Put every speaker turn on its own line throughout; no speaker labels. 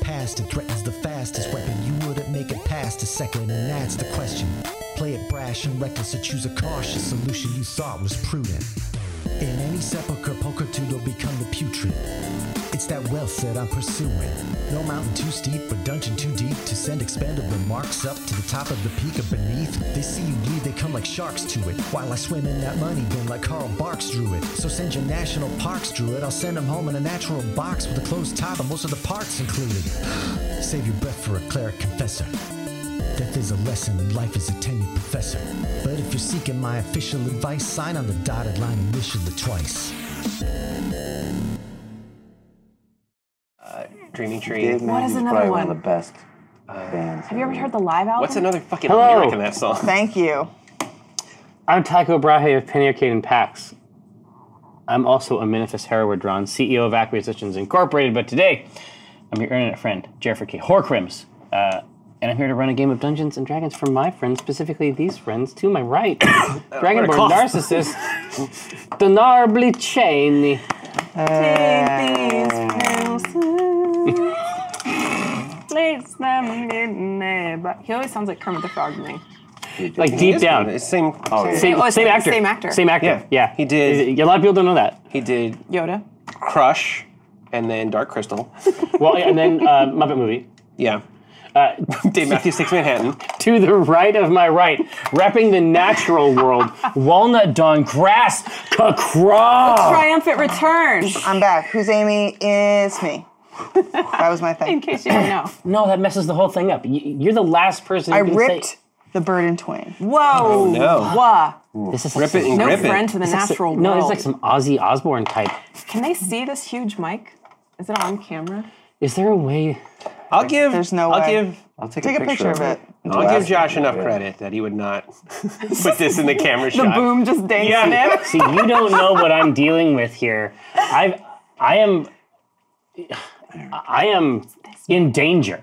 blast and threatens the fastest weapon. You wouldn't make it past a second, and that's the question. Play it brash and reckless, or choose a cautious solution you thought was prudent. In any sepulchre, pulchritude will become the putrid. It's that wealth that I'm pursuing. No mountain too steep or dungeon too deep to send expanded remarks up to the top of the peak of beneath. They see you bleed, they come like sharks to it. While I swim in that money bin like Carl Barks drew it. So send your national parks drew it. I'll send them home in a natural box with a closed top and most of the parts included. Save your breath for a cleric confessor. Death is a lesson and life is a tenured professor. But if you're seeking my official advice, sign on the dotted line initially twice.
Dreaming Tree.
What is another one?
of the best bands.
Have you ever heard the live album?
What's another fucking
Hello.
lyric in that song?
Thank you.
I'm Tycho Brahe of Penny Arcade and PAX. I'm also a Minifest Herowardron, CEO E of Acquisitions Incorporated, but today I'm your internet friend, Jeffrey K. Horcrims, uh, and I'm here to run a game of Dungeons and Dragons for my friends, specifically these friends to my right. Dragonborn
cough.
Narcissist, Donar Blicheni.
It's the midnight, but he always sounds like Kermit the Frog to me.
Like deep down.
It's same. same-
Same,
Oh, it's
same
the
actor.
same actor.
Same actor.
Yeah.
Yeah.
He did-
A lot of people don't know that.
He did
Yoda.
Crush, and then Dark Crystal.
Well, and then uh, Muppet Movie.
Yeah.
Uh,
Dave Matthews Six Manhattan.
to the right of my right, repping the natural world, Walnut Dawn Grass Kakra.
Triumphant return.
I'm back. Who's Amy? It's me. That was my
In
thing.
case you didn't know.
No, that messes the whole thing up. Y- You're the last person who
I
can
ripped
say
the bird in twain.
Whoa.
No.
Wah.
this is
Rip it and
No
grip
friend
it.
to the natural
No,
world.
it's like some Ozzy Osbourne type.
Can they see this huge mic? Is it on camera?
Is there a way?
I'll give.
There's no
I'll
way.
give.
I'll take,
Take a picture of it.
I'll give Josh enough credit that he would not put this in the camera
The
shot.
boom just dangling
Yeah.
See, you don't know what I'm dealing with here. I've, I am, I am in danger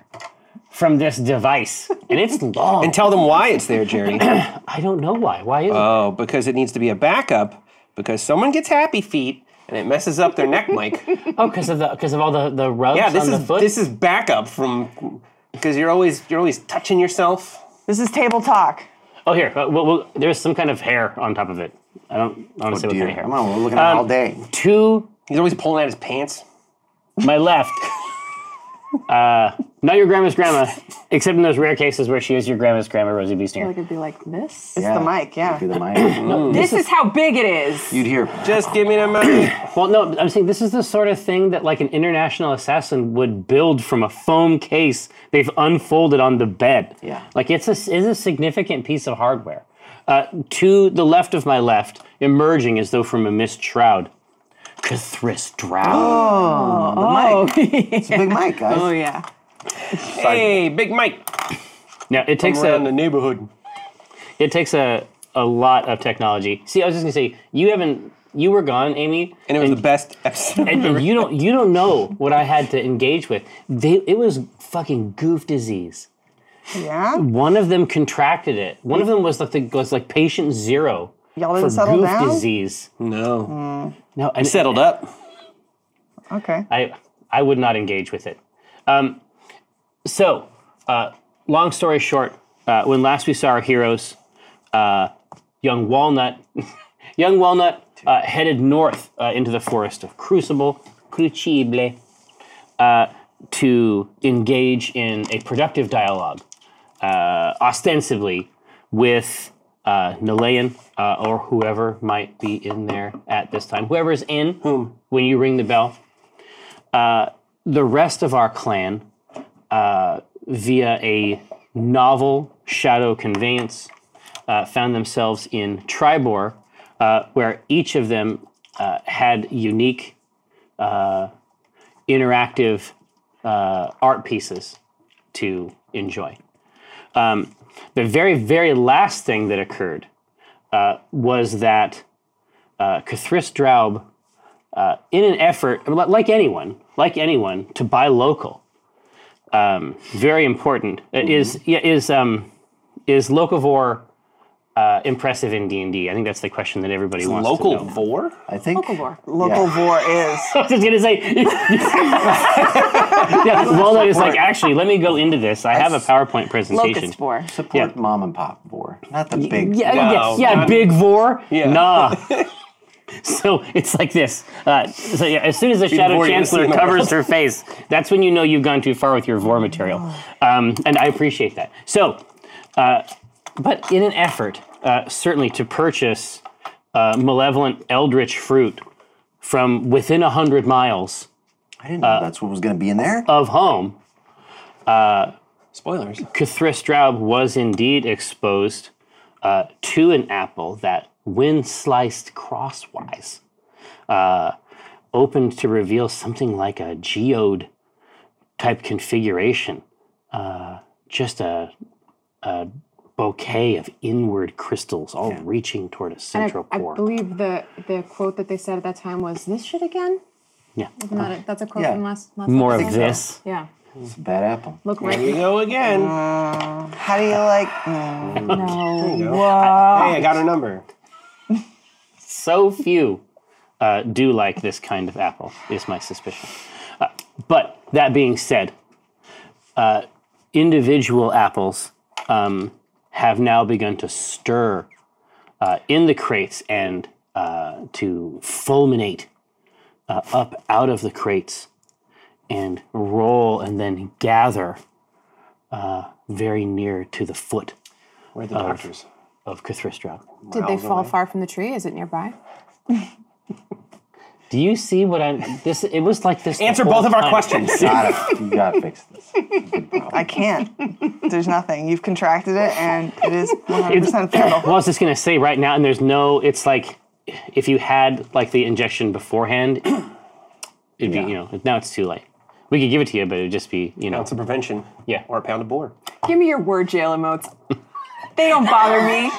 from this device, and it's long.
And tell them why it's there, Jerry.
I don't know why. Why is
oh, because it needs to be a backup. Because someone gets happy feet and it messes up their neck mic.
it? Oh, because of the because of all the the rubs
Yeah, this
on the
is
foot.
this is backup from because you're always you're always touching yourself.
This is table talk.
Oh, here. Uh, well, well, there's some kind of hair on top of it. I don't honestly what kind of hair.
Oh,
Um,
Come on, we're looking at it all day.
To
He's always pulling out his pants.
my left, uh, not your grandma's grandma, except in those rare cases where she is your grandma's grandma, Rosie B.
Like
Sneer.
it'd be like this.
Yeah.
the mic, yeah.
Do the mic.
This is how big it is.
You'd hear.
Just give me the money.
Well, no, I'm saying this is the sort of thing that like an international assassin would build from a foam case they've unfolded on the bed.
Yeah.
Like it's a, is a significant piece of hardware. Uh, to the left of my left, emerging as though from a mist shroud, Cathris Drow.
Oh,
It's a big mic, guys.
oh yeah.
hey, Big Mike,
now, it takes
from
a,
around the neighborhood.
It takes a a lot of technology. See, I was just gonna say you haven't you were gone, Amy,
And it was the best episode.
and, and you don't you don't know what I had to engage with. They it was fucking goof disease.
Yeah?
One of them contracted it. One of them was like the, was like patient zero
Y'all
for
didn't settle
goof
down?
disease.
no,
No, and
settled up.
Okay.
I I would not engage with it. Um, so, uh, long story short, uh, when last we saw our heroes, uh, young Walnut, young Walnut uh, headed north uh, into the forest of Crucible, Crucible, uh, to engage in a productive dialogue, uh, ostensibly with uh, Nalayan uh, or whoever might be in there at this time. Whoever's in, whom when you ring the bell the rest of our clan uh, via a novel shadow conveyance uh, found themselves in Tribor, uh, where each of them uh, had unique uh, interactive uh, art pieces to enjoy. Um, the very, very last thing that occurred uh, was that uh, Cathris Draub uh, in an effort, li- like anyone, like anyone, to buy local. Um, very important It is yeah, is um, is locavore uh, impressive in D and I think that's the question that everybody wants to
Local
know.
vor.
I think.
Lore.
Local vor is.
I was just gonna say yeah, Walnut is like, actually, let me go into this. I have a PowerPoint presentation.
Locust boar.
Support mom and pop vor, not the big.
Yeah,
Wow.
yeah, yeah,
Not-
big vor.
Yeah.
Nah. so it's like this. Uh, so yeah, as soon as the shadow
vor you see
chancellor
in the
covers
world.
her face, that's when you know you've gone too far with your vor material. Um, and I appreciate that. So, uh, but in an effort, uh, certainly, to purchase uh, malevolent eldritch fruit from within a hundred miles
I didn't know that's what was going to be in there.
of home, Uh,
Spoilers.
Straub was indeed exposed uh, to an apple that, when sliced crosswise, uh, opened to reveal something like a geode type configuration. Uh, just a, a bouquet of inward crystals all reaching toward a
And
central
I, I
core.
believe the the quote that they said at that time was this shit again.
yeah.
Isn't
Oh.
that it? that's a quote
Yeah.
from last last.
More of
episode?
this.
Yeah.
It's a bad apple.
Look
Here we
right.
go again.
How do you like? Mm,
No.
wow.
Hey, I got her number.
so few uh, do like this kind of apple, is my suspicion. Uh, but that being said, uh, individual apples um, have now begun to stir uh, in the crates and uh, to fulminate uh, up out of the crates and roll and then gather uh, very near to the foot
Where are the doctors?
of Cthulhu.
Did they fall far from the tree? Is it nearby?
Do you see what I'm? This it was like this. the
Answer
whole
both of our
time.
questions.
Gotta, you gotta fix this.
I can't. There's nothing. You've contracted it, and it is 100% fatal.
Well, I was just gonna say right now, and there's no. It's like if you had like the injection beforehand, it'd be you know. Now it's too late. We could give it to you, but it'd just be you know.
Ounce of prevention.
Yeah.
Or a pound of boar.
Give me your word jail emotes. They don't bother me.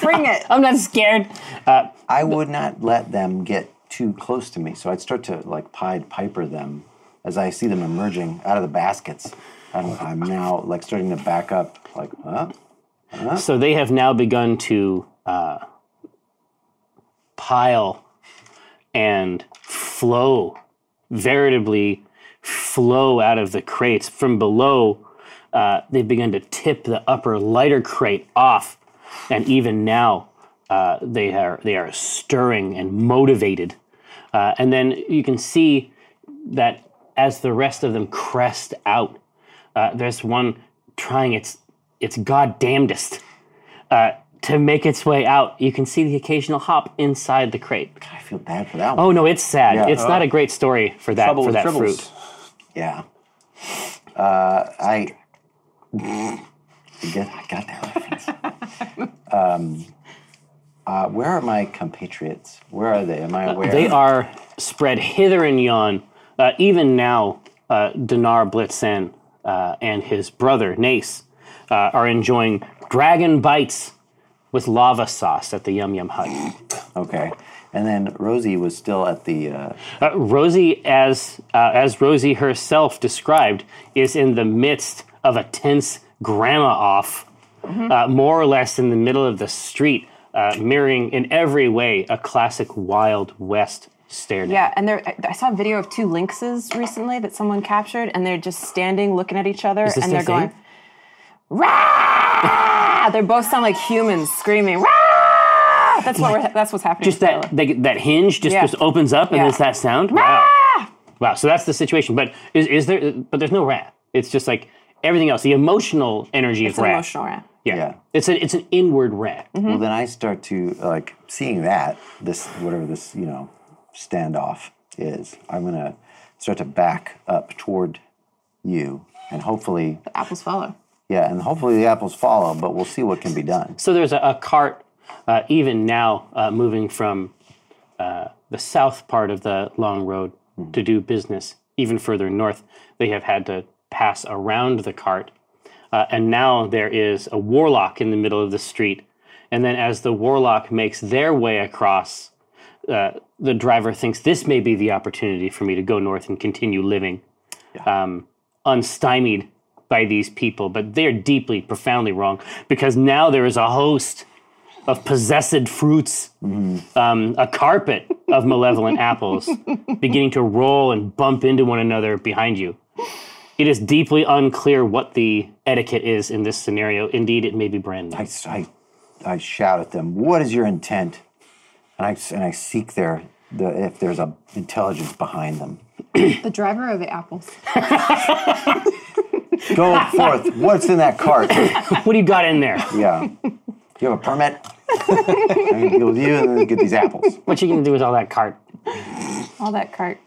Bring it.
I'm not scared.
I would not let them get too close to me, so I'd start to like Pied Piper them as I see them emerging out of the baskets. I'm, I'm now like starting to back up, like, huh?
So they have now begun to uh, pile and flow, veritably flow out of the crates from below. Uh, they've begun to tip the upper lighter crate off, and even now uh, they are they are stirring and motivated. Uh, and then you can see that as the rest of them crest out, uh, there's one trying its its goddamnedest uh, to make its way out. You can see the occasional hop inside the crate.
I feel bad for that one.
Oh no, it's sad.
Yeah.
it's not a great story for that
Trouble
for
with
that
tribbles.
fruit.
Yeah. Uh, I, I get- I got that reference. um, uh, where are my compatriots? Where are they? Am I aware?
They are spread hither and yon. Uh, even now, uh, Dinar Blitzen uh, and his brother Nace uh, are enjoying dragon bites with lava sauce at the Yum Yum Hut.
Okay. And then Rosie was still at the. Uh,
Uh, Rosie, as uh, as Rosie herself described, is in the midst of a tense grandma off,
Mm-hmm.
uh, more or less in the middle of the street, uh, mirroring in every way a classic Wild West stare. down.
Yeah, and there I- I saw a video of two lynxes recently that someone captured, and they're just standing looking at each other,
this
and
their
they're going,
thing?
"Rah!" they both sound like humans screaming, "Rah!" That's what we're, that's what's happening.
Just that they, that hinge just,
Yeah.
just opens up and
Yeah.
there's that sound. Wow. Wow. So that's the situation. But is, is there? But there's no rat. It's just like everything else. The emotional energy
It's
of
an
rat.
emotional rant.
Yeah.
Yeah.
It's an it's an inward rat.
Well, then I start to like seeing that this whatever this you know standoff is. I'm gonna start to back up toward you, and hopefully,
Apples follow.
yeah, and hopefully the apples follow. But we'll see what can be done.
So there's a, a cart, uh, even now, uh, moving from uh, the south part of the long road to do business even further north. They have had to pass around the cart. Uh, and now there is a warlock in the middle of the street. And then as the warlock makes their way across, uh, the driver thinks this may be the opportunity for me to go north and continue living um, unstymied by these people, but they're deeply, profoundly wrong because now there is a host of possessed fruits, um, a carpet of malevolent apples beginning to roll and bump into one another behind you. It is deeply unclear what the etiquette is in this scenario. Indeed, it may be brand new.
I, I, I shout at them, "What is your intent?" And I and I seek their the, if there's a intelligence behind them.
The driver of the apples.
Go forth. What's in that cart?
What do you got in there?
Yeah. Do you have a permit? I can deal with you and then get these apples
What you gonna do with all that cart?
All that cart.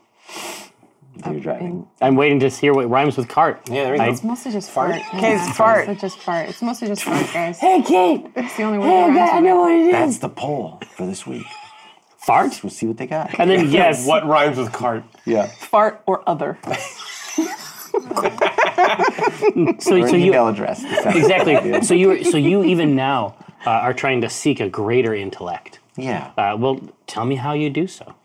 that you're driving.
I'm waiting to hear what rhymes with cart.
Yeah, there we
I-
go.
It's mostly just fart.
Okay, it's fart.
It's just fart. It's mostly just fart, guys.
Hey, Kate.
It's the only way around. I know what
That's the poll for this week.
Fart.
We'll see what they got.
And then yes,
What rhymes with cart?
Yeah.
Fart or other.
So,
Or
so
an
you
email address.
exactly. So you so you even now uh, are trying to seek a greater intellect.
Yeah.
Uh, well, tell me how you do so.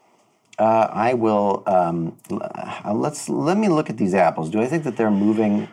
I will. Um, l- uh, let's let me look at these apples. Do I think that they're moving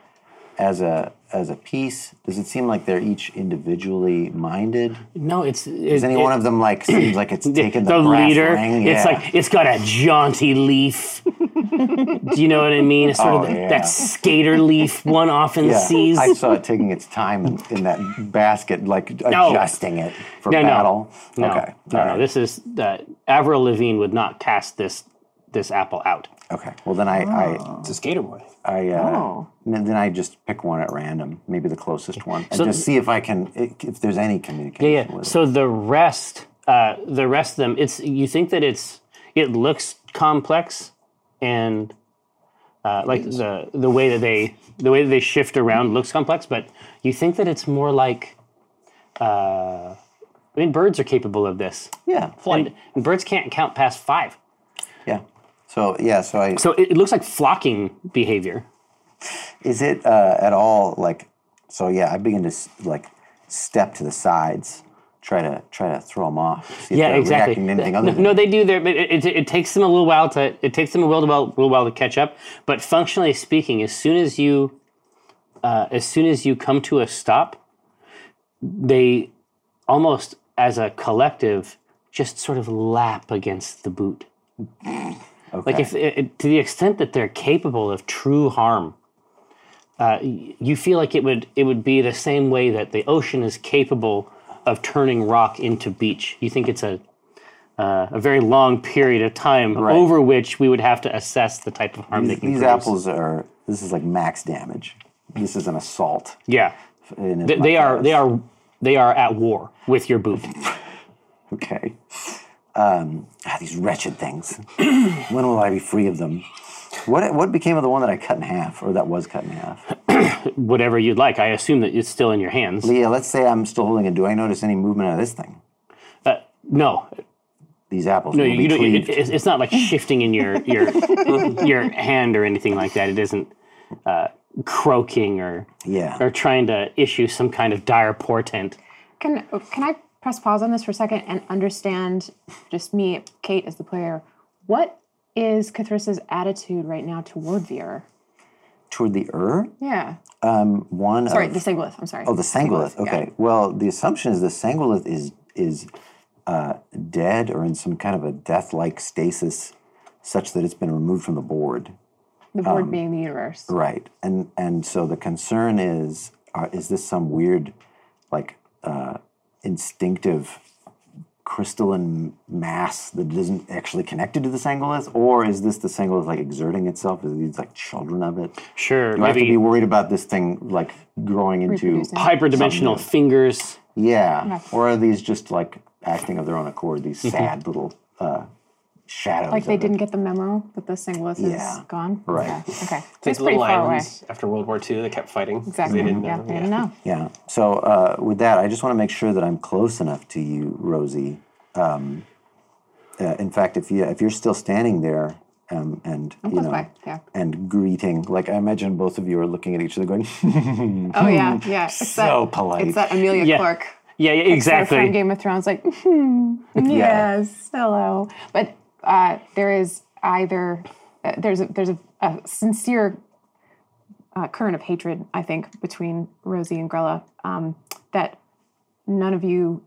as a as a piece? Does it seem like they're each individually minded?
No, it's
Is any one of them like seems like it's taken the, brass
leader.
ring?
It's
Yeah.
like it's got a jaunty leaf. do you know what I mean? It's sort
Oh,
of
yeah.
that skater leaf one often
Yeah,
sees.
I saw it taking its time in, in that basket, like
No.
adjusting it for
no,
battle.
no, no,
Okay.
no,
All
no.
right.
This is uh, Avril Levine would not cast this this apple out.
Okay. Well, then I,
Oh.
I,
It's a skater boy.
I uh, n- then I just pick one at random, maybe the closest one, and
So-
just see if I can, if there's any communication.
Yeah, yeah.
With it.
So the rest, uh, the rest of them, it's you think that it's it looks complex, and uh, like the the way that they the way that they shift around looks complex, but you think that it's more like. Uh, I mean, birds are capable of this.
Yeah.
And, and birds can't count past five.
Yeah. So yeah. So I
So it, it looks like flocking behavior.
Is it uh, at all like? So yeah, I begin to s- like step to the sides, try to try to throw them off. See if
yeah,
they're
exactly.
Reacting to anything
No-
other than
no, they do. Their, it, it, it takes them a little while to it takes them a little while, little while to catch up. But functionally speaking, as soon as you uh, as soon as you come to a stop, they almost as a collective just sort of lap against the boot. Like if it, it- to the extent that they're capable of true harm, uh, y- you feel like it would it would be the same way that the ocean is capable of turning rock into beach. You think it's a uh, a very long period of time over which we would have to assess the type of harm they
these,
can
these
produce.
apples are. This is like max damage. This is an assault.
Yeah,
in as
they, they
much
are
as-
they are they are at war with your boot.
okay. Um, ah, these wretched things. when will I be free of them? What what became of the one that I cut in half, or that was cut in half?
Whatever you'd like. I assume that it's still in your hands.
Yeah, let's say I'm still holding it. Do I notice any movement out of this thing?
Uh, no,
These apples.
No,
will
you
be
don't. It,
cleaved.
it's it's not like shifting in your your your hand or anything like that. It isn't uh, croaking or
Yeah.
or trying to issue some kind of dire portent.
Can can I press pause on this for a second and understand just me, Kate as the player, what is Cathrissa's attitude right now toward Veer?
toward the Ur.
Yeah.
One
Sorry,
of
the Singolith. I'm sorry.
Oh, the Sangolith.
yeah.
Okay. Well, the assumption is the Sangolith is is uh, dead or in some kind of a death-like stasis, such that it's been removed from the board.
The board being the universe.
Right. And and so the concern is, uh, is this some weird, like, uh, instinctive crystalline mass that isn't actually connected to the Sangolith, or is this the Sangolith like exerting itself? Is these like children of it?
Sure,
Do I have to
maybe-
be worried about this thing like growing into
Reproducing.
Hyperdimensional fingers.
yeah. Or are these just like acting of their own accord, these sad little uh, shadows?
Like they
of it?
didn't get the memo that the Singolith
Yeah.
is gone.
Right.
Okay. okay.
These
It's
little
pretty far away.
islands after World War II that kept fighting. 'cause
Exactly.
They didn't
yeah,
know.
they didn't know.
Yeah. So uh, with that, I just want to make sure that I'm close enough to you, Rosie. Um, uh, in fact, if you if you're still standing there um, and you
close
know
by, yeah.
and greeting, like I imagine both of you are looking at each other, going,
Oh yeah, yeah. It's
So
that,
polite.
It's that Amelia
Yeah.
Clark.
Yeah, yeah
Exactly. From
exactly.
Game of Thrones, like "Hmm, yes, hello. But uh, there is either uh, there's a, there's a, a sincere uh, current of hatred, I think, between Rosie and Grella um, that none of you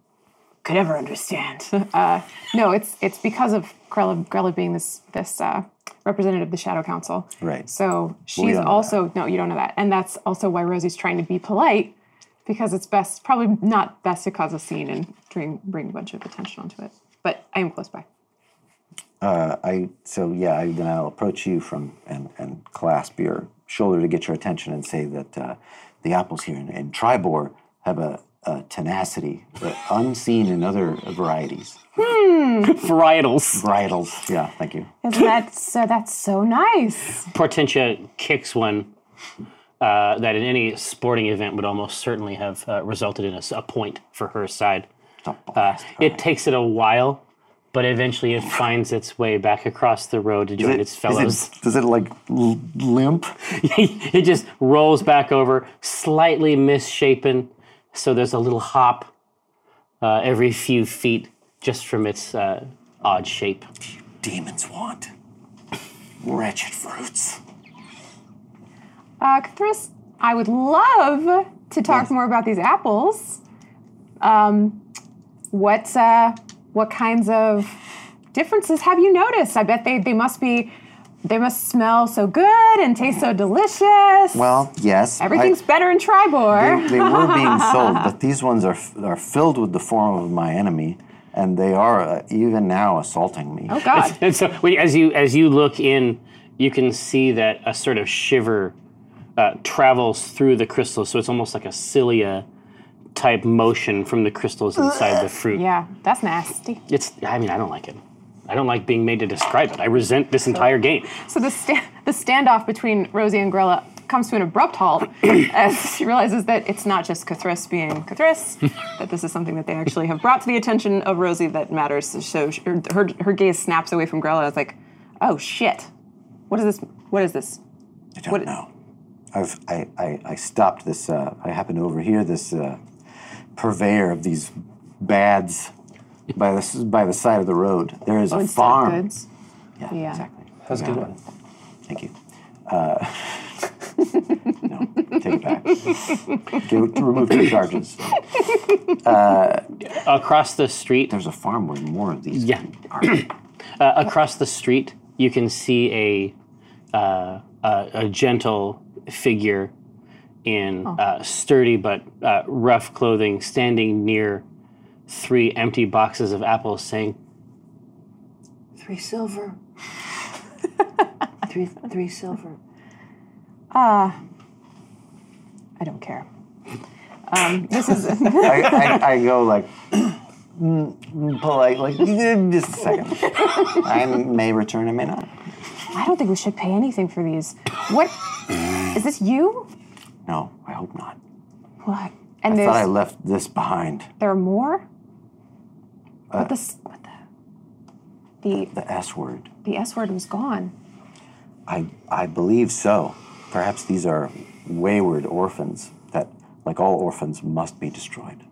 could ever understand. uh, no, it's it's because of Grella, Grella being this this uh, representative of the Shadow Council.
Right.
So
Well, we
she's
don't know
also no, you don't know that, and that's also why Rosie's trying to be polite because it's best probably not best to cause a scene and bring bring a bunch of attention onto it. But I am close by.
Uh, I so yeah. I, then I'll approach you from and, and clasp your shoulder to get your attention and say that uh, the apples here in, in Tribor have a, a tenacity that unseen in other varieties.
Varietals.
Varietals. Yeah. Thank you.
Isn't that so? That's so nice.
Portentia kicks one uh, that in any sporting event would almost certainly have uh, resulted in a, s- a point for her side. Uh, it takes it a while, but eventually it finds its way back across the road to join
Is it-
its
is it-
fellows.
does it like l- limp?
It, just rolls back over, slightly misshapen, so there's a little hop uh, every few feet just from its uh, odd shape.
Demons want wretched fruits.
Uh, Cthulhu, I would love to talk more about these apples. Um, what uh, what kinds of differences have you noticed? I bet they, they must be they must smell so good and taste so delicious.
Well, yes. I-
everything's better in Tribor.
they, they were being sold, but these ones are f- are filled with the form of my enemy, and they are uh, even now assaulting me.
oh God,
And so, when- as you as you look in, you can see that a sort of shiver uh, travels through the crystals. So it's almost like a cilia type motion from the crystals inside the fruit.
yeah, that's nasty.
It's. I mean, I don't like it. I don't like being made to describe it. I resent this entire game.
So the sta- the standoff between Rosie and Grilla comes to an abrupt halt as she realizes that it's not just Cathris being Cathris, that this is something that they actually have brought to the attention of Rosie that matters. So she, her, her her gaze snaps away from Grilla. It's like, oh shit, what is this? What is this?
I don't know. I've, I, I, I stopped this. Uh, I happened to overhear this uh, purveyor of these bads by the s- by the side of the road. There is a farm.
Oh, goods.
Yeah,
Yeah.
exactly.
That's a good one.
Thank you. Uh, no, take it back. Give, remove two charges.
Across the street,
There's a farm where more of these.
Yeah.
Are.
uh, across the street, you can see a uh, a, a gentle figure in uh, sturdy but uh, rough clothing, standing near three empty boxes of apples, saying,
Three silver. three, three silver.
Ah. I don't care. Um, this is
I, I, I go like mm, mm, polite, like just a second. I may return, I may not.
I don't think we should pay anything for these. What is this? You?
No, I hope not.
What? And
I
there's
thought I left this behind.
there are more. what the s- what the the
The S word.
The S word was gone.
I I believe so. Perhaps these are wayward orphans that, like all orphans, must be destroyed.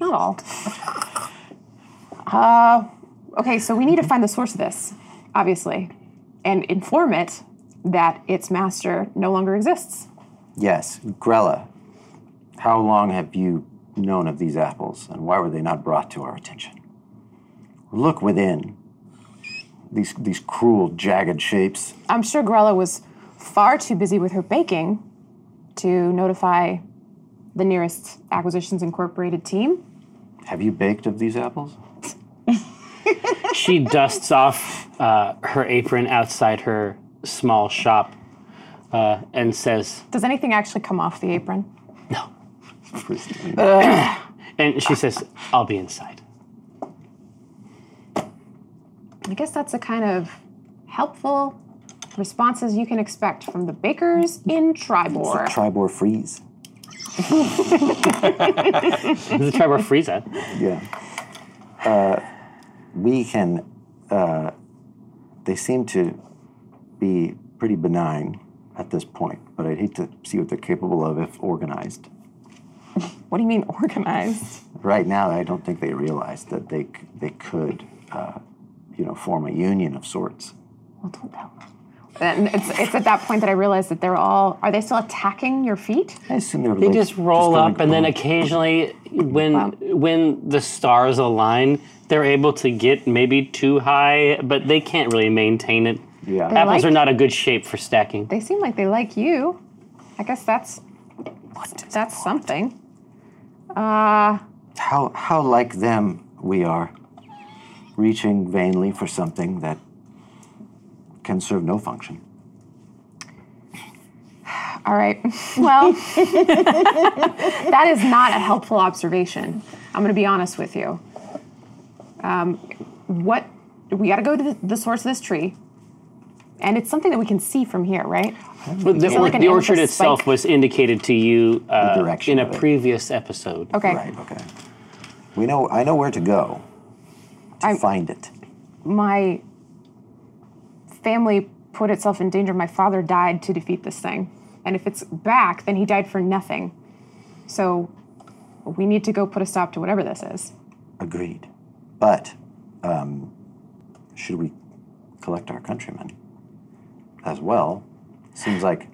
Not all. Uh, okay, so we need to find the source of this, obviously, and inform it that its master no longer exists.
Yes, Grella. How long have you known of these apples, and why were they not brought to our attention? Look within. These these cruel, jagged shapes.
I'm sure Grella was far too busy with her baking to notify the nearest Acquisitions Incorporated team.
Have you baked of these apples?
she dusts off uh, her apron outside her small shop uh, and says,
Does anything actually come off the apron?
and she says, I'll be inside.
I guess that's the kind of helpful responses you can expect from the bakers in Tribor.
Tribor freeze.
This is Trevor Frieza.
Yeah. Uh, we can. Uh, they seem to be pretty benign at this point, but I'd hate to see what they're capable of if organized.
What do you mean organized?
Right now, I don't think they realize that they c- they could, uh, you know, form a union of sorts.
Well, don't tell them. And it's, it's at that point that I realized that they're all. Are they still attacking your feet?
I assume they're
They
like,
just roll
go
up,
like,
and then
boom.
occasionally, when when the stars align, they're able to get maybe too high, but they can't really maintain it.
Yeah. They
apples
like-
are not a good shape for stacking.
They seem like they like you. I guess that's that's something. Uh,
how how like them we are, reaching vainly for something that can serve no function.
all right. Well, that is not a helpful observation. I'm going to be honest with you. Um, what we got to go to the, the source of this tree, and it's something that we can see from here, right?
But the,
So like
or-
an
the orchard
amethyst
itself
spike.
was indicated to you uh,
direction
in a
of it.
previous episode.
Okay.
Right. Okay. We know. I know where to go to
I'm-
find it.
my family put itself in danger. My father died to defeat this thing. And if it's back, then he died for nothing. So we need to go put a stop to whatever this is.
Agreed. But um, should we collect our countrymen as well? Seems like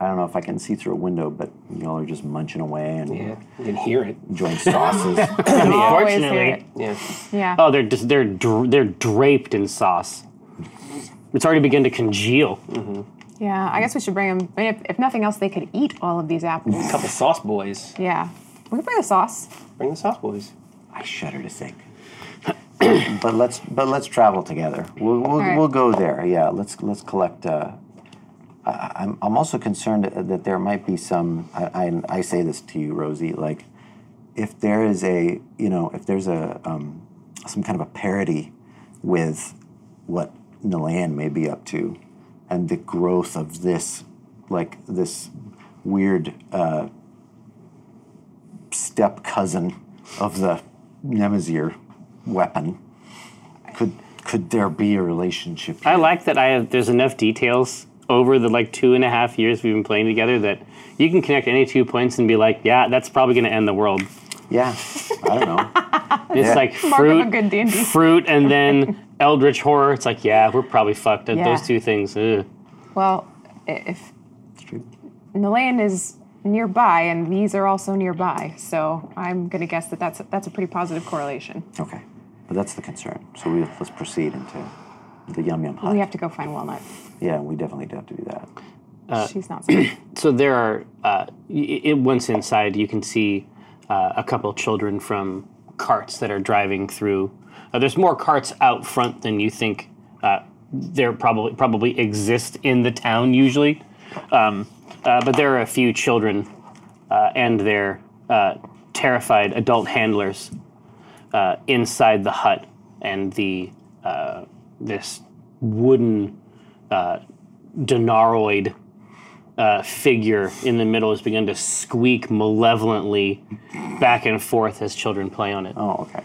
I don't know if I can see through a window, but y'all are just munching away and
Yeah, you can hear it.
enjoying sauces.
Unfortunately,
Yeah.
Yeah.
oh, they're just, they're dr- they're draped in sauce. It's already begun to congeal.
yeah. I guess we should bring them. I mean, if, if nothing else, they could eat all of these
A
apples.
couple sauce boys.
yeah. We can bring the sauce.
Bring the sauce boys.
I shudder to think. but let's but let's travel together. We'll we'll,
right.
we'll go there. Yeah, let's let's collect. Uh, I, I'm I'm also concerned that there might be some. I, I I say this to you, Rosie. Like, if there is a you know if there's a um, some kind of a parody with what Nilan may be up to, and the growth of this like this weird uh, step cousin of the Nemesir weapon. Could could there be a relationship?
I
here?
like that I have, there's enough details over the like two and a half years we've been playing together that you can connect any two points and be like, yeah, that's probably going to end the world.
Yeah, I don't know.
It's
Yeah.
like
Mark of a
fruit,
good D&D.
fruit, and then eldritch horror. It's like, yeah, we're probably fucked. at
Yeah.
Those two things. Ugh.
Well, i- if
It's true.
Nilan is nearby and these are also nearby, so I'm going to guess that that's, that's a pretty positive correlation.
Okay, but that's the concern. So we let's proceed into the yum yum hut.
We have to go find Walnut.
yeah, we definitely do have to do that.
Uh,
She's not safe.
So there are. Uh, y it, once inside, you can see uh, a couple children from carts that are driving through. Uh, there's more carts out front than you think. Uh, there probably probably exist in the town usually, um, uh, but there are a few children uh, and their uh, terrified adult handlers uh, inside the hut and the uh, this wooden uh, denaroid uh, figure in the middle has begun to squeak malevolently back and forth as children play on it.
Oh, okay.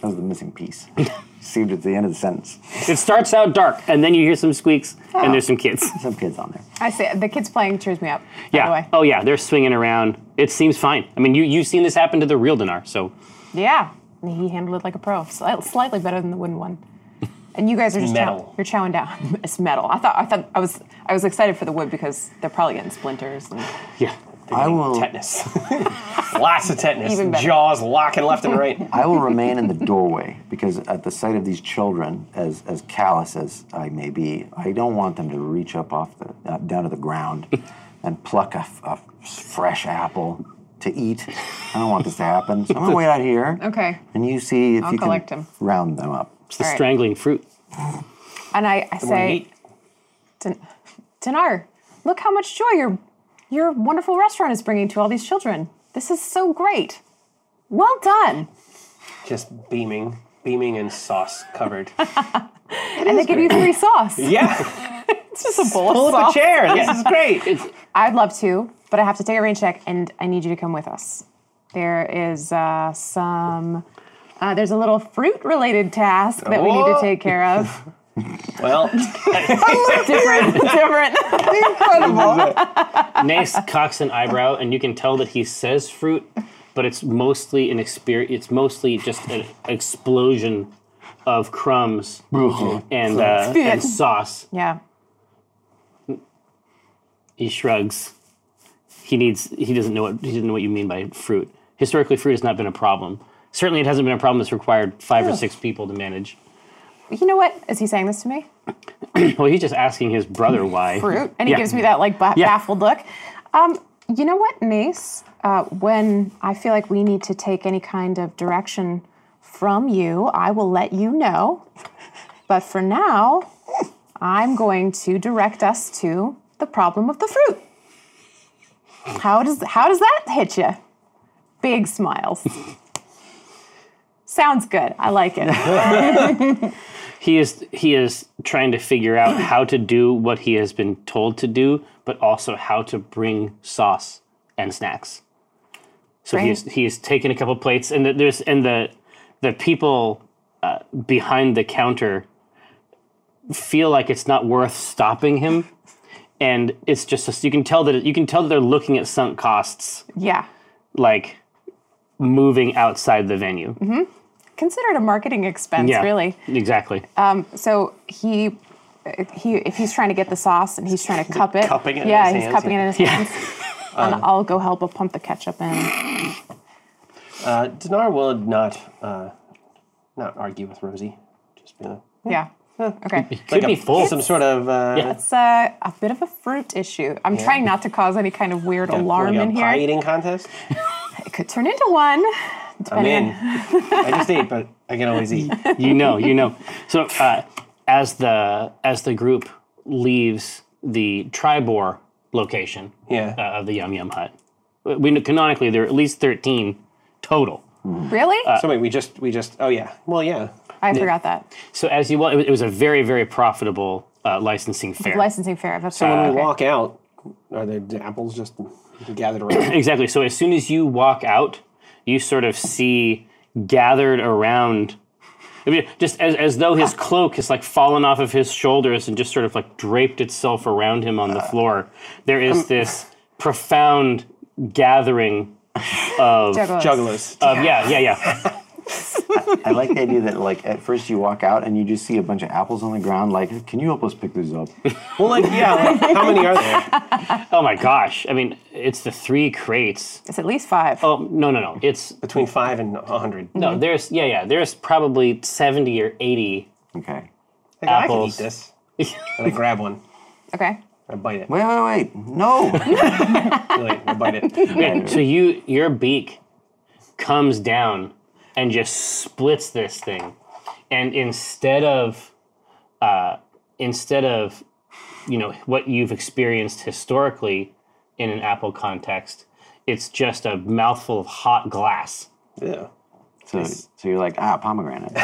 That was the missing piece. Seemed at the end of the sentence.
It starts out dark, and then you hear some squeaks, and there's some kids.
Some kids on there.
I see the kids playing cheers me up. Oh.
Yeah.
By the way.
Oh yeah, they're swinging around. It seems fine. I mean, you you've seen this happen to the real Dinar, so
Yeah. He handled it like a pro, sli- slightly better than the wooden one. And you guys are just
Metal.
Chow- you're chowing down.
It's metal. I thought I thought I was I was excited for the wood because they're probably getting splinters. And
yeah.
I will.
Tetanus. Lots of tetanus.
Even better.
Jaws locking left and right.
I will remain in the doorway because at the sight of these children, as as callous as I may be, I don't want them to reach up off the uh, down to the ground and pluck a, f- a f- fresh apple to eat. I don't want this to happen. So I'm gonna wait out here.
Okay.
And you see if
I'll
you can
collect 'em.
round them up.
It's the
All right.
strangling fruit.
And I, I say, "Din- Dinar, look how much joy your your wonderful restaurant is bringing to all these children. This is so great. Well done.
Just beaming. Beaming and sauce covered.
and they give you free sauce.
Yeah.
It's just a bowl of
Pull up a
sauce.
chair. This is great.
I'd love to, but I have to take a rain check, and I need you to come with us. There is uh, some. Uh, there's a little fruit-related task that we need to
Oh.
take care of.
Well,
different, different.
Nace cocks an eyebrow, and you can tell that he says fruit, but it's mostly an experience. It's mostly just an explosion of crumbs and uh, and sauce.
Yeah,
He shrugs. He needs. He doesn't know what he doesn't know what you mean by fruit. Historically, fruit has not been a problem. Certainly, it hasn't been a problem that's required five or six people to manage.
You know what? Is he saying this to me?
Well, he's just asking his brother why.
fruit. And he
Yeah.
gives me that like ba-
Yeah.
baffled look. Um, you know what, Mace? Uh, when I feel like we need to take any kind of direction from you, I will let you know. But for now, I'm going to direct us to the problem of the fruit. How does how does that hit you? Big smiles. Sounds good. I like it.
He is he is trying to figure out how to do what he has been told to do, but also how to bring sauce and snacks. So he is, he is taking a couple plates, and the, there's and the the people uh, behind the counter feel like it's not worth stopping him, and it's just you can tell that you can tell that they're looking at sunk costs,
yeah.
like moving outside the venue.
Consider it a marketing expense, really.
exactly.
So he, he, if he's trying to get the sauce and he's trying to cup it,
Cupping it in
yeah,
his
he's
hands,
cupping
yeah. Um,
it in his hands. and I'll go help him pump the ketchup in.
Uh, Dinar will not uh, not argue with Rosie. Just be like,
Yeah. Okay.
Could
like
be
a-
full.
Some sort of uh,
Yeah.
It's a, a bit of a fruit issue. I'm trying not to cause any kind of weird alarm
like a
in
pie
here.
eating contest.
It could turn into one.
I'm
Depending
in.
on,
I just ate, but I can always eat.
you know, you know. So uh, as the as the group leaves the Tribor location
Yeah.
uh, of the Yum Yum Hut, we know canonically there are at least thirteen total.
really?
So wait, we just we just oh yeah. Well Uh, yeah.
I forgot that
So as you well, it was, it was a very very profitable uh, licensing fair.
licensing fair. That's
So when we
right. Okay.
walk out, are there the apples just gathered around?
exactly. So as soon as you walk out, you sort of see gathered around. I mean, just as, as though his cloak has like fallen off of his shoulders and just sort of like draped itself around him on
Uh,
the floor. There is this profound gathering of
Juggalos.
Jugglers.
of yeah, yeah, yeah.
I like the idea that like at first you walk out and you just see a bunch of apples on the ground. Like, can you help us pick these up?
Well, like yeah, like, how many are there?
Oh my gosh. I mean, it's the three crates.
It's at least five.
Oh, no, no, no. It's
Between five and a hundred.
no, there's yeah, yeah. There's probably 70 or 80
Okay.
Like, I can eat
Apples.
this. And I grab one.
Okay.
I bite it.
Wait, wait, wait. No.
Really, I bite it.
Yeah, so you your beak comes down and just splits this thing, and instead of uh, instead of you know what you've experienced historically in an apple context, it's just a mouthful of hot glass.
Yeah.
so, so you're like, ah, pomegranate.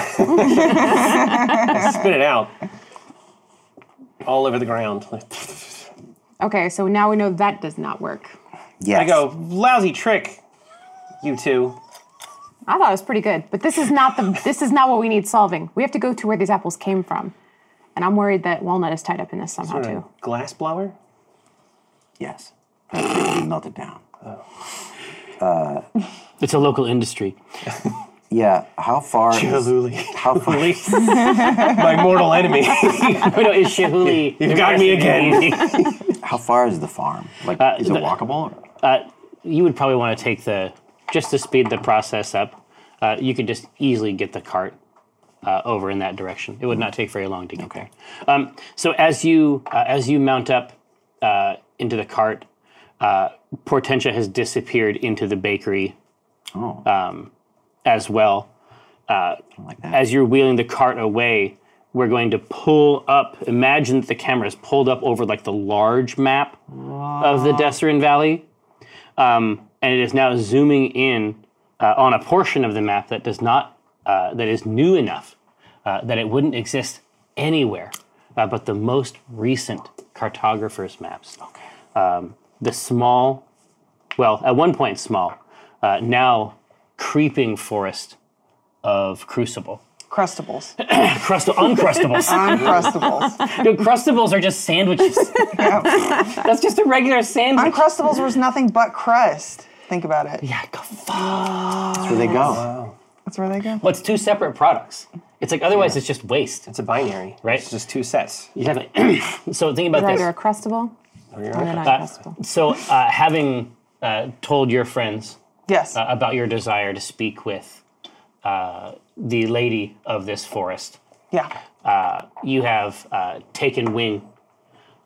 Spit it out. All over the ground.
Okay. So now we know that does not work.
Yes.
I go, lousy trick, you two.
I thought it was pretty good, but this is not the this is not what we need solving. We have to go to where these apples came from, and I'm worried that walnut is tied up in this somehow too.
Glass blower?
Yes. Perfect. Melt it down.
It's a local industry.
Yeah. How far? Is, how far?
My mortal enemy.
Oh, no, it's Shihuli.
You've got me again.
How far is the farm? Like, is it
the-
walkable?
uh, you would probably want to take the just to speed the process up. Uh, you could just easily get the cart uh, over in that direction. It would not take very long to get there. Um, so as you uh, as you mount up uh, into the cart, uh, Portentia has disappeared into the bakery um,
Oh,
as well.
like that.
As you're wheeling the cart away, we're going to pull up. Imagine that the camera is pulled up over like the large map of the Desserin Valley, um, and it is now zooming in uh, on a portion of the map that does not uh, that is new enough uh, that it wouldn't exist anywhere uh, but the most recent cartographer's maps. Um, the small, well, at one point small, uh, now creeping forest of Crucible.
Crustables.
Crustal,
Um,
uncrustables.
Uncrustables.
no, crustables are just sandwiches. That's just a regular sandwich.
Uncrustables was nothing but crust. Think about it.
Yeah, go fuck.
That's where they go.
That's where they go.
Well, it's two separate products. It's like otherwise it's just waste.
It's a binary.
Right.
It's just two sets.
You have a- so think about
Either
this.
a crustable.
Oh,
on the
Uh,
non-combustible.
so, uh, having uh, told your friends
Yes.
uh, about your desire to speak with uh, the lady of this forest,
yeah.
uh, you have uh, taken wing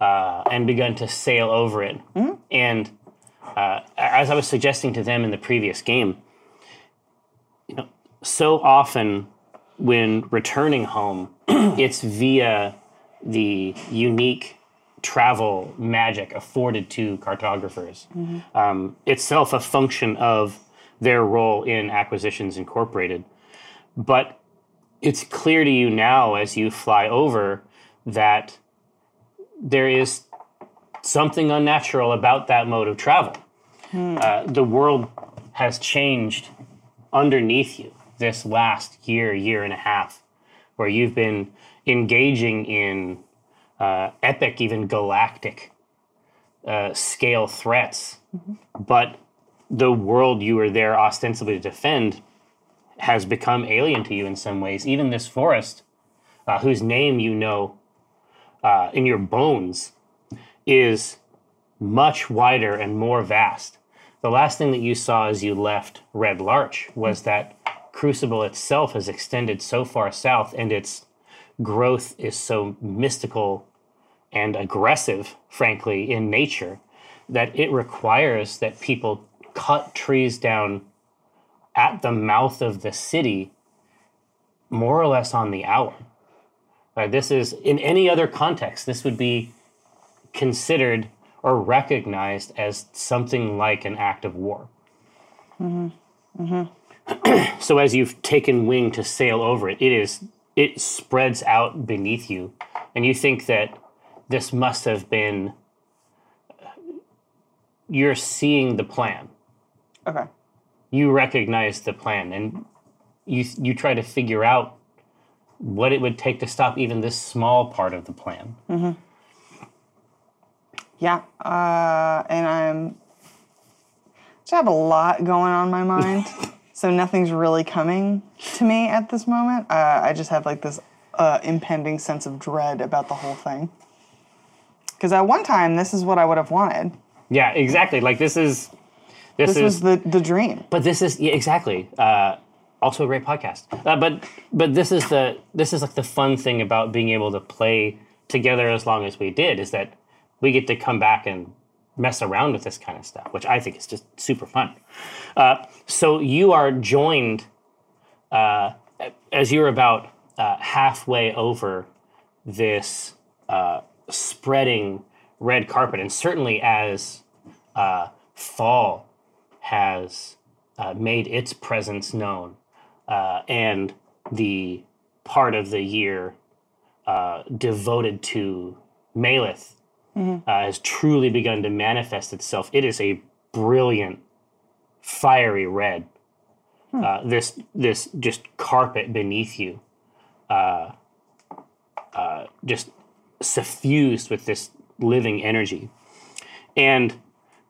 uh, and begun to sail over it. And uh, as I was suggesting to them in the previous game, you know, so often when returning home, it's via the unique travel magic afforded to cartographers. Um, itself a function of their role in Acquisitions Incorporated. But it's clear to you now as you fly over that there is something unnatural about that mode of travel. Uh, the world has changed underneath you this last year, year and a half, where you've been engaging in uh, epic, even galactic uh, scale threats. But the world you were there ostensibly to defend has become alien to you in some ways. Even this forest, uh, whose name you know uh, in your bones, is much wider and more vast. The last thing that you saw as you left Red Larch was that Crucible itself has extended so far south and its growth is so mystical and aggressive, frankly, in nature, that it requires that people cut trees down at the mouth of the city more or less on the hour. Uh, this is, in any other context, this would be considered or recognized as something like an act of war. so as you've taken wing to sail over it, it is it spreads out beneath you, and you think that this must have been. You're seeing the plan
Okay.
you recognize the plan and you you try to figure out what it would take to stop even this small part of the plan.
Yeah. Uh, and I'm. I have a lot going on in my mind, so nothing's really coming to me at this moment. Uh, I just have like this uh, impending sense of dread about the whole thing. Because at one time, this is what I would have wanted.
Yeah, exactly. Like this is this,
This
is
was the, the dream.
but this is yeah, exactly uh, also a great podcast. Uh, but but this is the this is like the fun thing about being able to play together as long as we did is that we get to come back and mess around with this kind of stuff, which I think is just super fun. Uh, so you are joined uh, as you're about uh, halfway over this uh, spreading red carpet, and certainly as uh, fall has uh, made its presence known, uh, and the part of the year uh, devoted to Malith uh, has truly begun to manifest itself. It is a brilliant, fiery red. Uh, this this just carpet beneath you, uh, uh, just suffused with this living energy, and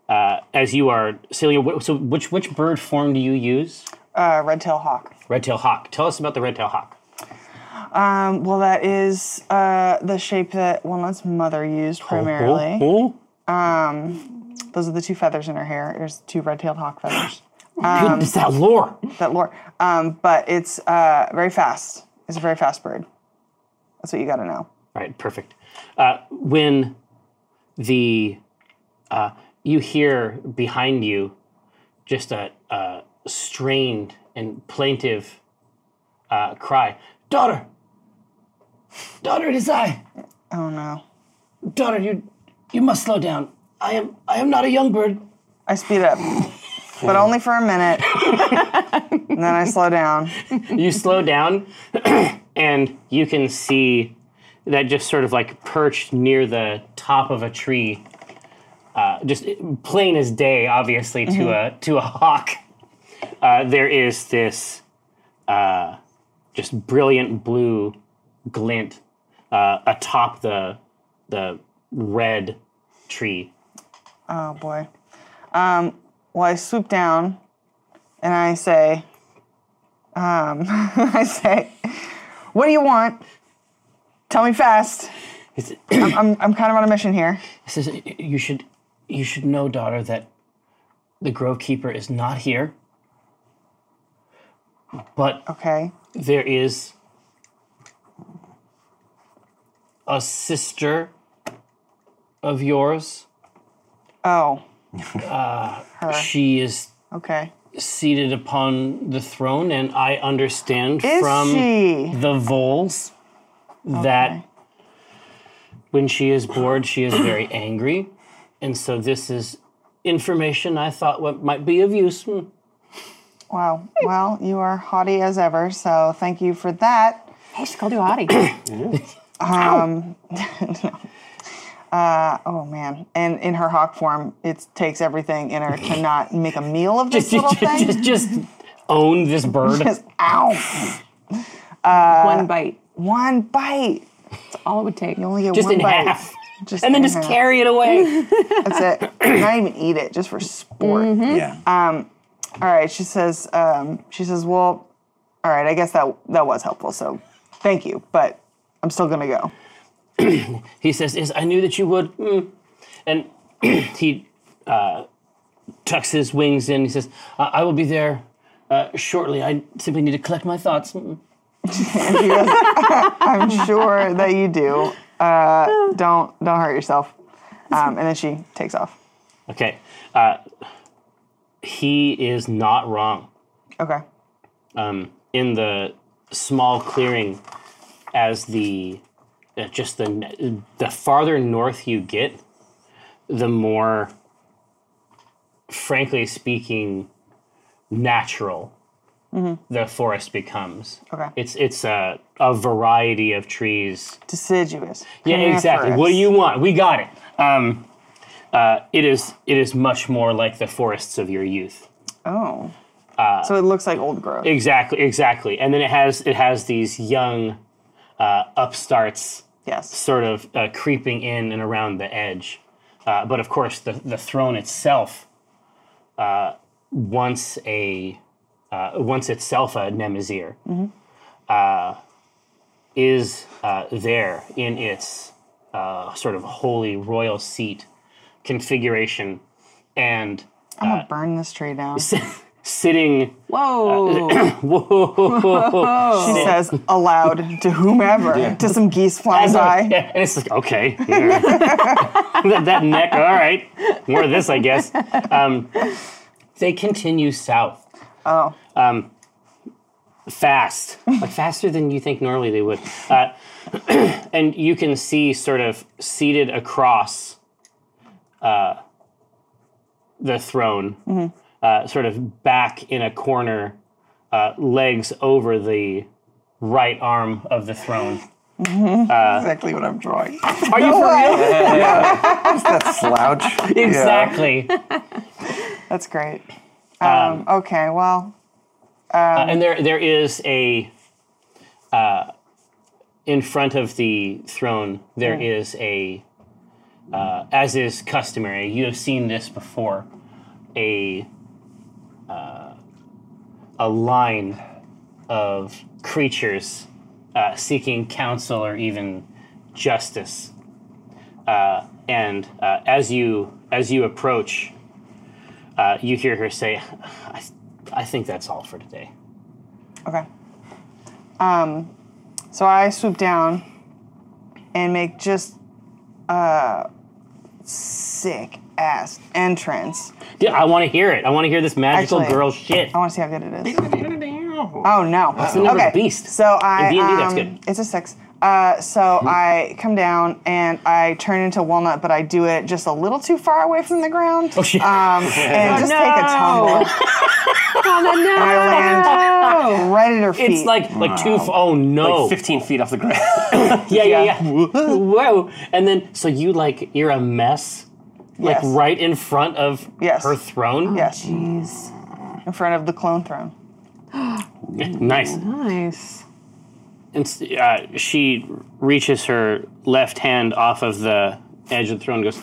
uh, as you are, Celia. Wh- so, which which bird form do you use?
Uh, Red Tail Hawk.
Red tail hawk. Tell us about the red tail hawk.
Um, well, that is uh, the shape that Walnut's mother used primarily.
Oh,
Those are the two feathers in her hair. There's two red tailed hawk feathers.
oh. goodness, that lore.
that lore. Um, but it's uh, very fast. It's a very fast bird. That's what you got to know.
All right, perfect. Uh, when the uh, you hear behind you just a, a strained and plaintive uh, cry, daughter, daughter, it is I,
Oh no!
daughter. You you must slow down. I am I am not a young bird.
I speed up, but only for a minute, and then I slow down.
you slow down and you can see that just sort of like perched near the top of a tree uh, just plain as day obviously to a to a hawk uh, there is this uh, just brilliant blue glint uh, atop the the red tree
Oh boy! Um, well, I swoop down, and I say, um, I say, "What do you want? Tell me fast."
It's-
I'm, I'm kind of on a mission here.
This is you should you should know, daughter, that the Grove Keeper is not here. But
Okay.
there is a sister of yours.
Oh,
She is
okay.
seated upon the throne, and I understand
Is
from
she?
the Voles that when she is bored, she is very angry. And so this is information I thought what might be of use. Hmm.
Wow. Well, you are haughty as ever, so thank you for that. Um,
Hey, she called you hottie.
Oh man. And in her hawk form, it takes everything in her to not make a meal of this
Just,
little
just,
thing.
just, just own this bird.
Just ow.
One bite.
One bite.
All it would take.
You only get
Just
one
in
bite.
half.
Just
and then
in
just
half.
carry it away.
That's it. not even eat it, just for sport.
Mm-hmm.
Um,
Yeah.
All right. She says. Um, she says. Well. All right. I guess that that was helpful. So, thank you. But I'm still gonna go.
he says, "Yes, I knew that you would." Mm. And he uh, tucks his wings in. He says, "I, I will be there uh, shortly. I simply need to collect my thoughts." Mm.
And she goes, I'm sure that you do. Uh, don't don't hurt yourself. Um, and then she takes off.
Okay, uh, he is not wrong.
Okay.
um, in the small clearing as the uh, just the the farther north you get the more frankly speaking natural the forest becomes
Okay.
it's it's a, a variety of trees
Deciduous.
yeah, exactly. What do you want? We got it. Um, uh, it is it is much more like the forests of your youth.
Oh.
Uh,
so it looks like old growth.
Exactly, exactly. And then it has it has these young uh, upstarts
yes.
sort of uh, creeping in and around the edge. Uh, but of course, the the throne itself, uh, once a uh, once itself a Nemazir, uh, is uh, there in its uh, sort of holy royal seat configuration, and
I'm gonna burn this tree down. She
sitting.
Whoa.
says aloud to whomever, to some geese flying by.
Yeah, and it's like, okay. yeah. that, that neck, all right. More of this, I guess. Um, they continue south.
Oh.
Um, fast, like faster than you think normally they would. Uh, and you can see, sort of seated across uh, the throne, uh, sort of back in a corner, uh, legs over the right arm of the throne.
exactly what I'm drawing.
Are you for real?
that slouch.
Exactly.
That's great. Um, okay, well,
Uh, and there there is a uh, in front of the throne There is a uh, as is customary you have seen this before a uh, a line of creatures uh, seeking counsel or even justice uh, and uh, as you as you approach uh, you hear her say I, I think that's all for today
okay. Um, so I swoop down and make just a sick ass entrance.
Yeah, I want to hear it. I want to hear this magical
Actually,
girl shit.
I want to see how good it is. Oh no! That's
the number of the beast.
So I
In D&D, that's
um,
good.
It's a six. Uh, so I come down and I turn into walnut, but I do it just a little too far away from the ground.
Oh, shit.
Um, and just take a tumble. And I land right at her feet.
it's like like two. f- Oh no!
Like 15 feet off the ground.
yeah, yeah, yeah. Whoa! And then so you like you're a mess, like
Yes.
right in front of
Yes.
her throne.
yes, in front of the clone throne.
Nice.
Nice.
And s- uh, she reaches her left hand off of the edge of the throne. and Goes.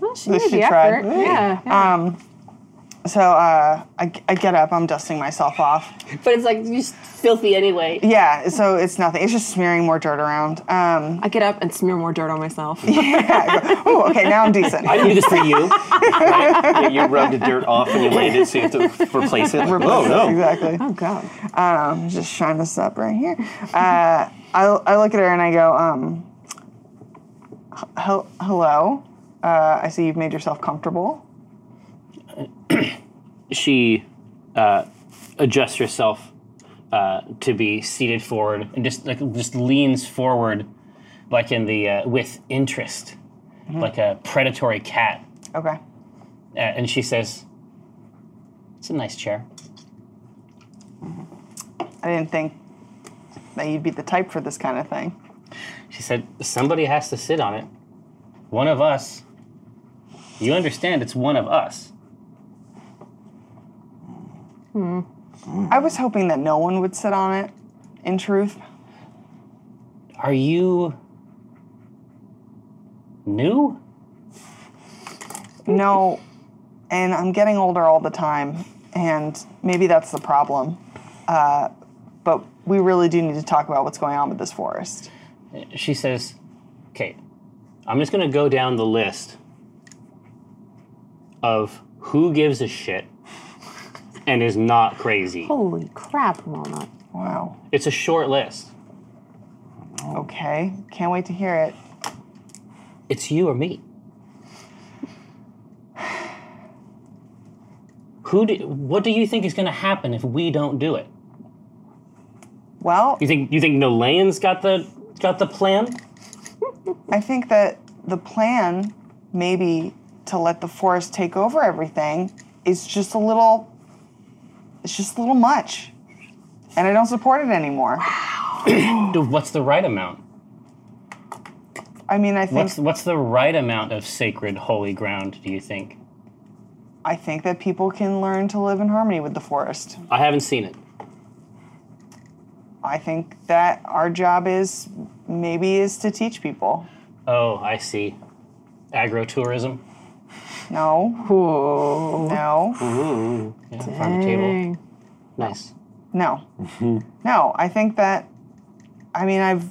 Well, she
At least
made
she
the
tried.
effort. Yeah. yeah.
So uh, I, I get up. I'm dusting myself off.
But it's like just filthy anyway.
Yeah. So it's nothing. It's just smearing more dirt around. Um,
I get up and smear more dirt on myself.
oh, okay. Now I'm decent.
I didn't do this for you.
Right? You- you rubbed the dirt off and you laid it, so you have to replace it. oh no!
Exactly.
oh God.
Um, just shine this up right here. Uh, I, I look at her and I go, um, h- hel- hello. Uh, I see you've made yourself comfortable.
she uh, adjusts herself uh, to be seated forward and just like just leans forward, like in the uh, with interest, like a predatory cat.
Okay.
Uh, and she says, "It's a nice chair."
I didn't think that you'd be the type for this kind of thing.
She said, "Somebody has to sit on it. One of us. You understand? It's one of us."
I was hoping that no one would sit on it, in truth.
Are you new?
No, and I'm getting older all the time, and maybe that's the problem. Uh, but we really do need to talk about what's going on with this forest.
she says, "Okay, I'm just gonna go down the list of who gives a shit and is not crazy.
Holy crap, Walnut.
Wow.
It's a short list.
Okay. Can't wait to hear it.
It's you or me. Who? Do, what do you think is gonna happen if we don't do it?
Well,
You think you think Nolan's got the got the plan?
I think that the plan, maybe to let the forest take over everything, is just a little. It's just a little much, and I don't support it anymore.
Dude, What's the right amount?
I mean, I think
What's what's the right amount of sacred holy ground? Do you think?
I think that people can learn to live in harmony with the forest.
I haven't seen it.
I think that our job is maybe is to teach people.
Oh, I see. Agrotourism.
No,
Whoa.
no,
Yeah, farm to table. Nice.
no, no. I think that. I mean, I've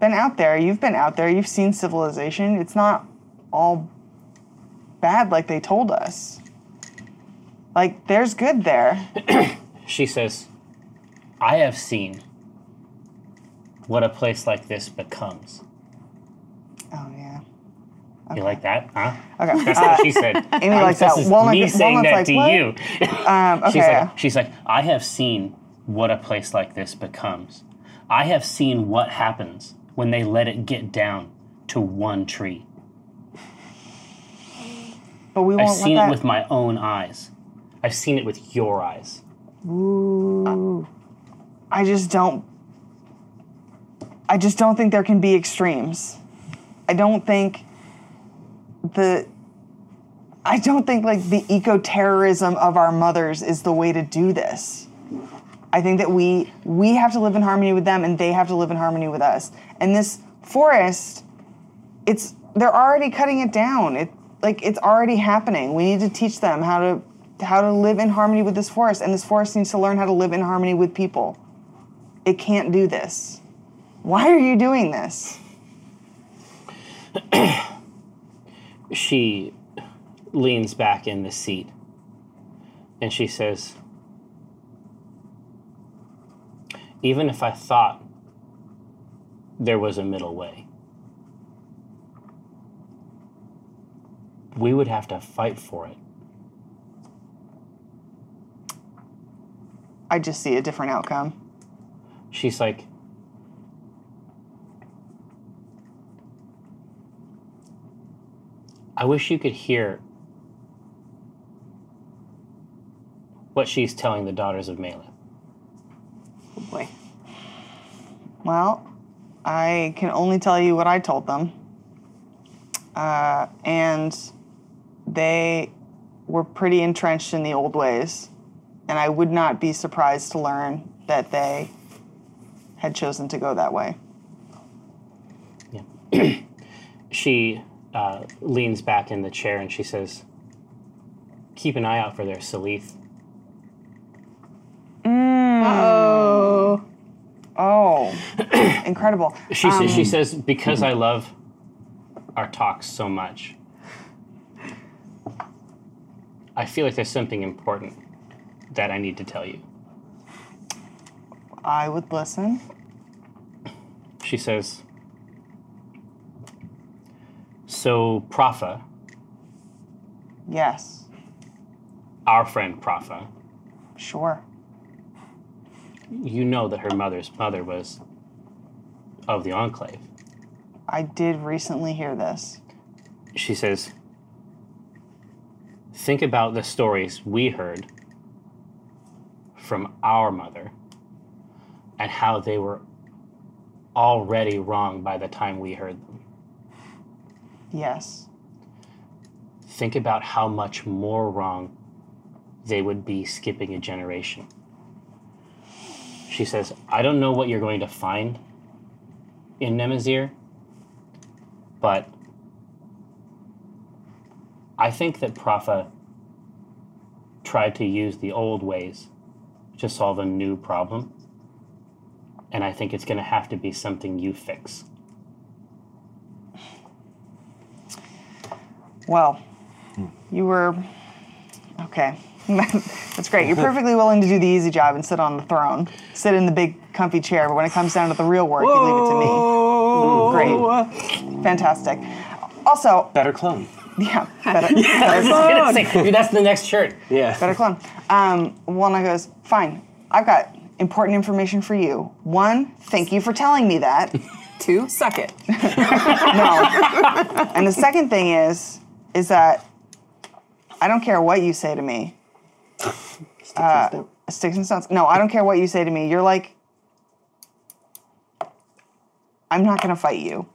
been out there. You've been out there. You've seen civilization. It's not all bad like they told us. Like there's good there.
She says, I have seen what a place like this becomes.
Oh yeah.
You like that, huh?
Okay.
That's what she said.
Amy likes
This
that.
is
Walnut,
me saying
Walnut's
that
like,
to
"What?"
you.
Um, okay.
She's like, she's like, I have seen what a place like this becomes. I have seen what happens when they let it get down to one tree.
but we won't
I've seen
let that.
it with my own eyes. I've seen it with your eyes.
I just don't. I just don't think there can be extremes. I don't think the. I don't think like the eco terrorism of our mothers is the way to do this. I think that we we have to live in harmony with them, and they have to live in harmony with us. And this forest, it's they're already cutting it down. It like it's already happening. We need to teach them how to how to live in harmony with this forest, and this forest needs to learn how to live in harmony with people. It can't do this. Why are you doing this?
she leans back in the seat and she says, Even if I thought there was a middle way, we would have to fight for it.
I just see a different outcome.
She's like, I wish you could hear what she's telling the daughters of Malin.
Oh boy.
Well, I can only tell you what I told them. Uh, and they were pretty entrenched in the old ways. And I would not be surprised to learn that they had chosen to go that way.
She uh, leans back in the chair and she says, keep an eye out for their Salith.
Oh.
Oh, incredible.
She, sa- she says, because I love our talks so much, I feel like there's something important that I need to tell you.
I would listen.
She says, So, Propha,
Yes,
our friend Propha,
sure.
you know that her mother's mother was of the Enclave.
I did recently hear this.
she says, Think about the stories we heard from our mother and how they were already wrong by the time we heard them.
Yes,
Think about how much more wrong they would be skipping a generation. She says, I don't know what you're going to find in Nemazir, but I think that Propha tried to use the old ways to solve a new problem. And I think it's going to have to be something you fix.
Well,
Hmm.
you were. Okay. That's great. You're perfectly willing to do the easy job and sit on the throne, sit in the big comfy chair, but when it comes down to the real work, you leave it to me. Great. Fantastic. Also,
Better clone.
yeah, better, better,
I was gonna say, that's the next shirt.
better clone. Um, Walnut goes, fine, I've got important information for you. One, thank you for telling me that.
Two, suck it.
No. and the second thing is, is that I don't care what you say to me.
Uh,
Sticks and stones. No, I don't care what you say to me. You're like, I'm not gonna fight you.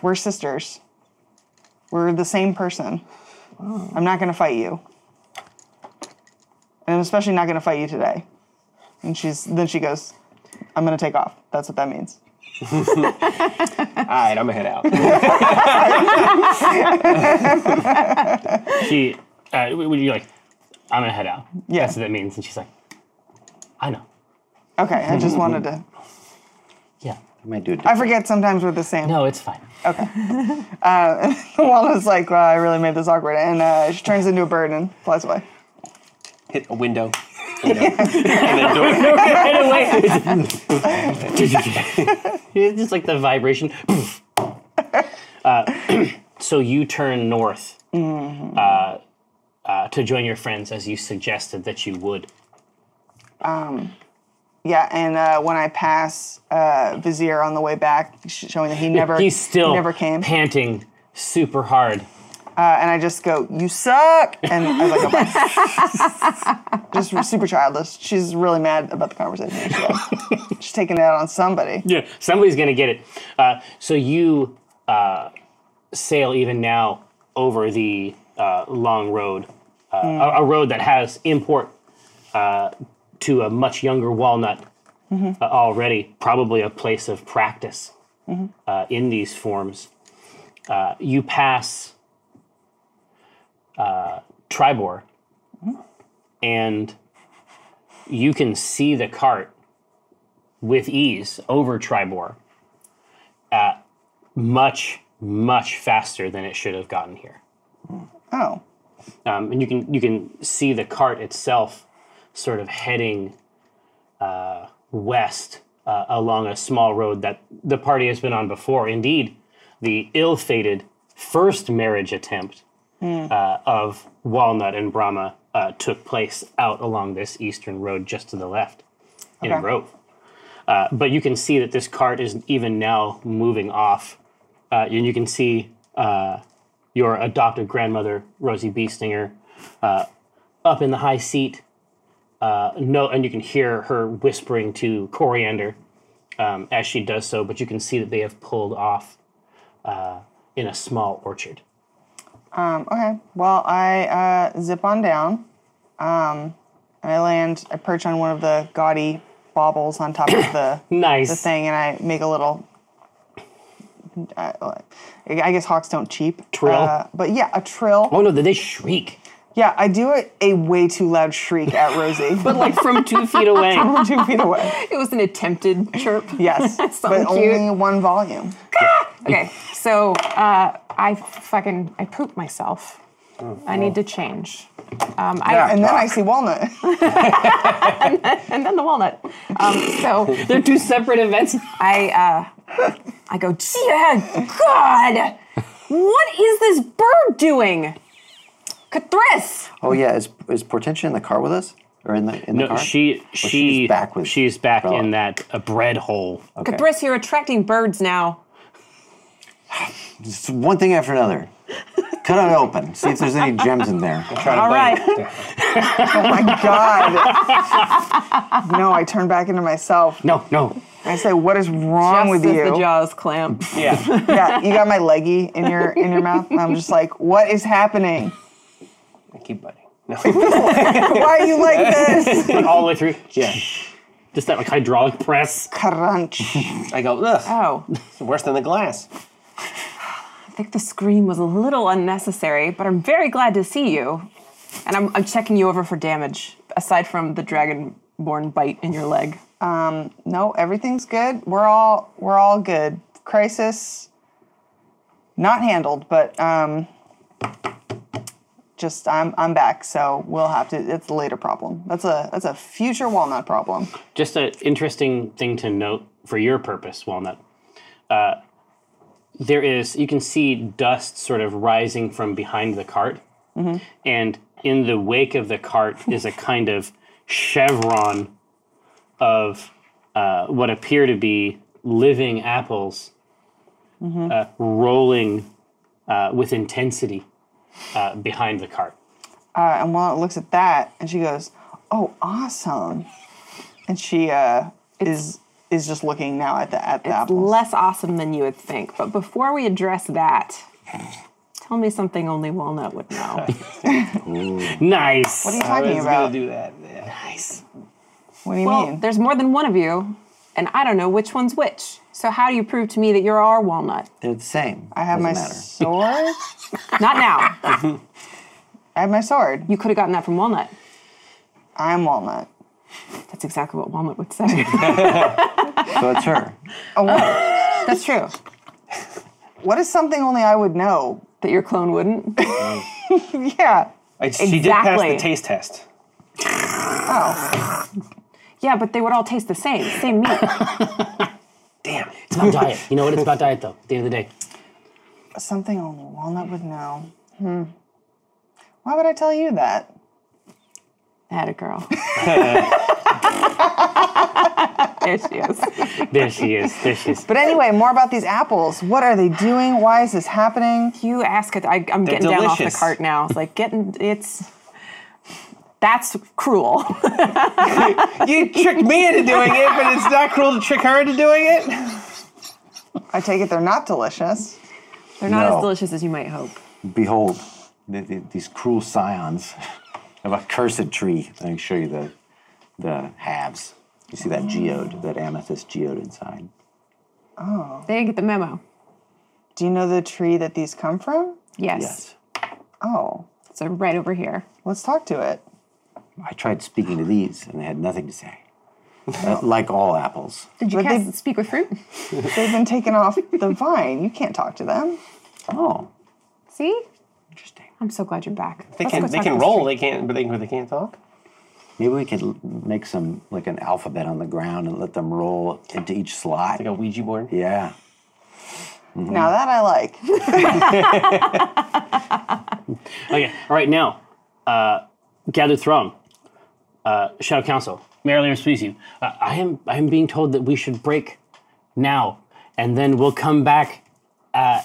We're sisters. We're the same person. I'm not gonna fight you. And I'm especially not gonna fight you today. And she's then she goes, I'm gonna take off. That's what that means.
All right, I'm gonna head out.
She, uh, would you like, I'm going to head out.
Yeah.
That's what that means. And she's like, I know.
Okay, I just wanted to
Yeah.
I might do it.
I forget sometimes we're the same.
No, it's fine.
Walnut's like, wow, I really made this awkward. And uh, she turns into a bird and flies away.
Hit a window. You know, and a door.
It's just like the vibration. uh, so you turn north
Mm-hmm.
uh, uh, to join your friends as you suggested that you would.
Yeah, and uh, when I pass uh, Vizier on the way back, sh- showing that he never
He's still
he never came, uh,
panting super hard.
and I just go, "You suck," and I was like, "Okay." just super childish. She's really mad about the conversation. She's, she's taking it out on somebody.
Yeah, somebody's gonna get it. Uh, so you uh, sail even now over the uh, long road, uh, a, a road that has import uh, to a much younger walnut uh, already, probably a place of practice uh, in these forms. Uh, you pass uh, Tribor, and you can see the cart with ease over Tribor, uh, much much faster than it should have gotten here.
Oh,
Um, and you can you can see the cart itself sort of heading uh, west uh, along a small road that the party has been on before. Indeed, the ill-fated first marriage attempt uh, of Walnut and Brahma uh, took place out along this eastern road just to the left in a
Okay.
grove. Uh, but you can see that this cart is even now moving off, uh, and you can see uh, your adopted grandmother Rosie Beestinger uh, up in the high seat. Uh, no, and you can hear her whispering to Coriander um, as she does so. But you can see that they have pulled off uh, in a small orchard.
um, okay. Well, I uh, zip on down, um, and I land. I perch on one of the gaudy baubles on top of the
Nice.
the thing, and I make a little. uh, I, I guess hawks don't cheep.
Trill?
but yeah, a trill.
Oh.
Oh no, they- they shriek.
Yeah, I do a, a way too loud shriek at Rosie.
but like from two feet away.
From two feet away.
It was an attempted chirp.
Yes,
Something
but
cute.
only one volume.
Okay, so uh, I fucking I pooped myself. I need to change. Um, I,
And then I see walnut.
and then the walnut. Um, so
They're two separate events.
I uh, I go, dear God, what is this bird doing? Cathris!
Oh yeah, is is Portentia in the car with us or in the in the
No,
car?
she
Or
she
she's back with.
she's back
Bella.
in that a bread hole.
Okay.
Cathris, you're attracting birds now.
It's one thing after another. Cut it open. See if there's any gems in there.
All right.
Oh my god. no, I turn back into myself.
No, no.
I say, what is wrong
Just
with
as
you?
the jaws clamp.
Yeah.
yeah, you got my leggy in your in your mouth, and I'm just like, what is happening?
Keep biting. No.
Why are you like this?
Like all the way through.
yeah.
Just that like hydraulic press.
Crunch.
I go, ugh,
Oh,
it's worse than the glass.
I think the scream was a little unnecessary, but I'm very glad to see you. And I'm, I'm checking you over for damage, aside from the dragonborn bite in your leg.
No, everything's good. We're all we're all good. Crisis not handled, but um just I'm I'm back, so we'll have to it's a later problem. That's a that's a future walnut problem.
Just an interesting thing to note for your purpose, Walnut. Uh, there is you can see dust sort of rising from behind the cart, and in the wake of the cart is a kind of chevron of uh, what appear to be living apples uh, rolling uh, with intensity uh, behind the cart.
Uh, and Walnut looks at that and she goes, "Oh, awesome!" And she uh, is is just looking now at the at the
It's
apples.
less awesome than you would think. But before we address that, tell me something only Walnut would know.
Nice.
what are you
I
talking
was
about?
gonna do that. Yeah.
What do you
well,
mean?
there's more than one of you, and I don't know which one's which. So how do you prove to me that you're our Walnut?
They're the same.
I have my
Doesn't matter.
sword.
Not now.
I have my sword.
You could have gotten that from Walnut.
I'm Walnut.
That's exactly what Walnut would say.
So it's her.
That's true.
What is something only I would know?
That your clone wouldn't.
Yeah.
I, She did pass the
Exactly.
taste test.
Yeah, but they would all taste the same. Same meat.
Damn.
It's about diet. You know what? It's about diet, though. At the end of the day.
Something only Walnut would know. Hmm. Why would I tell you that?
That a girl. there she is.
There she is. There she is.
But anyway, more about these apples. What are they doing? Why is this happening?
You ask it. I, I'm
They're
getting down off the
delicious.
cart now. It's like getting. It's. That's cruel.
You tricked me into doing it, but it's not cruel to trick her into doing it.
I take it they're not delicious.
They're not
No.
as delicious as you might hope.
Behold, the, the, these cruel scions of a cursed tree. Let me show you the the halves. You see that geode, that amethyst geode inside.
they didn't get the memo.
Do you know the tree that these come from?
Yes.
Yes.
Oh,
So right over here.
let's talk to it.
I tried speaking to these, and they had nothing to say. Uh, like all apples.
Did you
But they-
cast speak with fruit?
They've been taken off the vine. You can't talk to them.
Oh,
See,
interesting.
I'm so glad you're back.
They
Let's
can
go
they
talk
can
to
roll, they can't but they, but they can't talk.
Maybe we could l- make some like an alphabet on the ground and let them roll into each slot.
Like a Ouija board.
Yeah.
Mm-hmm.
Now that I like.
Okay. All right. Now, uh, gathered throng. Uh, shout council. Marilyn speaks you. Uh, I am. I am being told that we should break now, and then we'll come back. Uh,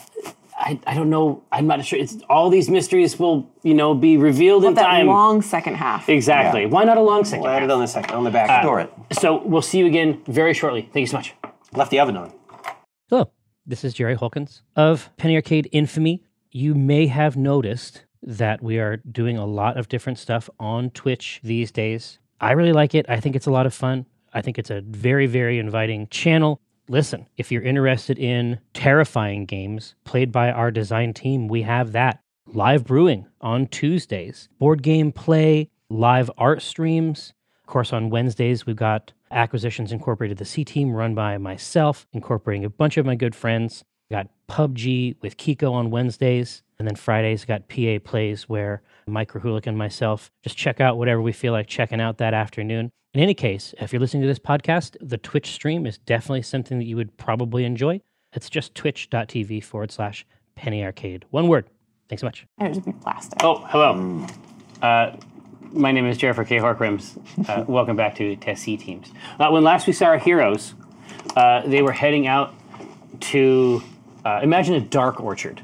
I, I don't know. I'm not sure. It's all these mysteries will you know be revealed in
That
time.
long second half.
exactly. Why not a long second?
Well, I had it on the second on the back.
Uh,
Store it.
So we'll see you again very shortly. Thank you so much.
Left the oven on.
Hello, this is Jerry Holkins of Penny Arcade Infamy. You may have noticed that we are doing a lot of different stuff on Twitch these days. I really like it. I think it's a lot of fun. I think it's a very, very inviting channel. Listen, if you're interested in terrifying games played by our design team, we have that.
live brewing on Tuesdays, board game play, live art streams. Of course, on Wednesdays, we've got Acquisitions Incorporated, the C team run by myself, incorporating a bunch of my good friends. We got PUBG with Kiko on Wednesdays. And then Fridays, got PA Plays where Mike Rahulik and myself just check out whatever we feel like checking out that afternoon. In any case, if you're listening to this podcast, the Twitch stream is definitely something that you would probably enjoy. It's just twitch.tv forward slash penny arcade. One word. Thanks so much.
And it would be plastic.
Oh, hello. Uh, my name is Jennifer K. Horkrims. Uh, welcome back to Test C Teams. Uh, when last we saw our heroes, uh, they were heading out to uh, imagine a dark orchard,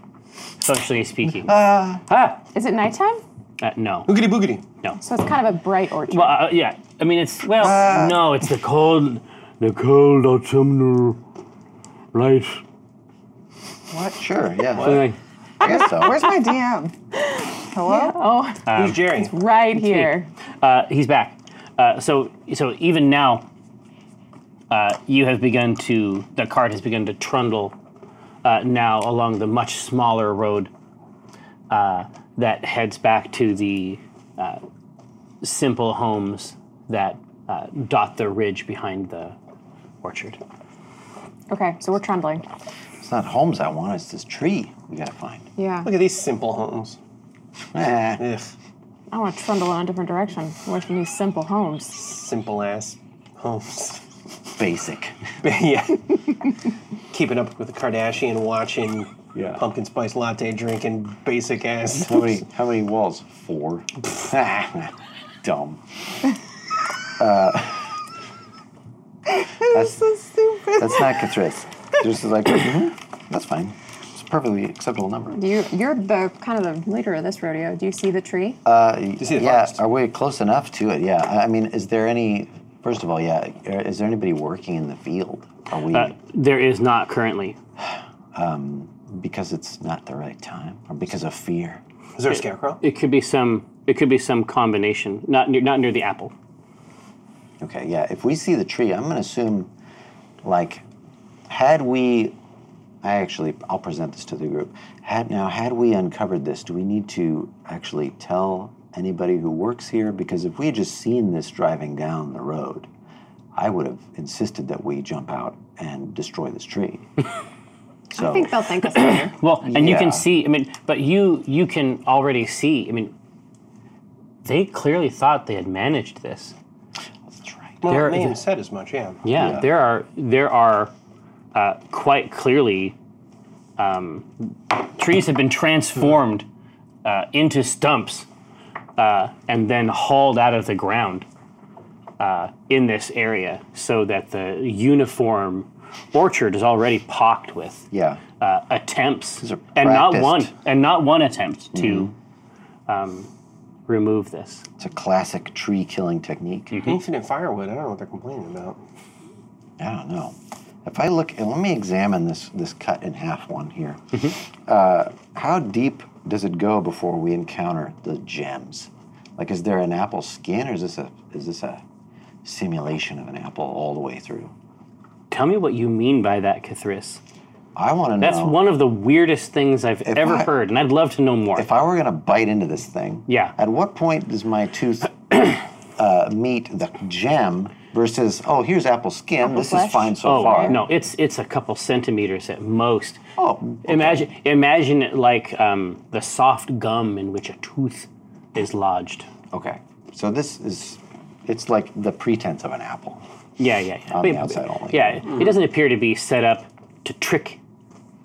socially speaking.
Uh,
ah,
Is it nighttime?
uh, no.
Boogity boogity.
No.
So it's kind of a bright orchard.
Well, uh, yeah. I mean, it's well, no, it's the cold, the cold autumnal light.
What? Sure. Yeah.
Anyway,
I guess so.
Where's my DM? Hello?
Oh,
um,
Who's Jerry?
it's right
me.
here.
Uh, he's back. Uh, so, so even now, uh, you have begun to the cart has begun to trundle uh, now along the much smaller road uh, that heads back to the uh, simple homes that uh, dot the ridge behind the orchard.
Okay, so we're trundling.
It's not homes I want. It's this tree we gotta find.
Yeah.
Look at these simple homes.
Eh,
Ugh,
I want to trundle in a different direction. Away from these simple homes.
simple ass homes.
basic.
yeah. Keeping up with the Kardashian watching,
Yeah.
pumpkin spice latte drinking, basic ass.
How many? How many walls? Four. Dumb. Uh, that's so stupid. That's not Catrice. Just like "Mhm, that's fine. It's a perfectly acceptable number.
Do you, you're the kind of the leader of this rodeo. Do you see the tree?
You see the
yeah,
forest.
are we close enough to it? Yeah. I I mean, is there any? First of all, yeah. uh, Is there anybody working in the field? Are we?
Uh, there is not currently.
because it's not the right time, or because of fear?
Is there a scarecrow?
It could be some. It could be some combination. Not near, not near the apple.
Okay, yeah. If we see the tree, I'm gonna assume, like, had we, I actually, I'll present this to the group. Had now, had we uncovered this, do we need to actually tell anybody who works here? Because if we had just seen this driving down the road, I would have insisted that we jump out and destroy this tree. so
I think they'll thank us later.
Well, and you
Yeah.
can see. I mean, but you you can already see. I mean, they clearly thought they had managed this.
that's right.
Well,
there-
name said as much, yeah.
Yeah,
Yeah.
there are there are uh, quite clearly um, trees have been transformed uh, into stumps uh, and then hauled out of the ground uh, in this area, so that the uniform orchard is already pocked with
Yeah.
uh, attempts,
are
and not
practiced.
one,
Mm-hmm.
and not one attempt to um, remove this.
It's a classic tree killing technique.
Infinite firewood, I don't know what they're complaining about.
I don't know. If I look, and let me examine this this cut in half one here.
Mm-hmm.
Uh, how deep does it go before we encounter the gems? Like, is there an apple skin, or is this a is this a simulation of an apple all the way through?
Tell me what you mean by that, Kathris.
I want to know.
That's one of the weirdest things I've ever
I-
heard, and I'd love to know more.
If I were going to bite into this thing,
Yeah.
At what point does my tooth uh, meet the gem versus oh, here's apple skin. this
flesh?
is fine so
oh
far.
no, it's it's a couple centimeters at most.
Oh,
Imagine imagine it like um, the soft gum in which a tooth is lodged.
Okay. So this is, it's like the pretense of an apple.
Yeah, yeah, yeah.
On the outside only. Mm.
Yeah, it doesn't appear to be set up to trick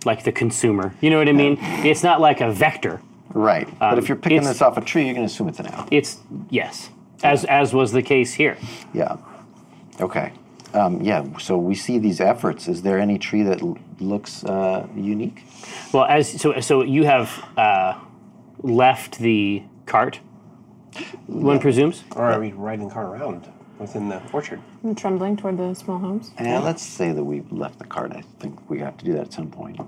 like the consumer. You know what I mean? It's not like a vector.
Right. but
Um,
if you're picking
it's-
this off a tree, you're going to assume it's an apple.
It's yes, as as was the case here.
Yeah. Okay. Um, yeah. So we see these efforts. Is there any tree that l- looks uh, unique?
Well, as so so you have uh, left the cart. One presumes.
Or are we riding the car around within the orchard?
I'm trundling toward the small homes.
And let's say that we left the cart. I think we have to do that at some point.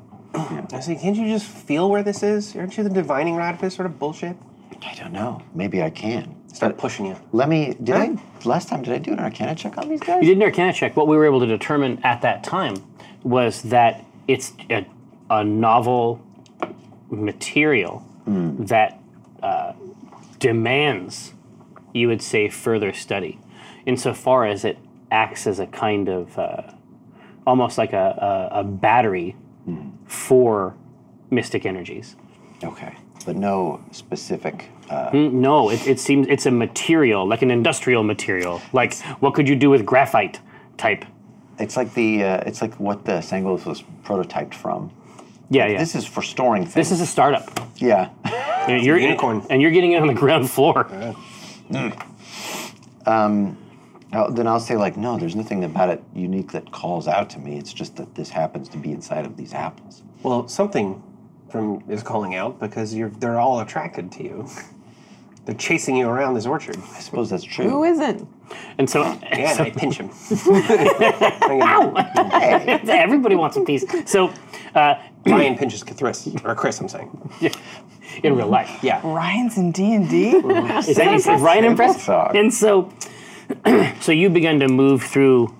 I say, can't you just feel where this is? Aren't you the divining rod for this sort of bullshit?
I don't know. Maybe I can.
Start pushing you.
Let me. Did
Right.
I last time? Did I do an Arcana check on these guys?
You did an arcana check. What we were able to determine at that time was that it's a, a novel material that uh, demands, you would say, further study, insofar as it acts as a kind of uh, almost like a, a, a battery for mystic energies.
Okay. But no specific. Uh,
Mm, no, it, it seems it's a material, like an industrial material. Like, what could you do with graphite type?
It's like the uh, it's like what the Sangos was prototyped from.
Yeah, yeah.
This is for storing things.
This is a startup.
Yeah.
And you're unicorn, and you're getting it on the ground floor.
Um, I'll- then I'll say like, no, there's nothing about it unique that calls out to me. It's just that this happens to be inside of these apples.
Well, something from is calling out because you're they're all attracted to you. They're chasing you around this orchard. I
suppose that's true.
Who isn't?
And so,
yeah, and I pinch him.
Everybody wants a piece. So, uh,
Ryan pinches Chris, or Chris, I'm saying.
in real life.
Yeah.
Ryan's in D and D.
Is that is Ryan impressed? And so, so you begin to move through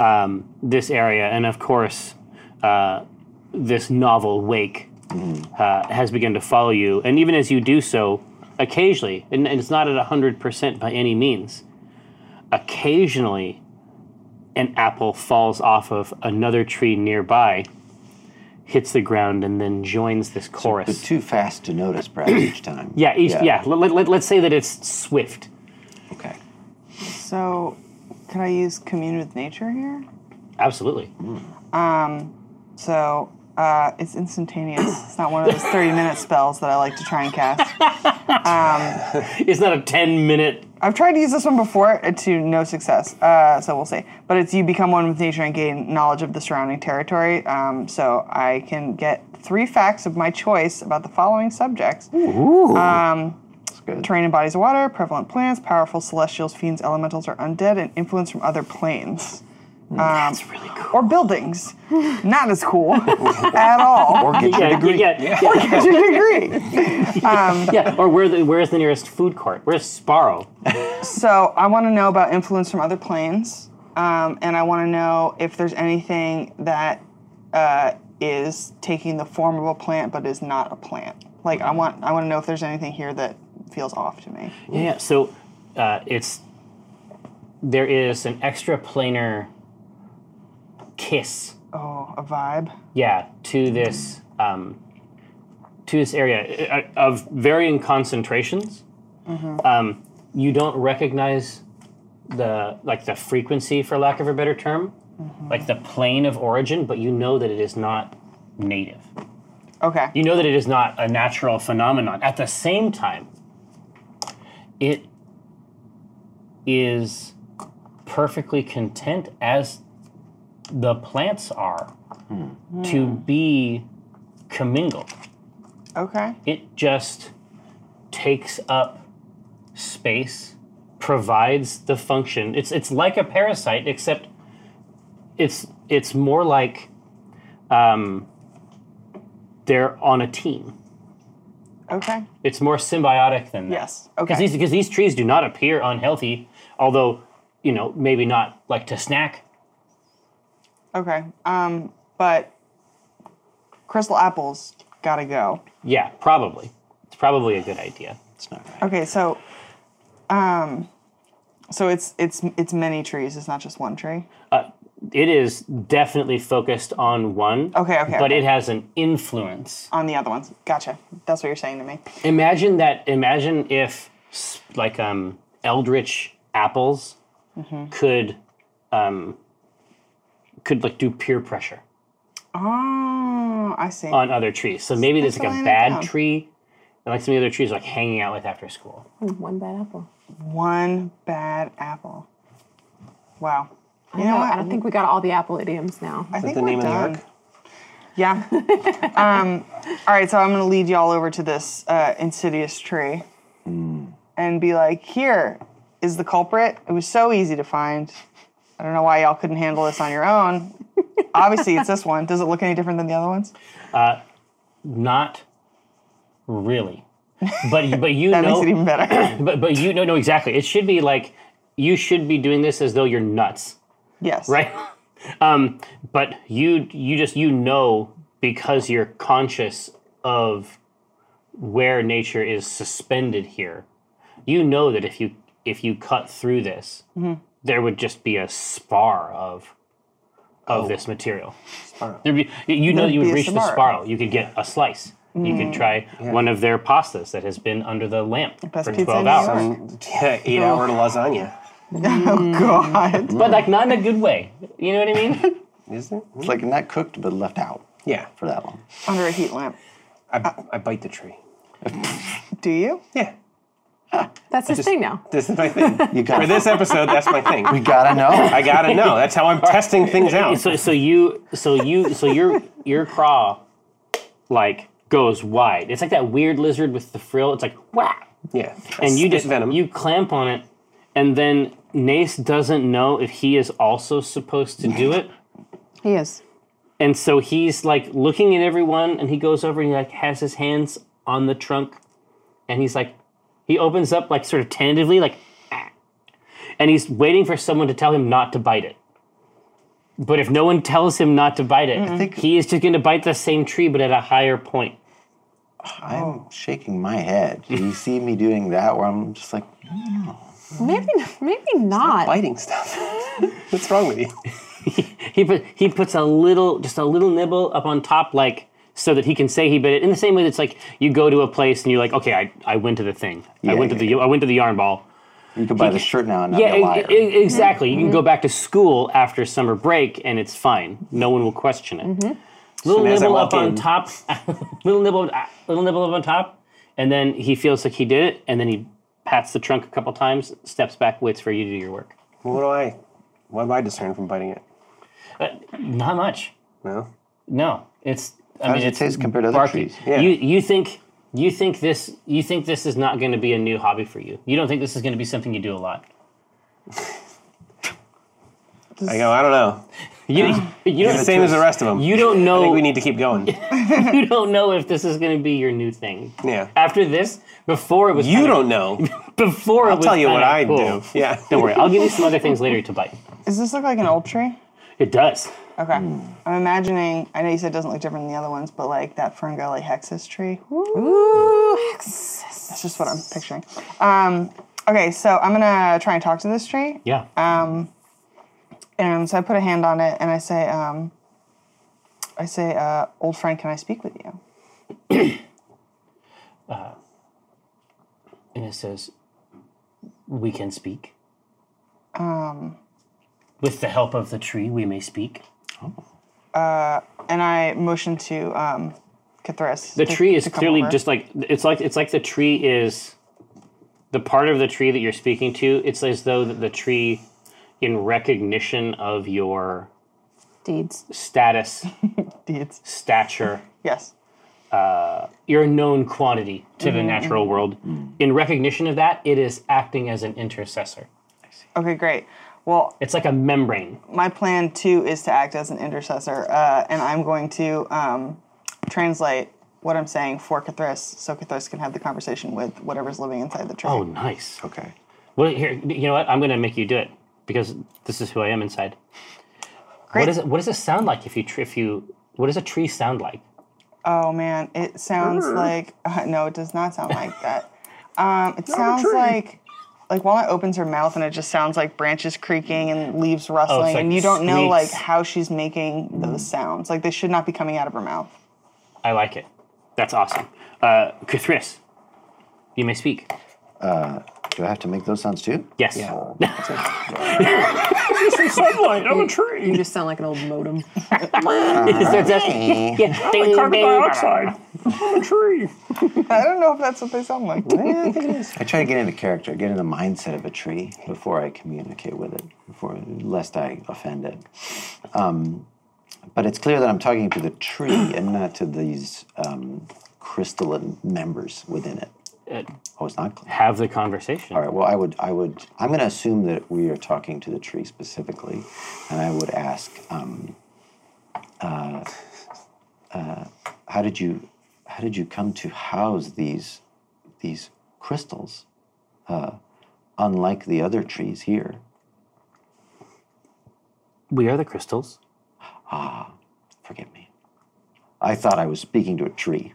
um, this area, and of course, uh, this novel wake uh, has begun to follow you. And even as you do so, occasionally, and, and it's not at hundred percent by any means, occasionally, an apple falls off of another tree nearby, hits the ground, and then joins this chorus.
But too fast to notice, Brad, each time.
Yeah, each, yeah. Let, let, us say that it's swift.
Okay.
So, could I use commune with nature here?
Absolutely.
Um, so uh, it's instantaneous. It's not one of those thirty-minute spells that I like to try and cast. Um,
it's not a ten-minute.
I've tried to use this one before uh, to no success. Uh, so we'll see. But it's you become one with nature and gain knowledge of the surrounding territory. Um, so I can get three facts of my choice about the following subjects.
Ooh.
Um,
good.
Terrain and bodies of water, prevalent plants, powerful celestials, fiends, elementals, or undead, and influence from other planes. That's really cool. Or buildings. Not as cool at all.
Or get your Yeah, degree. yeah, yeah.
Or get your degree. Um,
yeah, or where the, where's the nearest food court? Where's Sparrow?
So I want to know about influence from other planes, um, and I want to know if there's anything that uh, is taking the form of a plant but is not a plant. Like I want, I want to know if there's anything here that feels off to me.
Yeah, so uh, it's there is an extra planar kiss.
Oh, a vibe.
Yeah, to this um, to this area uh, of varying concentrations. Um, you don't recognize the like the frequency, for lack of a better term, like the plane of origin, but you know that it is not native.
Okay.
You know that it is not a natural phenomenon. At the same time, it is perfectly content as the plants are to be commingled.
Okay.
It just takes up space, provides the function. It's it's like a parasite, except it's it's more like um, they're on a team.
Okay.
It's more symbiotic than that.
Yes. Okay.
Because these, 'cause these trees do not appear unhealthy, although you know maybe not like to snack.
Okay. Um, but crystal apples gotta go.
Yeah, probably. It's probably a good idea.
It's not.
Okay, so, um, so it's it's it's many trees. It's not just one tree.
Uh, it is definitely focused on one.
Okay, okay,
But
okay.
it has an influence.
on the other ones. Gotcha. That's what you're saying to me.
Imagine that. Imagine if s- like um, eldritch apples
Mm-hmm.
could um, could like do peer pressure
Oh, I see.
Uh,
on other trees. So maybe there's like a
Special
bad
item.
tree, and like some of the other trees are, like hanging out with after school.
One bad apple. One bad apple. Wow.
I don't know, Oh, I don't think we got all the Apple idioms now.
I think we're done. Yeah. um, all right, so I'm going to lead y'all over to this uh, insidious tree
Hmm.
and be like, here is the culprit. It was so easy to find. I don't know why y'all couldn't handle this on your own. Obviously, it's this one. Does it look any different than the other ones?
Uh, not really, but but you
That
know
makes it even better.
but but you know no exactly. It should be like you should be doing this as though you're nuts,
Yes.
right? um, but you you just you know because you're conscious of where nature is suspended here, you know that if you if you cut through this,
Mm-hmm.
Mhm.
there would just be a spar of of this material.
Sparrow.
There'd be, you- you know
Oh. There'd
you
be
would
a
reach the
sparrow.
sparrow. You could get a slice. You could
Mm.
try
Yeah.
one of their pastas that has been under the lamp
Best
for
pizza
twelve
in New
hours.
Some, yeah, eight hour lasagna.
Oh God!
But like not in a good way. You know what I mean?
Is there?
It's like not cooked, but left out
Yeah.
for that long.
Under a heat lamp.
I, I bite the tree.
Do you?
Uh, Yeah.
That's his
Just-
thing now.
This is my thing.
You got
For this episode, that's my thing.
We gotta know.
I gotta know. That's how I'm testing things out.
So so you so you so your your craw like goes wide. It's like that weird lizard with the frill. It's like wow.
Yeah.
And you
It's
just
venom.
you clamp on it, and then Nace doesn't know if he is also supposed to do it.
He is.
And so he's like looking at everyone, and he goes over and he like has his hands on the trunk, and he's like, he opens up like sort of tentatively, like, "Ah." and he's waiting for someone to tell him not to bite it. But if no one tells him not to bite it,
Mm-hmm.
he is just going to bite the same tree, but at a higher point.
I'm shaking my head. You see me doing that where I'm just like,
Maybe, maybe not.
biting stuff. What's wrong with you?
He put, he puts a little, just a little nibble up on top, like so that he can say he bit it. In the same way, that's like you go to a place and you're like, okay, I, I went to the thing, I
Yeah,
went to
yeah,
the I went to the yarn ball.
you could buy the shirt now and not
Yeah,
be a
e-
liar. Mm-hmm.
e- exactly. You can go back to school after summer break, and it's fine. No one will question it.
Mm-hmm.
Little
Soon as I
nibble
walk
up on
in.
top, little nibble, ah, little nibble up on top, and then he feels like he did it, and then he pats the trunk a couple times, steps back, waits for you to do your work.
What do I? What do I discern from biting it?
Not much.
No.
No, it's. I
How
mean,
does it
it's
taste compared to other
barky.
trees?
Yeah.
You you think you think this you think this is not going to be a new hobby for you. You don't think this is going to be something you do a lot.
I go. I don't know.
You, you
You're the
don't
same as the rest of them.
you don't know.
I think we need to keep going.
you don't know if this is going to be your new thing.
Yeah.
After this, before it was.
You
kinda-
don't know.
Before it
I'll
was.
tell you what
kinda
I
cool.
do. Yeah.
Don't worry. I'll give you some other things later to bite.
Does this look like an old tree?
It does.
Okay.
Hmm.
I'm imagining. I know you said it doesn't look different than the other ones, but like that Ferngully Hexus tree.
Ooh,
That's just what I'm picturing. Um, okay, so I'm gonna try and talk to this tree.
Yeah.
Uh,
Um, and so I put a hand on it and I say, um, I say, uh, old friend, can I speak with you?
and it says, "We can speak
Um,
with the help of the tree. We may speak."
and I motion to um, Cthulhu.
The
to-
tree is
to come
clearly
over.
just like it's like it's like the tree is the part of the tree that you're speaking to. It's as though that the tree, in recognition of your
Deeds.
status,
deeds.
stature,
Yes.
you're a known quantity to
Mm-hmm.
the natural world. In recognition of that, it is acting as an intercessor.
Okay, great. Well,
It's like a membrane.
my plan too is to act as an intercessor, uh, and I'm going to um, translate what I'm saying for Cthulhu, so Cthulhu can have the conversation with whatever's living inside the tree.
Oh, nice.
Okay.
Well, here, you know what? I'm going to make you do it because this is who I am inside. What does it? What does it sound like if you tr- if you? What does a tree sound like?
Oh man, it sounds like uh, no, it does not sound like that. Um, it sounds like like Walnut opens her mouth and it just sounds like branches creaking and leaves rustling,
Oh, like
and you don't know like
squeaks.
how she's making those sounds. Like they should not be coming out of her mouth.
I like it. That's awesome. Uh, Kuthris, you may speak.
Do I have to make those sounds too?
Yes.
I'm a tree.
you just sound like an old modem.
That's- that's- yeah, ding, ding.
I'm a tree.
I don't know if that's what they sound like.
I try to get into character, get in the mindset of a tree before I communicate with it, before lest I offend it. Um, but it's clear that I'm talking to the tree and not to these um, crystalline members within it. oh, it's not clear.
Have the conversation.
All right. Well, I would, I would, I'm going to assume that we are talking to the tree specifically, and I would ask, um, uh, uh, how did you, how did you come to house these, these crystals, uh, unlike the other trees here?
We are the crystals.
Forgive me. I thought I was speaking to a tree.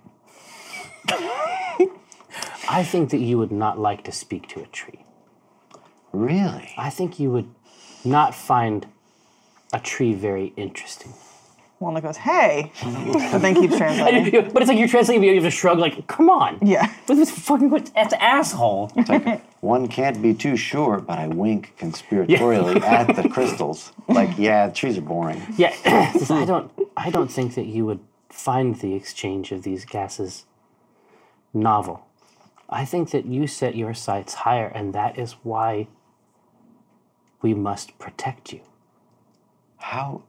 I think that you would not like to speak to a tree.
Really?
I think you would not find a tree very interesting.
Wanda goes, "Hey," but then keeps translating.
but it's like you're translating, but you have to shrug, like, come on.
Yeah.
What this fucking, what, that's asshole.
One can't be too sure, but I wink conspiratorially at the crystals. Like, yeah, trees are boring.
Yeah, I don't. I don't think that you would find the exchange of these gases novel. I think that you set your sights higher, and that is why we must protect you.
How?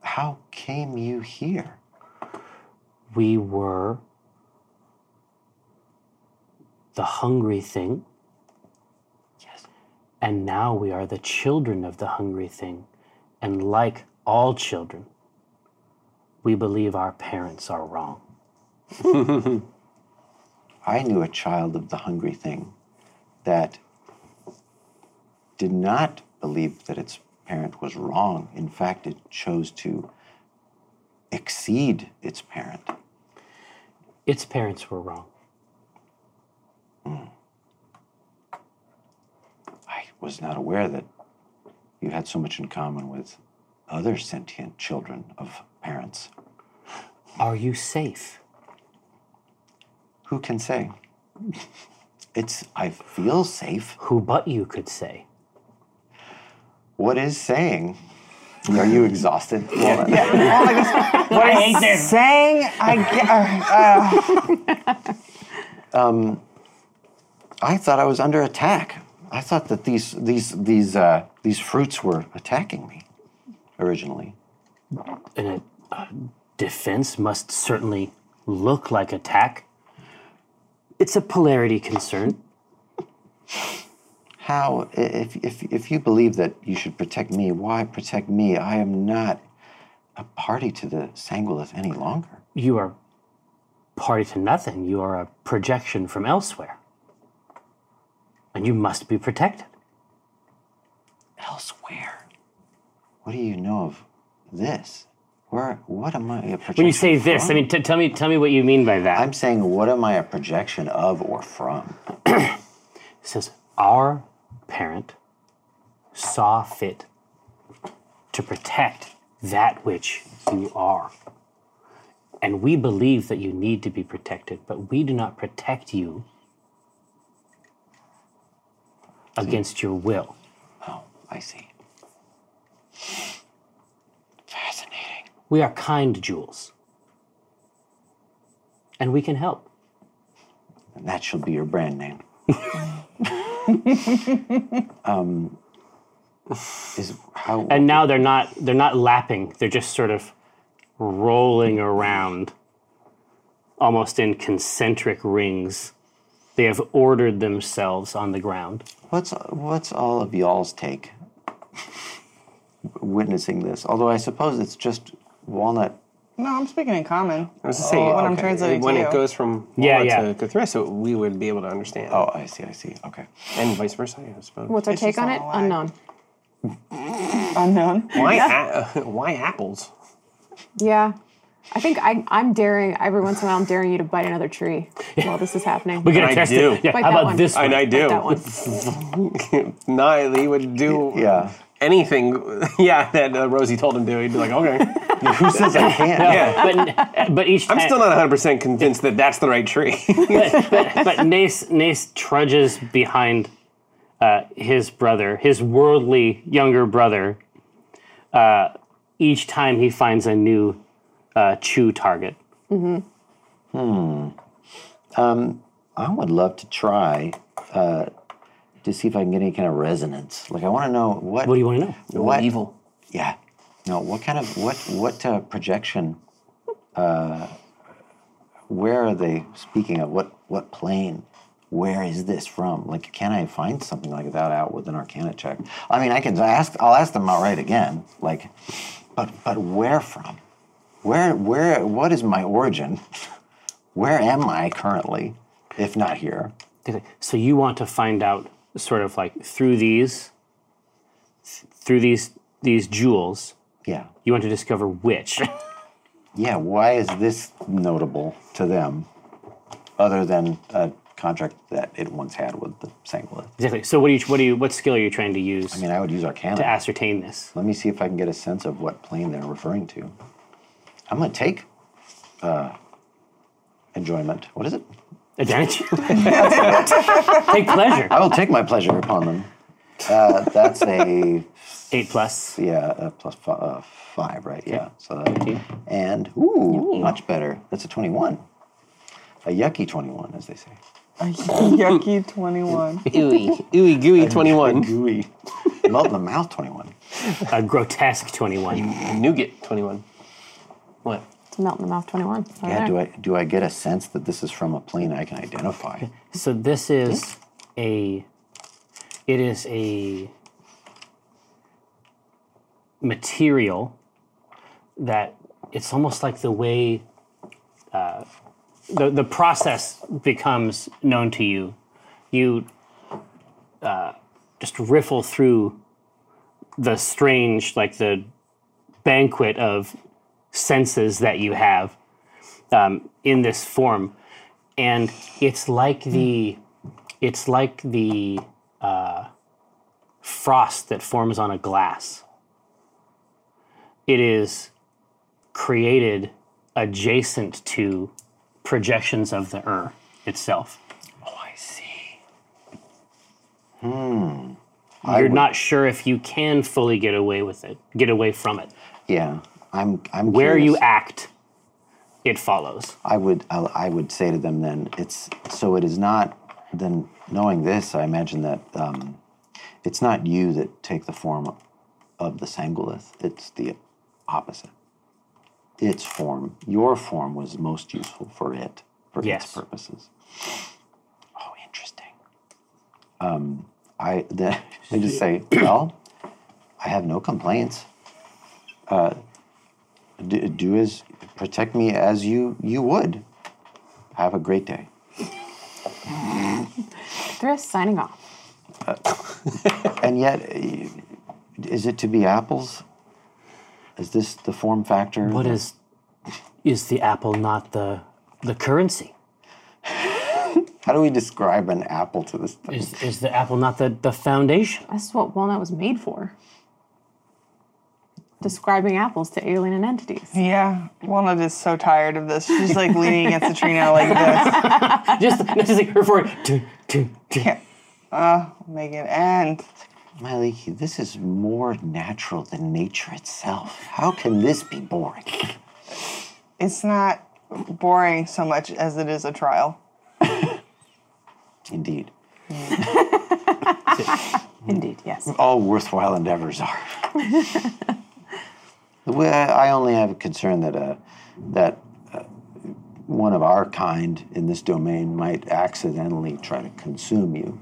How came you here?
We were the hungry thing. And now we are the children of the hungry thing. And like all children, we believe our parents are wrong.
I knew a child of the hungry thing that did not believe that its parent was wrong. In fact, it chose to exceed its parent.
Its parents were wrong.
I was not aware that you had so much in common with other sentient children of parents.
Are you safe?
Who can say? It's, I feel safe.
Who but you could say?
What is saying? Are you exhausted? Well,
Wanda goes, "What is saying?" I get. Uh, uh,
um, I thought I was under attack. I thought that these these these uh, these fruits were attacking me originally.
And a, a defense must certainly look like attack. It's a polarity concern.
How i- if if if you believe that you should protect me, why protect me? I am not a party to the Sangulith any longer.
You are party to nothing. You are a projection from elsewhere. And you must be protected.
Elsewhere. What do you know of this? Where what am I a projection
When you say this, I
from?
mean, t- tell me, tell me what you mean by that.
I'm saying what am I a projection of or from?
It says our parent saw fit to protect that which you are. And we believe that you need to be protected, but we do not protect you against your will.
Oh, I see. Fascinating.
We are kind jewels. And we can help.
And that shall be your brand name. um, is how
And now they're not they're not lapping, they're just sort of rolling around almost in concentric rings. They have ordered themselves on the ground.
what's what's all of y'all's take witnessing this? Although I suppose it's just walnut.
no, I'm speaking in common.
I was to say,
when I'm
okay,
translating
when
to
it
you.
goes from
Yeah,
Wanda
yeah.
to Cthulhu, we would be able to understand,
Oh, I see. I see. Okay.
and vice versa, I suppose.
What's our
It's
take on
just not
it?
a lie.
Unknown.
unknown.
Why, a- why apples?
Yeah. I think I, I'm daring, every once in a while, I'm daring you to bite another tree while this is happening.
We're gonna
I
test
do.
it. Yeah,
Bite
how
that
about
one.
this?
And
one?
I do.
that one.
Niley would do
Yeah.
anything, yeah, that uh, Rosie told him to. He'd be like, okay.
Who says I can't?
Yeah.
but but each time,
I'm still not 100% convinced that that's the right tree.
but, but, but Nace Nace trudges behind uh, his brother, his worldly younger brother. Uh, each time he finds a new uh, chew target.
I would love to try uh, to see if I can get any kind of resonance. Like I want to know what.
What do you want to know?
What evil? Yeah. No. What kind of what what uh, projection? Uh, where are they speaking of? What what plane? Where is this from? Like, can I find something like that out with an Arcana check? I mean, I can ask. I'll ask them outright again. Like, but but where from? Where where? What is my origin? Where am I currently, if not here?
Okay, So you want to find out, sort of like through these, th- through these these jewels,
Yeah.
you want to discover which.
Yeah. Why is this notable to them? other than a contract that it once had with the Sanglith.
Exactly. So what do you what do you what skill are you trying to use? I
mean, I would use Arcana
to ascertain this.
Let me see if I can get a sense of what plane they're referring to. I'm going to take uh, enjoyment. What is it?
Advantage. take pleasure.
I will take my pleasure upon them. Uh, that's a
eight plus.
Yeah, uh, plus fi- uh, five, right? Yeah. So that, and ooh, much better. That's a twenty-one. A yucky twenty-one, as they say.
Yucky 21.
ooey gooey
A Gooey. Melt in the mouth twenty-one.
A grotesque twenty-one.
Nougat twenty-one. What?
It's melt in the mouth 21. Right
Yeah.
there.
Do I do I get a sense that this is from a plane I can identify?
So this is a it is a material that it's almost like the way uh, the the process becomes known to you. You uh, just riffle through the strange, like the banquet of senses that you have um, in this form, and it's like the it's like the uh, frost that forms on a glass. It is created adjacent to projections of the Ur itself.
Oh, I see. Hmm. I
You're
would-
not sure if you can fully get away with it, get away from it.
Yeah. I'm. I'm.
Where you
curious.
act, it follows.
I would I, I would say to them then it's so it is not then knowing this I imagine that um, it's not you that take the form of the sangolith it's the opposite its form your form was most useful for it for its purposes oh interesting um, I then they just say well I have no complaints uh, do, do as protect me as you you would. Have a great day.
Thrift signing off.
Uh, and yet, eh, is it to be apples? Is this the form factor?
What is is the apple not the the currency?
How do we describe an apple to this thing?
Is, is the apple not the, the foundation?
That's what walnut was made for. Describing apples to alien entities.
Yeah, Walnut is so tired of this. She's like leaning against the tree now, like this.
just, just like her forward. Dun, dun, dun.
Uh, make it end.
Miley, this is more natural than nature itself. How can this be boring?
It's not boring so much as it is a trial.
Indeed.
Mm.
Indeed, yes.
All worthwhile endeavors are. The way- I only have a concern that uh, that uh, one of our kind in this domain might accidentally try to consume you.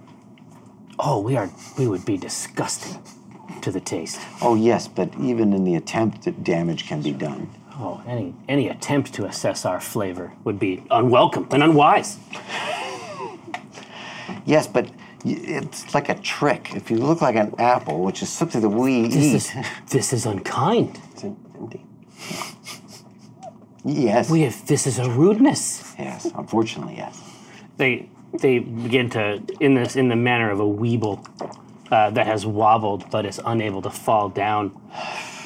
Oh, we are we would be disgusting to the taste.
Oh yes, but even in the attempt, that damage can be done.
Oh, any any attempt to assess our flavor would be unwelcome and unwise.
Yes, but y- it's like a trick. If you look like an apple, which is something that we
This
eat,
is this is unkind.
Yes.
We have this is a rudeness.
Yes, unfortunately, yes.
They they begin to in this in the manner of a weeble uh, that has wobbled but is unable to fall down.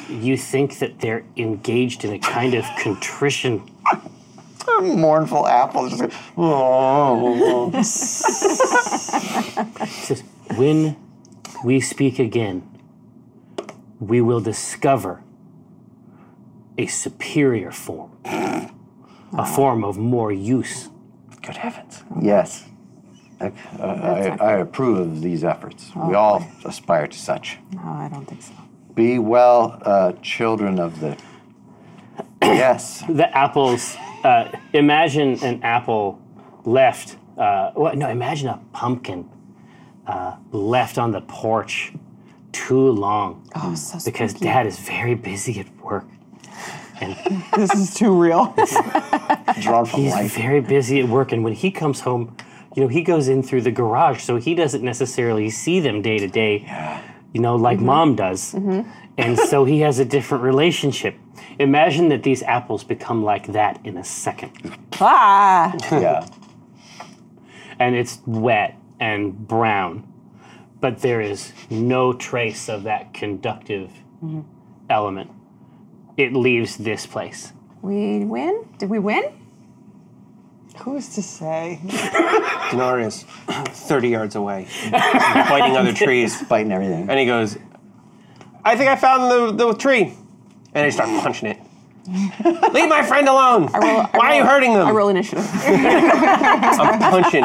You think that they're engaged in a kind of contrition
a mournful apple. Just like, oh.
says, when we speak again, we will discover a superior form, a form of more use.
Good heavens. Yes. I, I, I, I approve of these efforts. we
Oh,
all aspire to such.
No, I don't think so.
Be well, uh, children of the. yes.
The apples, uh, imagine an apple left, uh, well, no, imagine a pumpkin uh, left on the porch too long.
Oh, so
because
spooky.
dad is very busy at work. And
This is too real.
Drawn from
He's
life.
very busy at work, and when he comes home, you know, he goes in through the garage, so he doesn't necessarily see them day to day, you know,
Mm-hmm.
like mom does. And so he has a different relationship. Imagine that these apples become like that in a second.
Ah!
Yeah.
and it's wet and brown, but there is no trace of that conductive
Mhm.
element. It leaves this place.
We win? Did we win?
Who's to say?
Dinar is 30 yards away, biting other trees,
biting everything.
And he goes, I think I found the, the tree. And he starts punching it. Leave my friend alone. Why are you hurting them?
I roll initiative.
I'm punching.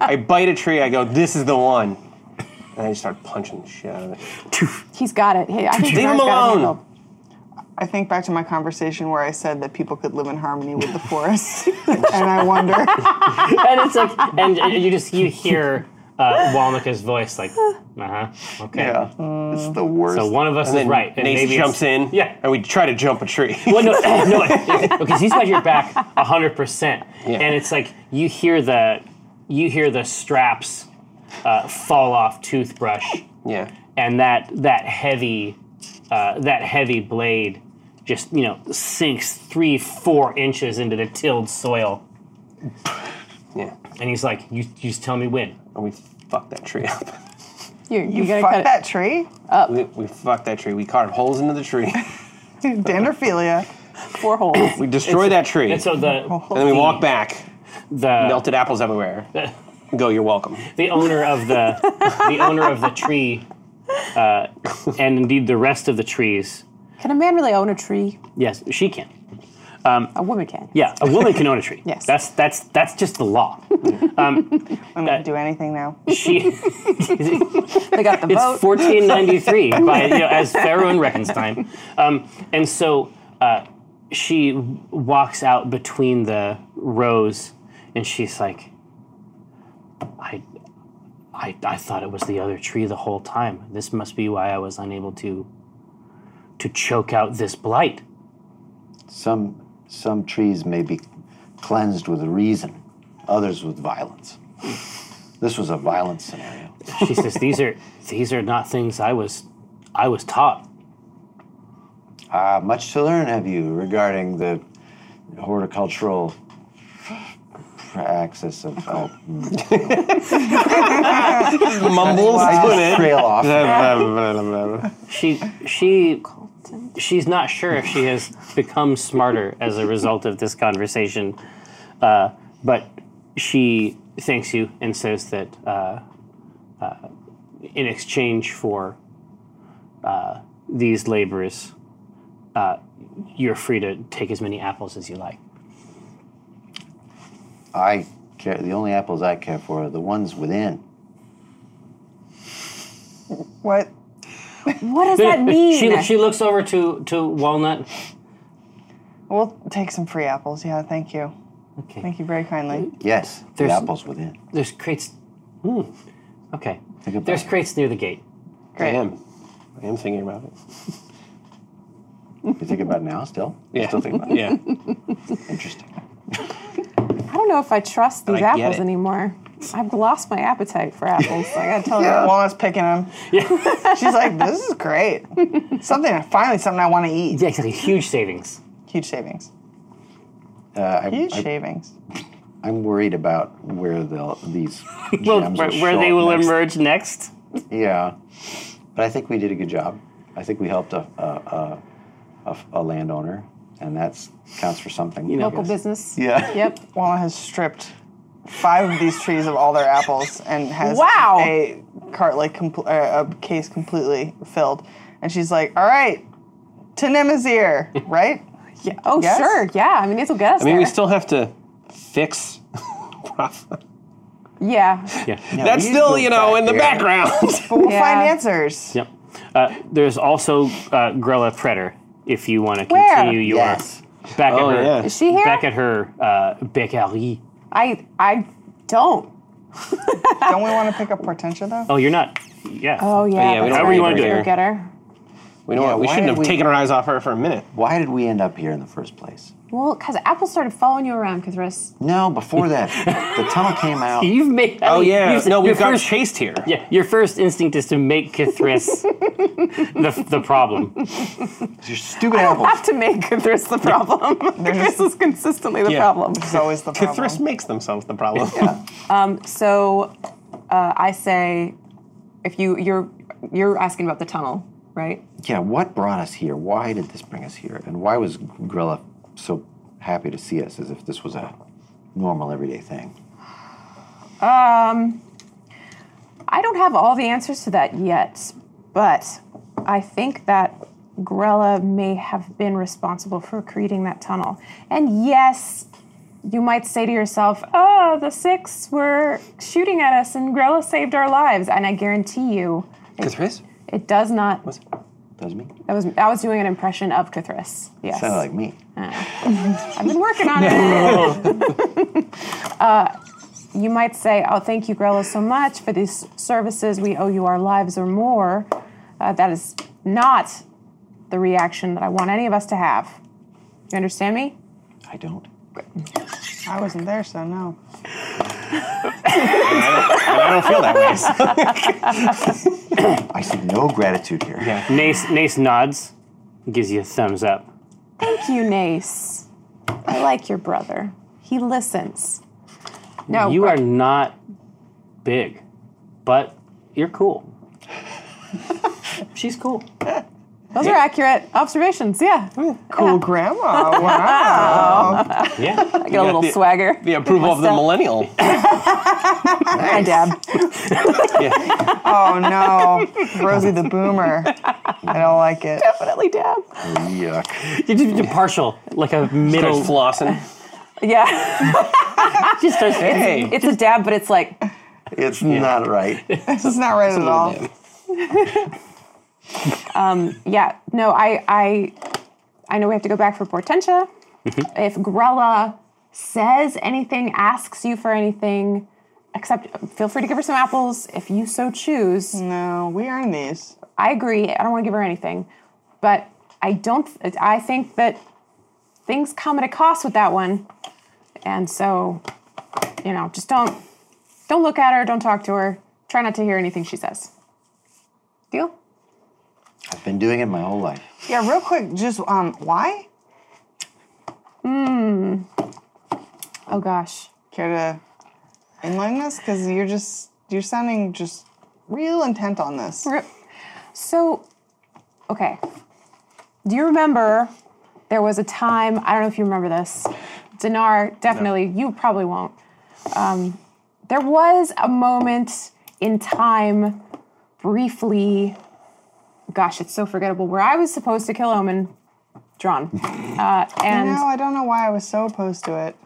I bite a tree. I go, this is the one. And I just start punching the shit out of it.
He's got it. Hey, I think
Leave
Dinar's
him
got it handled.
alone.
I think back to my conversation where I said that people could live in harmony with the forest, and I wonder.
and it's like, and, and you just you hear uh, Walnica's voice like, uh huh, okay.
It's the worst.
So one of us
and
is
then
right, and
Nace
maybe it's-
jumps in. Yeah. And we try to jump a tree.
Well, no, no, because he's got your back hundred percent, and it's like you hear the you hear the straps uh, fall off toothbrush,
yeah.
and that that heavy uh, that heavy blade just you know sinks three four inches into the tilled soil.
Yeah,
and he's like, "You, you just tell me when."
And we fuck that tree up.
You,
you fucked that tree?
Oh.
We, we fucked that tree. We carved holes into the tree.
Dandrophilia.
Four holes.
We destroy that tree.
And so the
and then we walk back.
The
melted apples everywhere. Go, you're welcome.
the owner of the the owner of the tree, uh, and indeed the rest of the trees.
Can a man really own a tree?
Yes, she can. Um,
a woman can.
Yeah, a woman can own a tree.
Yes.
that's that's that's just the law. Um,
I'm gonna do anything now.
She.
they got the
it's
vote.
1493 by you know, as Pharaoh and Reckenstein. Um, and so uh, she walks out between the rows, and she's like, "I, I, I thought it was the other tree the whole time. This must be why I was unable to, to choke out this blight."
Some some trees may be cleansed with reason, others with violence. This was a violent scenario.
She says, "These are these are not things I was, I was taught."
Ah, much to learn have you regarding the horticultural axis of uh,
Mumbles.
I
put
just
it.
trail off.
she she she's not sure if she has become smarter as a result of this conversation, uh, but she thanks you and says that uh, uh, in exchange for uh, these laborers, uh, you're free to take as many apples as you like.
I care. The only apples I care for are the ones within.
What?
What does
No, no, She, she looks over to to Walnut.
We'll take some free apples. Yeah, thank you.
Okay.
Thank you very kindly.
Yes,
There's-
the apples within.
There's crates. Hmm. Okay. There's crates near the gate.
I am. I am thinking about it.
You think about it now still?
Yeah.
Still thinking about it?
yeah.
I don't know if I trust
But
these
I get
apples
it.
anymore. I've lost my appetite for apples. I gotta tell
Yeah.
you.
Oh, Walnut's picking them. She's like, this is great. Something, finally, something I want to eat.
Yeah, exactly. Huge savings.
Huge savings.
Uh, I,
Huge
I,
savings.
I'm worried about where they'll these gems
Well,
will
where, where
show
they
up
will
next.
emerge next.
Yeah, but I think we did a good job. I think we helped a a, a, a, a landowner, and that's counts for something. I
Local
guess.
business.
Yeah.
Yep.
Walnut has stripped five of these trees of all their apples and has
Wow.
a cart like compl- uh, a case completely filled. And she's like, "All right, to Nemazir, right?
Yeah. Oh,
Yes?
sure. Yeah. I mean, this will get us
I mean, we
there.
still have to fix. Prof-
yeah.
Yeah.
That's still, you know, in the background.
But we'll
Yeah.
find answers.
Yep. Uh, there's also uh, Grella Predator, if you want to
Where?
continue your
Yes.
back
Oh,
at her.
yeah.
Is she here?
Back at her uh, bakerie.
I I don't.
Don't we want to pick up Hortensia though?
Oh, you're not. Yeah.
Oh yeah.
yeah, we
that's
don't
right.
really wanna do
Go
it.
Get her.
We know
Yeah,
what? We
why
shouldn't
did
have
we-
taken our eyes off her for a minute.
Why did we end up here in the first place?
Well, because Apple started following you around, Kithris.
No, before that, the tunnel came out.
You've made. I
Oh,
mean,
yeah.
you've-
No,
your
we've got
first-
chased here.
Yeah, your first instinct is to make Kithris the, the problem.
Your stupid
I don't
apples.
have to make Cthulhu's the problem. Cthulhu's is consistently the
Yeah.
problem.
It's always the problem.
Kithris makes themselves the problem.
Um, so uh, I say, if you you're you're asking about the tunnel, right?
Yeah, what brought us here? Why did this bring us here? And why was Grilla so happy to see us as if this was a normal everyday thing?
Um, I don't have all the answers to that yet,
But I think that Grella may have been responsible for creating that tunnel.
and yes. You might say to yourself, oh, the six were shooting at us and Grella saved our lives. And I guarantee you,
Kithris?
it does not.
Does me?
That was I was doing an impression of Cthulhu. Yes.
Sounded like me.
I've been working on it. uh, you might say, "Oh, thank you, Grella, so much for these services. We owe you our lives or more." Uh, that is not the reaction that I want any of us to have. You understand me?
I don't.
I wasn't there, so no.
And I don't feel that way. so-
I see no gratitude here. Yeah.
Nace, Nace nods, gives you a thumbs up.
Thank you, Nace. I like your brother. He listens. No,
Oh,
you are not big, but you're cool. She's cool.
those are accurate observations. Yeah, I
Cool grandma. Wow.
Yeah.
get a little
the-
swagger.
The approval of the millennial.
I dab.
oh no. Rosie the boomer. I don't like it.
Definitely dab.
Yuck.
you just do partial, like a
Starts
middle.
flossing.
Yeah,
Just starts-
Hey.
it's a dab, but it's like
It's not right.
This is not right at all.
Yeah, no, I I I know we have to go back for Portentia. if Grella says anything, asks you for anything, except feel free to give her some apples if you so choose.
No, we earned these.
I agree. I don't want to give her anything, but I don't. I think that things come at a cost with that one, and so you know, just don't don't look at her, don't talk to her, try not to hear anything she says. Deal?
I've been doing it my whole life.
Yeah, real quick, just um, why?
Oh gosh.
Care to enlighten us? Because you're just you're sounding just real intent on this.
Rip. So, okay. Do you remember there was a time? I don't know if you remember this. Dinar, definitely. You probably won't. Um, there was a moment in time, briefly. Gosh, it's so forgettable. Where I was supposed to kill Omen, Drawn, uh, and
No, I don't know why I was so opposed to it.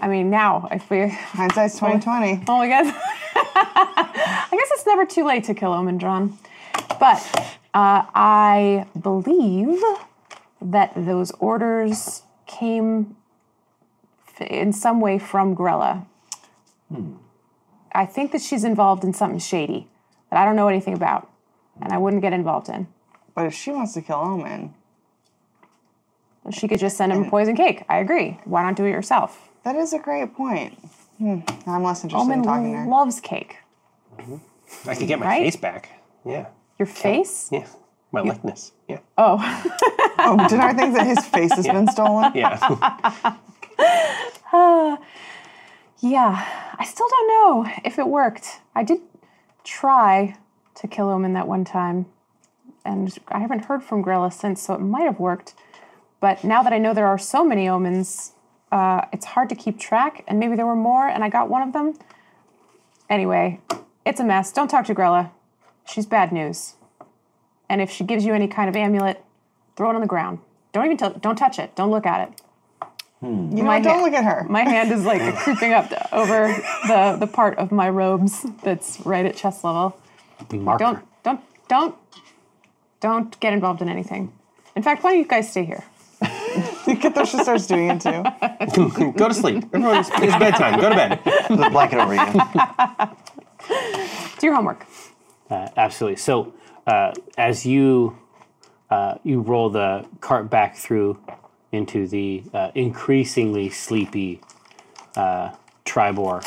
I mean now, if we
Hindsight's twenty twenty.
Oh my god. I guess it's never too late to kill Omendron. But uh, I believe that those orders came f- in some way from Grella. I think that she's involved in something shady that I don't know anything about and I wouldn't get involved in.
But if she wants to kill Omen,
She could just send him a poison cake. I agree. Why not do it yourself?
that is a great point. Hmm. I'm less interested in
Omen
talking to her.
loves cake.
I could get my
Right?
face back. Yeah.
Your face?
Yeah. My likeness. Yeah.
Oh.
Oh, Dinar thinks that his face has been stolen.
Yeah.
Yeah, I still don't know if it worked. I did try to kill Omen that one time, and I haven't heard from Grella since, so it might have worked. But now that I know there are so many omens, uh, it's hard to keep track, and maybe there were more, and I got one of them. Anyway, it's a mess. Don't talk to Grella. She's bad news. And if she gives you any kind of amulet, throw it on the ground. Don't even t- don't touch it. Don't look at it.
You know,
My
what? don't
hand-
look at her.
My hand is like creeping up to- over the the part of my robes that's right at chest level.
Marker.
Don't don't don't don't get involved in anything. In fact, why don't you guys stay here?
Kithra just starts doing it too.
Go to sleep. Everyone, it's it's bedtime. Go to bed.
Put the blanket over you.
Do your homework.
Uh, absolutely. So uh, as you uh, you roll the cart back through into the uh, increasingly sleepy uh, Tribor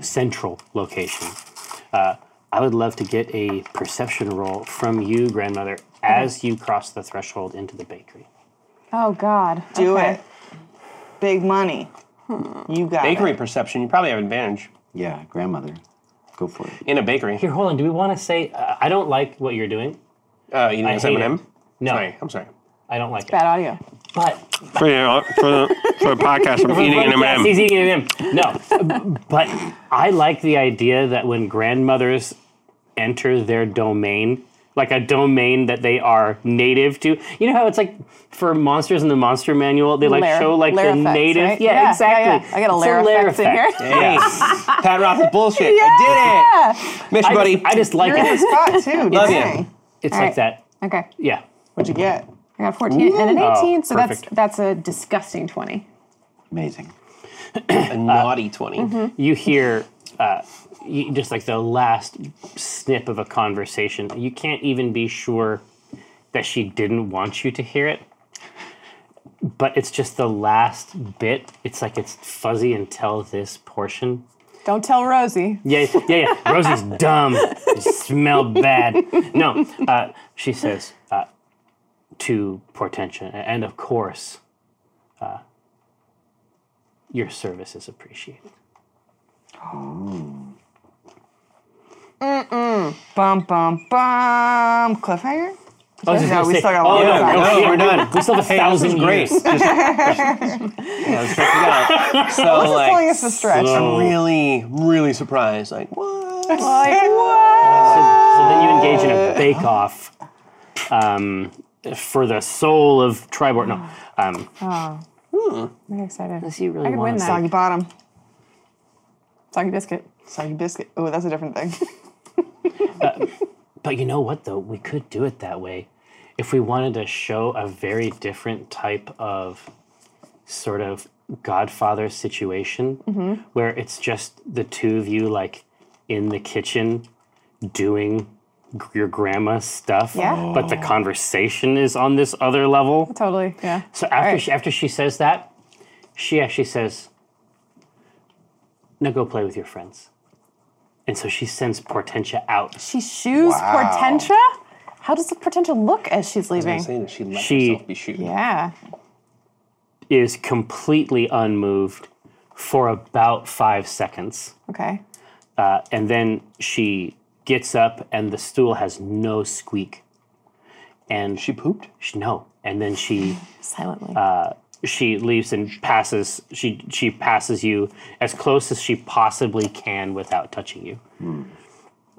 central location. Uh, I would love to get a perception roll from you, grandmother, as you cross the threshold into the bakery.
Oh God.
Do
Okay.
it. Big money. You got
Bakery
it.
perception, you probably have advantage.
Yeah, grandmother. Go for it.
In a bakery.
Here, hold on. Do we want to say uh, I don't like what you're doing?
Uh, you
I
know,
hate
M&M?
it. No,
Sorry, I'm sorry.
I don't like it.
Bad audio.
But
For, the, for the podcast, I'm
Yes, he's eating an M&M. No, but I like the idea that when grandmothers enter their domain, like a domain that they are native to, you know how it's like for monsters in the monster manual, they like
Lair-
show like
lair
the
effects,
native.
right?
Yeah,
Yeah, yeah,
exactly.
yeah. I got a
It's
lair effects in here.
Hey, Pat Roth is bullshit. I did it. Miss
I
you, buddy.
just, I just like
You're in the
it.
spot too.
Love you.
dang.
It's
All right.
like that.
Okay.
Yeah.
What'd you get?
I got a 14 and an
Ooh.
18,
Oh,
so
perfect.
that's that's a disgusting 20.
Amazing.
a naughty 20.
you hear uh, you, just like the last snip of a conversation. You can't even be sure that she didn't want you to hear it. But it's just the last bit. It's like it's fuzzy until this portion.
Don't tell Rosie.
Yeah, yeah, yeah. Rosie's dumb. You smell bad. No, uh, she says uh, to Portentia, and of course, uh, your service is appreciated.
Bum bum bum. Cliffhanger.
I was just
No,
gonna
we
say-
still got one
oh,
more
no,
time.
no,
No,
yeah,
we're done.
We still have a
Hey, that was
thousand
great.
years.
Just- yeah, let's check it out. So,
This is telling
like,
us to stretch.
I'm really, really surprised. Like, what?
So, so then you engage in a bake-off um, for the soul of Tribord. No, um,
I'm very excited.
you really
I could win that.
Uh, Soggy bottom.
Soggy biscuit.
Soggy biscuit. Oh, that's a different thing.
But you know what, though? We could do it that way if we wanted to show a very different type of sort of Godfather situation where it's just the two of you, like in the kitchen doing g- your grandma's stuff.
Yeah.
But the conversation is on this other level.
Totally. Yeah.
So after, she, after she says that, she actually says, Now go play with your friends. And so she sends Portentia out
She shoes Portentia? How does the Portentia look as she's
I'm
leaving?
saying that she let
She-
herself be shooting.
Yeah.
is completely unmoved for about five seconds.
Okay.
Uh, and then she gets up, and the stool has no squeak. And
She pooped?
she, no. And then she
Silently.
uh, she leaves and passes. She she passes you as close as she possibly can without touching you.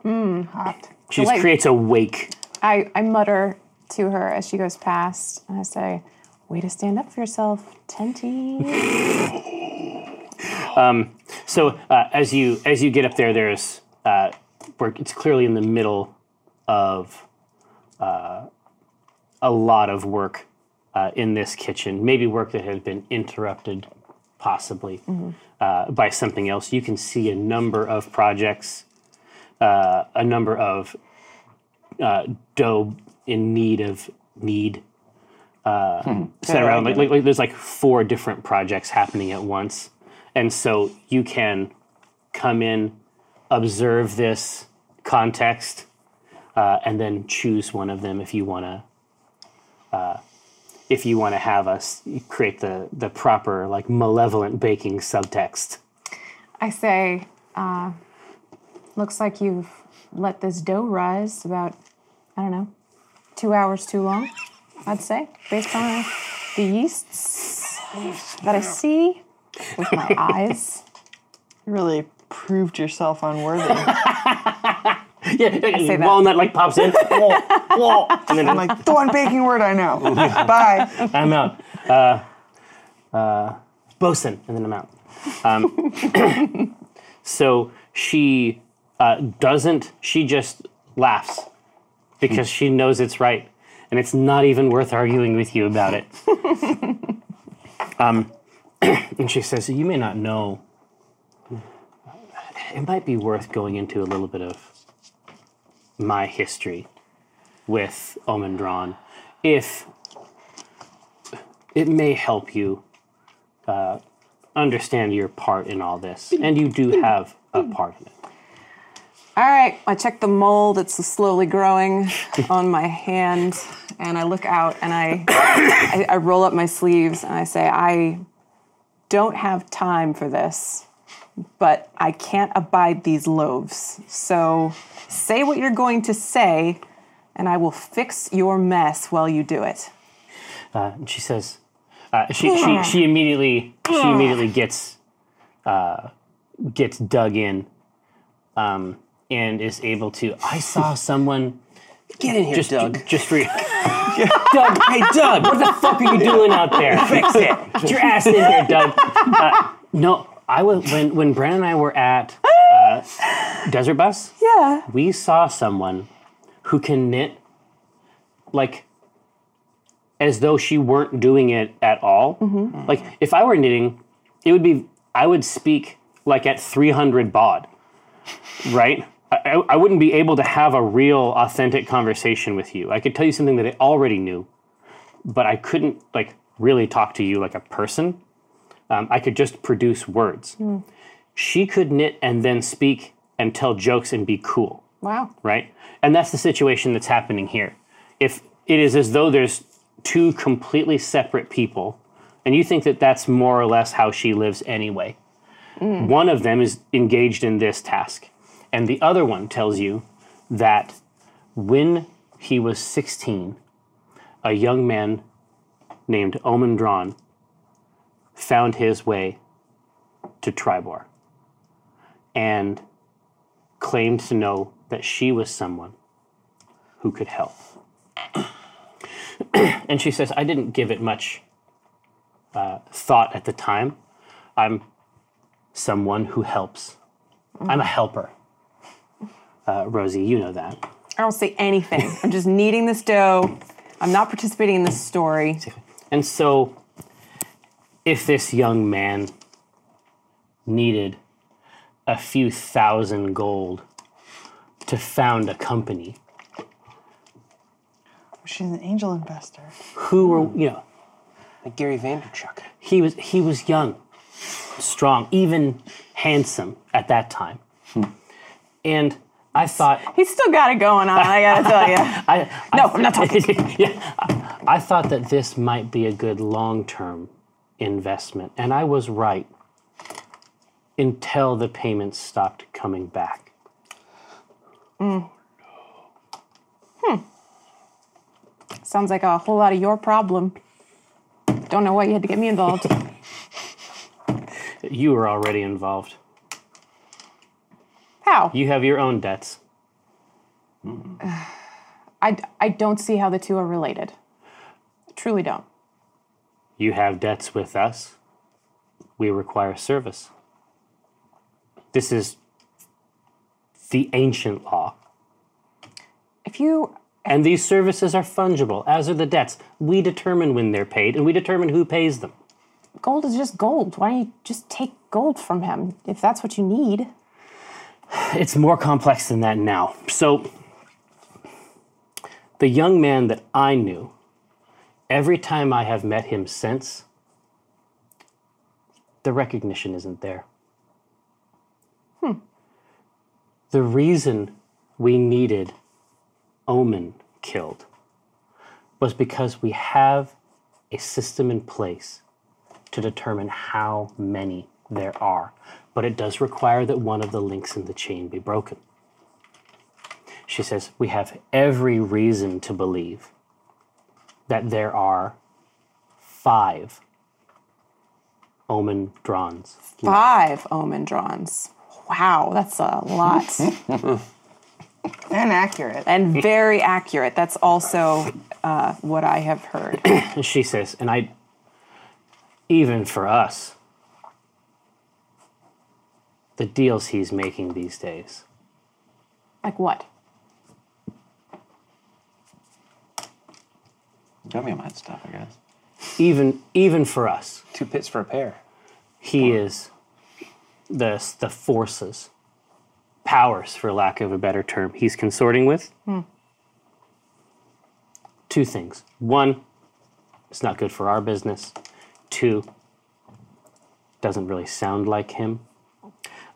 Hot.
She just
like-
creates a wake.
I, I mutter to her as she goes past, and I say, Way to stand up for yourself, Tenty.
So uh, as you as you get up there, there's uh, where it's clearly in the middle of uh, a lot of work uh, in this kitchen. Maybe work that has been interrupted, possibly uh, by something else. You can see a number of projects, uh, a number of uh, dough in need of need. Uh, set around like, like, like there's like four different projects happening at once, and so you can come in, observe this context, uh, and then choose one of them if you want to. Uh, if you want to have us create the the proper like malevolent baking subtext.
I say, uh, Looks like you've let this dough rise about, I don't know, two hours too long, I'd say, based on the yeasts that I see with my eyes.
You really proved yourself unworthy.
Yeah,
say that.
walnut like pops in. Wah, wah, and then
I'm like the one baking word I know. Bye.
I'm out. Uh, uh, bosun, and then I'm out. Um, so she uh, doesn't. She just laughs because she knows it's right, and it's not even worth arguing with you about it. um, and she says, "You may not know. It might be worth going into a little bit of my history with Omendron, if." it may help you uh, understand your part in all this, and you do have a part in it.
All right, I check the mole that's slowly growing on my hand, and I look out and I, I, I roll up my sleeves and I say, I don't have time for this, but I can't abide these loaves. So say what you're going to say, and I will fix your mess while you do it.
Uh, and she says, uh, she, she she immediately she immediately gets uh, gets dug in, um, and is able to. I saw someone
Get in here,
just
Doug.
just for you. Doug, hey Doug, what the fuck are you doing out there?
Fix it.
Get your ass in here, Doug. Uh, no, I was when when Brandon and I were at uh, Desert Bus.
Yeah.
we saw someone who can knit like as though she weren't doing it at all. Like if I were knitting, it would be I would speak like at 300 baud, right? I, I- I wouldn't be able to have a real authentic conversation with you. I could tell you something that I already knew, but I couldn't like really talk to you like a person. Um, I could just produce words. She could knit and then speak and tell jokes and be cool
Wow.
right? And that's the situation that's happening here. If it is as though there's two completely separate people, and you think that that's more or less how she lives anyway, one of them is engaged in this task, and the other one tells you that when he was 16, a young man named Omendron found his way to Tribor and claimed to know that she was someone who could help. and she says, I didn't give it much uh, thought at the time. I'm someone who helps. I'm a helper. Uh, Rosie, you know that.
I don't say anything. I'm just kneading this dough. I'm not participating in this story.
And so, if this young man needed a few thousand gold to found a company,
She's an angel investor.
who were, you know,
Like Gary Vanderchuck.
he was he was young, strong, even handsome at that time. And I thought
He's still got it going on, I gotta tell you.
I, I
No, I'm not talking.
yeah, I- I thought that this might be a good long-term investment, and I was right until the payments stopped coming back.
Sounds like a whole lot of your problem. Don't know why you had to get me involved.
You were already involved.
How?
You have your own debts.
I, I don't see how the two are related. Truly don't.
You have debts with us. We require service. This is the ancient law.
If you
And these services are fungible, as are the debts. We determine when they're paid, and we determine who pays them.
gold is just gold, why don't you just take gold from him if that's what you need?
It's more complex than that now. So, the young man that I knew, every time I have met him since, the recognition isn't there. Hmm. The reason we needed Omen killed was because we have a system in place to determine how many there are, but it does require that one of the links in the chain be broken. She says, We have every reason to believe that there are five omen drons.
Five omen drawns. Wow, that's a lot.
And accurate.
and very accurate. That's also uh, what I have heard.
And she says, and I, even for us, the deals he's making these days,
Like what?
Dummy mind stuff, I guess.
even even for us,
Two pits for a pair.
he is the the forces powers for lack of a better term he's consorting with two things one It's not good for our business. Two, doesn't really sound like him.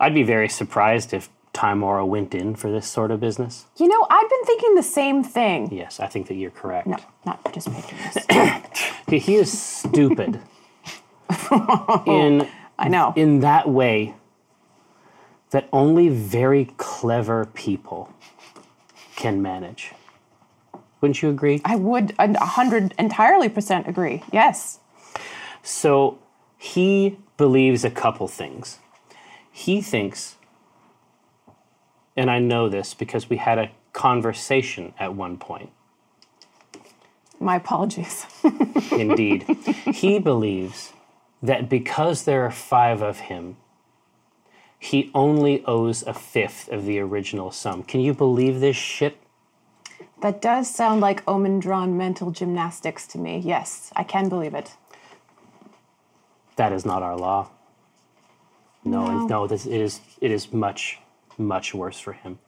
I'd be very surprised if Timora went in for this sort of business.
You know, I've been thinking the same thing.
Yes, I think that you're correct.
No, not participating in this.
He- He is stupid. in
I know.
in that way that only very clever people can manage. Wouldn't you agree?
I would a hundred entirely percent agree. Yes.
So he believes a couple things. He thinks, and I know this because we had a conversation at one point,
My apologies.
indeed. he believes that because there are five of him, he only owes a fifth of the original sum. Can you believe this shit?
That does sound like omen drawn mental gymnastics to me. Yes, I can believe it.
That is not our law. No, no, this it is it is much, much worse for him.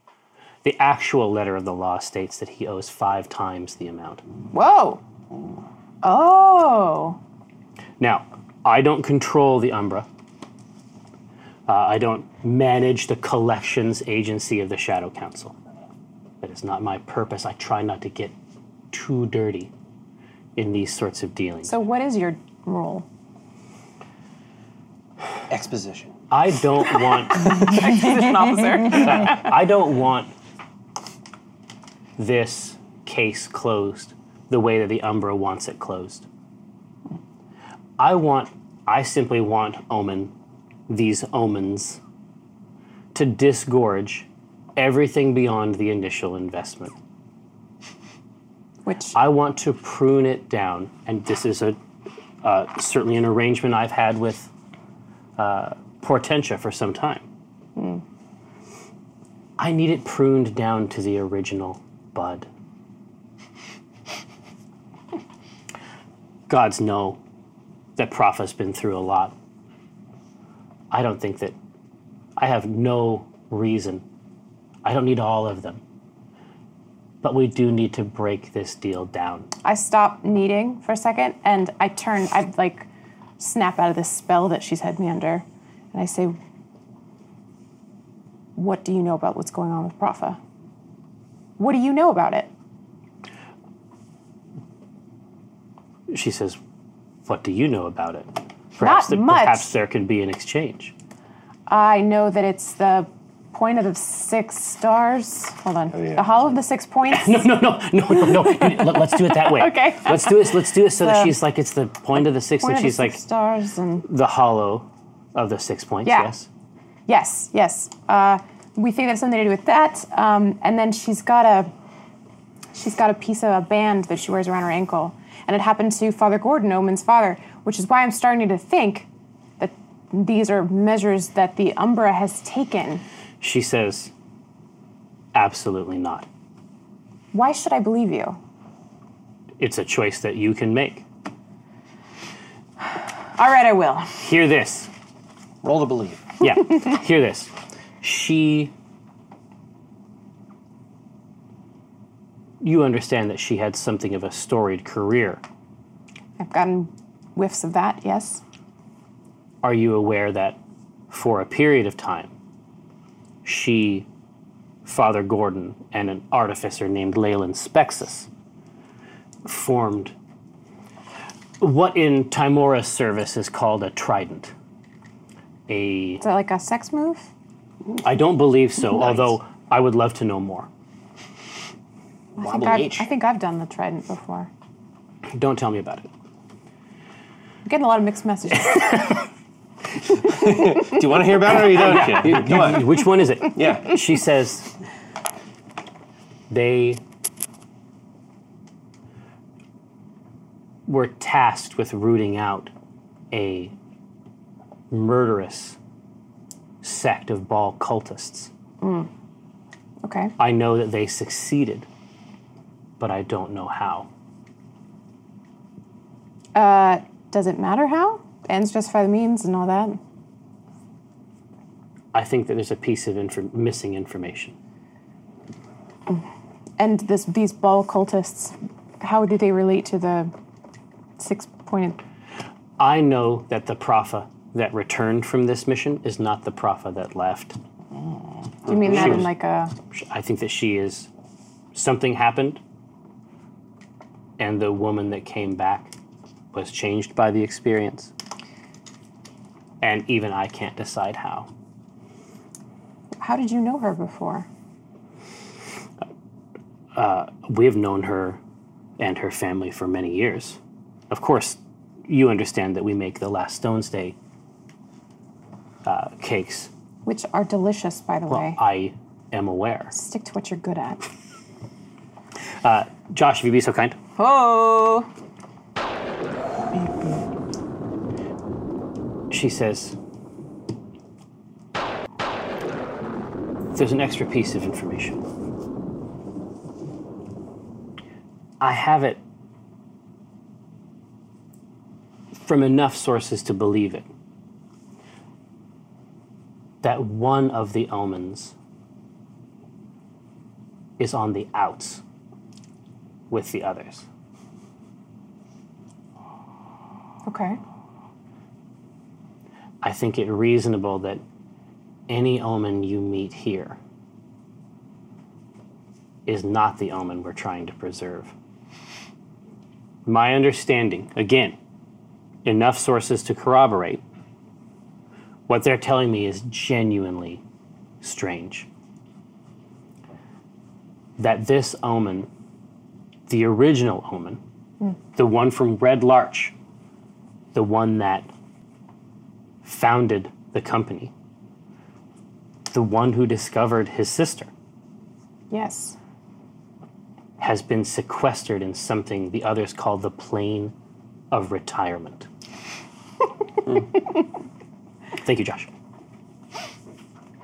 The actual letter of the law states that he owes five times the amount.
Whoa. Oh.
Now, I don't control the Umbra. Uh, I don't manage the collections agency of the Shadow Council. That is not my purpose. I try not to get too dirty in these sorts of dealings.
So, what is your role?
Exposition.
I don't want
Exposition officer.
I don't want this case closed the way that the Umbra wants it closed. I want, I simply want Omen, these omens, to disgorge everything beyond the initial investment.
Which
I want to prune it down, and this is a uh, certainly an arrangement I've had with uh, Portentia for some time. I need it pruned down to the original bud. Gods know that Prophet's been through a lot. I don't think that I have no reason. I don't need all of them. But we do need to break this deal down.
I stop kneading for a second and I turn, I like snap out of this spell that she's had me under. And I say, What do you know about what's going on with Profa? What do you know about it?
She says, What do you know about it? Perhaps, that-
much.
perhaps there could be an exchange.
I know that it's the point of the six stars. Hold on.
yeah.
The hollow of the six points.
Oh, no, no, no, no, no. Let, us do it that way.
Okay.
Let's do it. Let's do it so that
The-
she's like it's the point of the six,
Point
and
of the
she's like
six stars and
the hollow of the six points.
Yeah.
Yes.
Yes, yes. Uh, we think that's something to do with that. Um, and then she's got a she's got a piece of a band that she wears around her ankle, and it happened to Father Gordon, Omen's father, which is why I'm starting to think that these are measures that the Umbra has taken.
She says, absolutely not.
Why should I believe you?
It's a choice that you can make.
All right, I will.
Hear this.
Roll to believe.
Yeah. Hear this. She. You understand that she had something of a storied career.
I've gotten whiffs of that. Yes.
are you aware that for a period of time, she, Father Gordon, and an artificer named Leyland Spexus formed what in Timora's service is called a trident? A
Is that like a sex move?
I don't believe so, although I would love to know more.
I think,
Wobbly
I've,
H.
I think I've done the trident before.
Don't tell me about it.
I'm getting a lot of mixed messages.
Do you want to hear about it or you don't?
Yeah,
Come on.
Which one is it?
Yeah.
she says they were tasked with rooting out a murderous sect of Baal cultists.
okay.
I know that they succeeded, but I don't know how.
Does it matter how? Ends justify the means and all that.
I think that there's a piece of infor- missing information.
And this, these ball cultists, how do they relate to the Six pointed.
I know that the Prophet that returned from this mission is not the Prophet that left.
You mean that
She
in
was-
like a?
I think that she is. Something happened, and the woman that came back was changed by the experience. And even I can't decide how.
How did you know her before?
Uh, we have known her and her family for many years. Of course, you understand that we make the Last Stones Day uh, cakes.
Which are delicious, by the
Well,
way.
I am aware.
Stick to what you're good at.
Uh, Josh, if you'd be so kind.
Oh.
She says, There's an extra piece of information. I have it from enough sources to believe it that one of the omens is on the outs with the others.
Okay.
I think it reasonable that any omen you meet here is not the omen we're trying to preserve. My understanding, again, enough sources to corroborate, what they're telling me is genuinely strange. That this omen, the original omen,
Mm.
the one from Red Larch, the one that founded the company, the one who discovered his sister,
Yes.
has been sequestered in something the others call the plane of retirement. Thank you, Josh.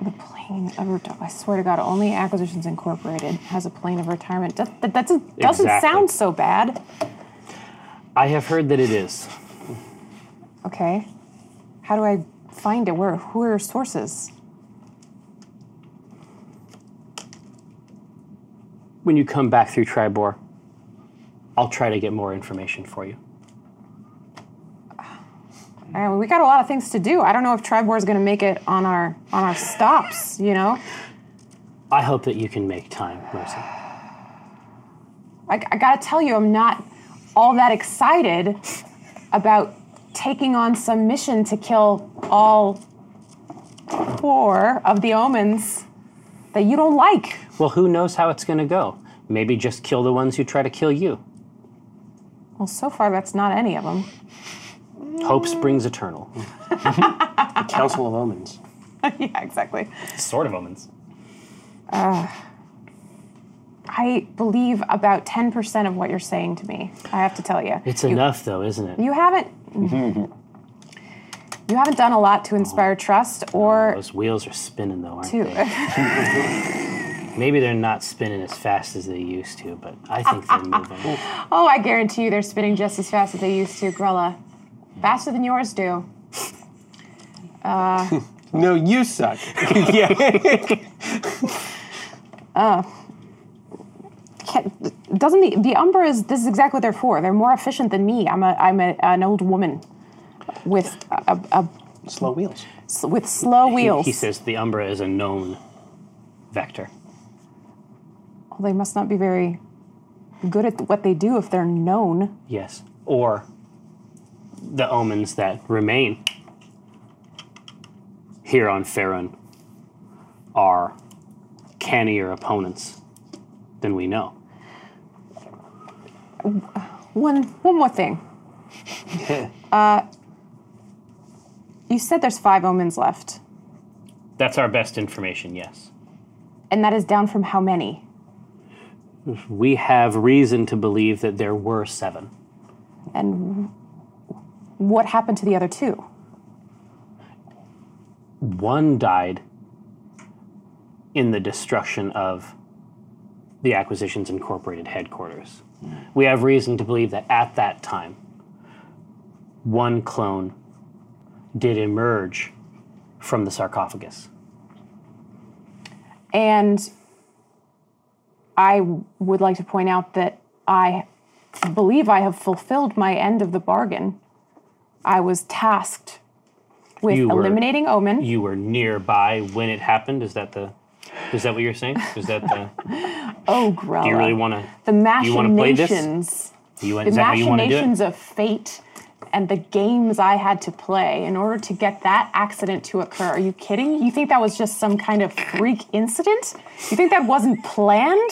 The plane of retirement. I swear to God, only Acquisitions Incorporated has a plane of retirement. That, that, that doesn't doesn't
Exactly.
sound so bad.
I have heard that it is.
Okay. How do I find it? Where? Who are your sources?
When you come back through Tribor, I'll try to get more information for you.
Uh, we got a lot of things to do. I don't know if Tribor is going to make it on our on our stops. You know,
I hope that you can make time, Mercy.
I, I got to tell you, I'm not all that excited about taking on some mission to kill all four of the omens that you don't like.
Well, who knows how it's going to go? Maybe just kill the ones who try to kill you.
Well, so far that's not any of them.
Hope springs eternal. the Council of Omens.
yeah, exactly.
Sort of omens.
Uh, I believe about 10% of what you're saying to me. I have to tell you.
It's
You-
enough, though, isn't it?
You haven't you haven't done a lot to inspire trust or
Those wheels are spinning, though, aren't
to
they? Maybe they're not spinning as fast as they used to, but I think they're moving.
Oh, I guarantee you they're spinning just as fast as they used to, Grella. Faster than yours do. Uh,
No, you suck. yeah.
uh, can doesn't the the Umbra is this is exactly what they're for? They're more efficient than me. I'm a I'm a, an old woman with a, a,
slow wheels.
with slow Oh, wheels.
He, he says the Umbra is a known vector.
Well, they must not be very good at what they do if they're known.
Yes. Or the omens that remain here on Faerun are cannier opponents than we know.
One one more thing. Uh, you said there's five omens left,
That's our best information, yes.
and that is down from how many?
We have reason to believe that there were seven.
And what happened to the other two?
One died in the destruction of the Acquisitions Incorporated headquarters. We have reason to believe that at that time, one clone did emerge from the sarcophagus.
And I would like to point out that I believe I have fulfilled my end of the bargain. I was tasked with
You were-
eliminating Omen.
You were nearby when it happened. Is that the? Is that what you're saying? Is that the?
oh, Grella.
Do you really want to?
the
You want to play this?
machinations.
You want?
the
Is that how you want to do it?
machinations of fate and the games I had to play in order to get that accident to occur. Are you kidding? You think that was just some kind of freak incident? You think that wasn't planned,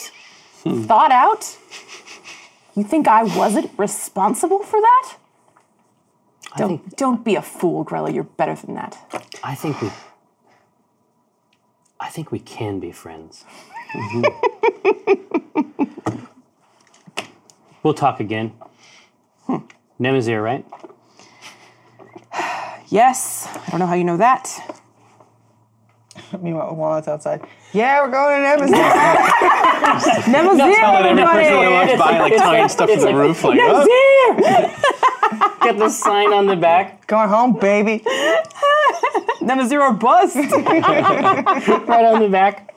Hmm.
thought out? You think I wasn't responsible for that? Don't don't be a fool, Grella. You're better than that.
I think we. I think we can be friends. we'll talk again. Hmm. Nemazir, right?
Yes. I don't know how you know that.
Meanwhile, Walnut's outside. Yeah, we're going to Nemesis.
Never zero,
walks by, like tying stuff to the roof, like get the sign on the back,
going home, baby.
Never zero bust.
right on the back.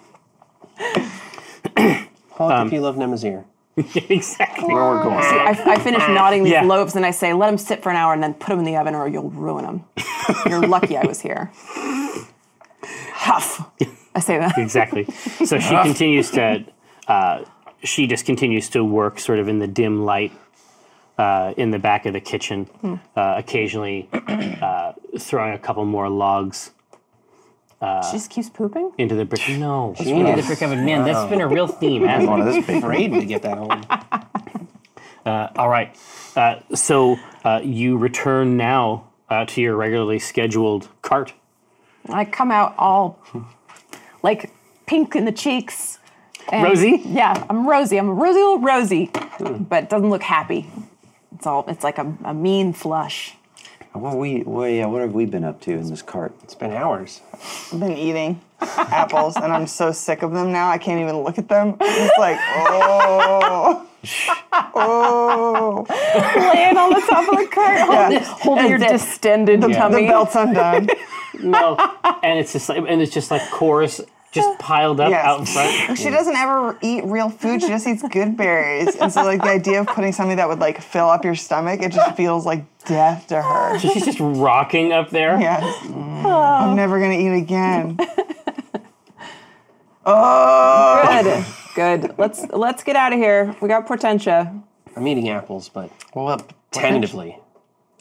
Honk if you love Nemazir.
exactly.
Where we're going.
I, I finish knotting these
Yeah.
loaves and I say, let them sit for an hour and then put them in the oven or you'll ruin them. You're lucky I was here. Huff. I say that.
exactly. So she continues to, uh, she just continues to work sort of in the dim light uh, in the back of the kitchen, uh, occasionally uh, throwing a couple more logs
she just keeps pooping?
into the brick. No, into the brick oven. Man, that's been a real theme, hasn't
One
it?
of this big
Afraid to get that home.
All right. Uh, so uh, you return now uh, to your regularly scheduled cart.
I come out all like pink in the cheeks. and-
Rosie?
Yeah, I'm Rosie. I'm a rosy little Rosie, but doesn't look happy. It's all. It's like a, a mean flush.
What we, well, yeah, what have we been up to in this cart?
It's been hours.
I've been eating apples and I'm so sick of them now. I can't even look at them. It's like, oh, oh.
Laying on the top of the cart, holding, holding your distended
The
tummy.
belt's undone.
No, and it's just like, and it's just like chorus just piled up
Yes.
out front.
She doesn't ever eat real food. She just eats good berries. And so, like, the idea of putting something that would, like, fill up your stomach, it just feels like death to her.
So she's just rocking up there.
Yes. I'm never going to eat again. Oh.
Good. Good. Let's let's get out of here. We got Portentia.
I'm eating apples, but
Well, up.
tentatively.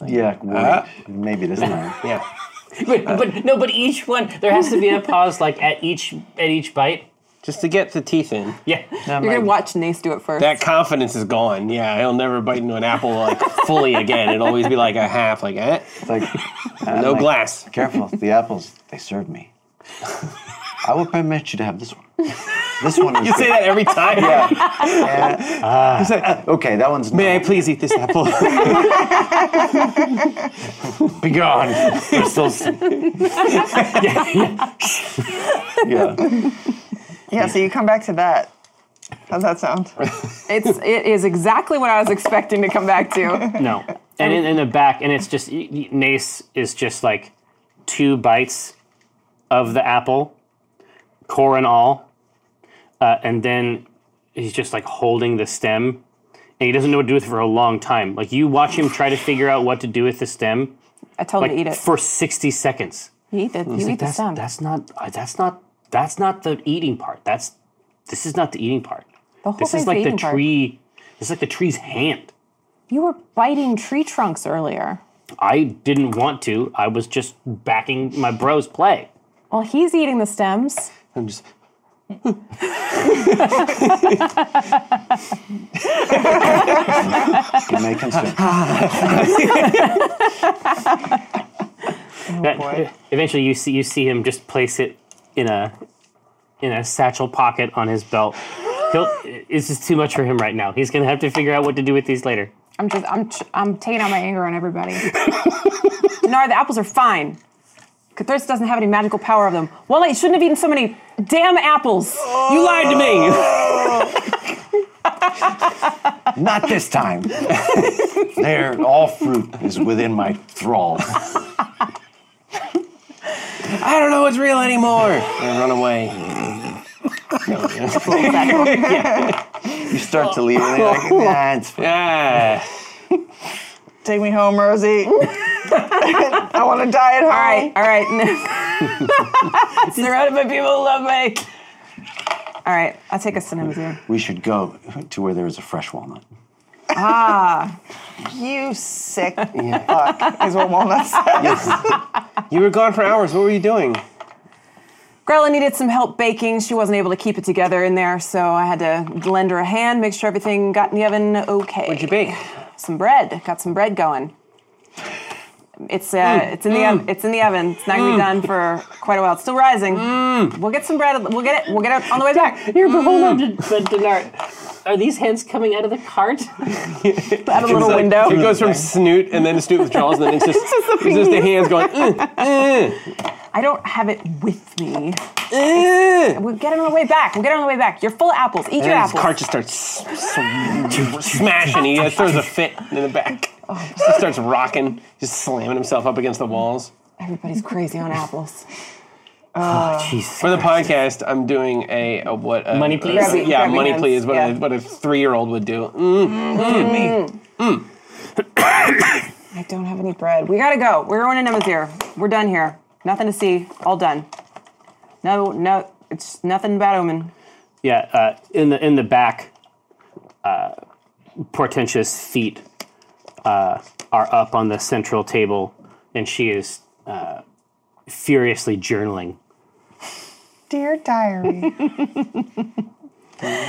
Yeah, well, maybe this time.
Uh, Yeah.
but, but no, but each one there has to be a pause, like at each at each bite.
Just to get the teeth in.
Yeah,
You're gonna watch Nace do it first.
That confidence is gone. Yeah, he'll never bite into an apple like fully again. It'll always be like a half, like eh.
It's like, I'm
No
like,
glass.
Careful, the apples, they serve me. I would permit you to have this one. This one is
You say that every time. Yeah.
Ah. okay, that one's
May I please eat this apple?
be gone. We're still s- yeah.
Yeah, so you come back to that. How's that sound?
It's it is exactly what I was expecting to come back to.
no, and in, in the back, and it's just y- y- Nace is just like two bites of the apple, core and all, uh, and then he's just like holding the stem, and he doesn't know what to do with it for a long time. Like you watch him try to figure out what to do with the stem,
I told
like
him to eat it.
for sixty seconds.
you eat it. You eat the
that's,
stem.
That's not. uh, That's not. That's not the eating part. That's. This is not the eating part.
The whole
This
thing's
is like
the
the,
eating part.
tree. This is like the tree's hand.
You were biting tree trunks earlier.
I didn't want to. I was just backing my bro's play.
Well, he's eating the stems.
I'm just.
You may consume.
That- eventually, you see you see him just place it in a in a satchel pocket on his belt. He'll, it's just too much for him right now. He's gonna have to figure out what to do with these later.
I'm just. I'm. Ch- I'm taking out my anger on everybody.
Denara, the apples are fine. Cthulhu doesn't have any magical power of them. Well, you shouldn't have eaten so many damn apples.
You lied to
Oh.
me.
Not this time. There, all fruit is within my thrall.
I don't know what's real anymore. I run away.
You start to leave, and you're like, nah, it's fine.
Yeah.
Take me home, Rosie. I want to die at home.
All right, all right. Surrounded by people who love me. All right, I'll take a cinnamon.
We should go to where there is a fresh walnut.
Ah,
You sick fuck is what Walnut said.
You were gone for hours. What were you doing?
Grella needed some help baking. She wasn't able to keep it together in there, so I had to lend her a hand, make sure everything got in the oven okay.
What'd you bake?
Some bread. Got some bread going. It's uh,
Mm.
it's in the oven. It's in the oven. It's not gonna be done for quite a while. It's still rising.
Mm.
We'll get some bread. We'll get it. We'll get it on the way back.
You're beholden to, to Dinar. Are these hands coming out of the cart?
Out of a little window.
It goes from snoot and then snoot withdrawals, and then it's just, it's just the hands going. "Mm,
I don't have it with me.
mm."
We'll get it on the way back. We'll get it on the way back. You're full of apples. Eat your
And his
apples.
cart just starts sm- sm- smashing. He throws a fit in the back. Just starts rocking, just slamming himself up against the walls.
Everybody's crazy on apples.
Uh.
For the podcast, I'm doing a, a what? A,
Money please?
a-
Grabby-
yeah,
grabby
money
hands,
please. What,
yeah.
A, what a three-year-old would do. Mm.
I don't have any bread. We gotta go. We're going to Nemazir. We're done here. Nothing to see. All done. No, no, it's nothing bad omen.
Yeah, uh, in the in the back, uh, portentous feet uh, are up on the central table, and she is uh, furiously journaling.
Dear diary.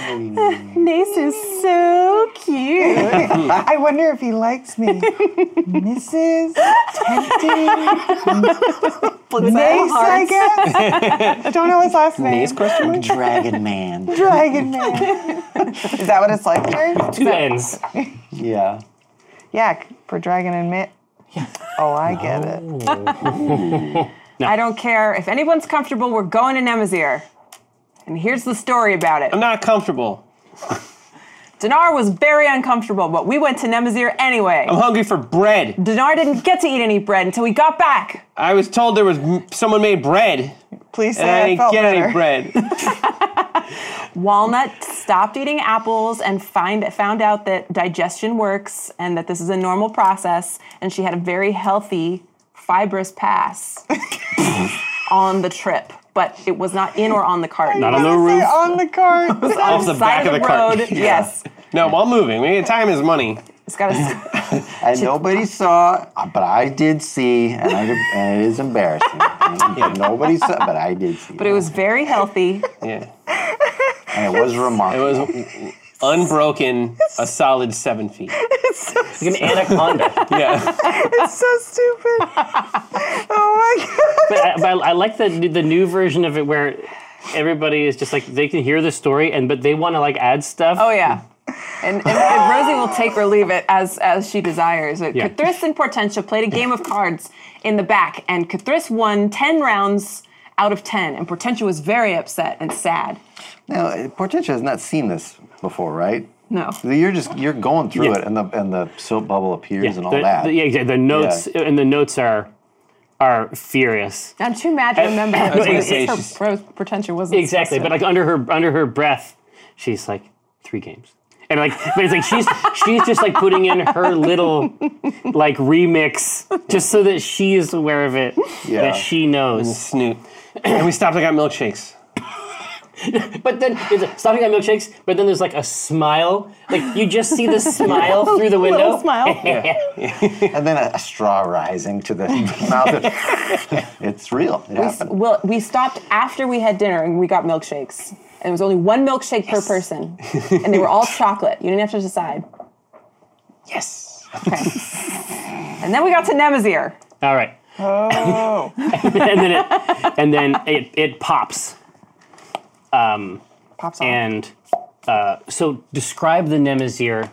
Nace is so cute.
I wonder if he likes me. Mrs. Tempting. Nace, I guess. I don't know his last name.
Nace question mark?
Dragon Man.
Dragon Man. Is that what it's like here?
Two ends.
Yeah.
Yeah, for Dragon and Mitt. Oh, I get it.
I don't care. If anyone's comfortable, we're going to Nemazir. And here's the story about it.
I'm not comfortable.
Dinar was very uncomfortable, but we went to Nemazir anyway.
I'm hungry for bread.
Dinar didn't get to eat any bread until we got back.
I was told there was m- someone made bread,
Please
and
say
I
I
didn't
felt
get
better.
any bread.
Walnut stopped eating apples and find found out that digestion works and that this is a normal process, and she had a very healthy, fibrous pass on the trip. But it was not in or on the cart.
Not
I
on the
was
roof.
on the cart.
Off the back of the cart.
road. Yes,
No, while moving. Maybe time is money.
it's got a.
And nobody saw, uh, but I did see, and, I, and it is embarrassing. But nobody saw, but I did see.
But it was very healthy.
Yeah.
and it was
It
remarkable.
was unbroken, a solid seven feet.
Like an anaconda.
Yeah.
it's so stupid. Oh my god.
but, I, but I like the the new version of it where everybody is just like they can hear the story and but they want to like add stuff.
Oh yeah. And, and, and Rosie will take or leave it as as she desires. But
Yeah.
Cthulhu and Portentia played a game of cards in the back, and Cthulhu won ten rounds out of ten, and Portentia was very upset and sad.
Now, Portentia has not seen this before, right?
No.
You're just you're going through
Yeah.
it, and the and the soap bubble appears
yeah.
and all
the,
that.
the- yeah, exactly. The notes and the notes are are furious.
I'm too mad to remember.
I was gonna
It's
say,
her
she's-
pro- Portentia wasn't
Exactly, but
supposed
like under her under her breath, she's like three games, and like but it's like she's she's just like putting in her little like remix just so that she is aware of it,
Yeah.
that she knows.
Snoot. And we stopped and got milkshakes.
But then there's a, stopping at milkshakes, but then there's like a smile, like you just see the smile through the window.
to. smile.
and then a, a straw rising to the mouth. it's real. It happened.
Well, we stopped after we had dinner and we got milkshakes. And it was only one milkshake per person, and they were all chocolate. You didn't have to decide.
Yes.
Okay. and then we got to Nemazir.
All right. Oh. and then it and then it, it pops. Um,
Pops off.
and uh, so describe the Nemazir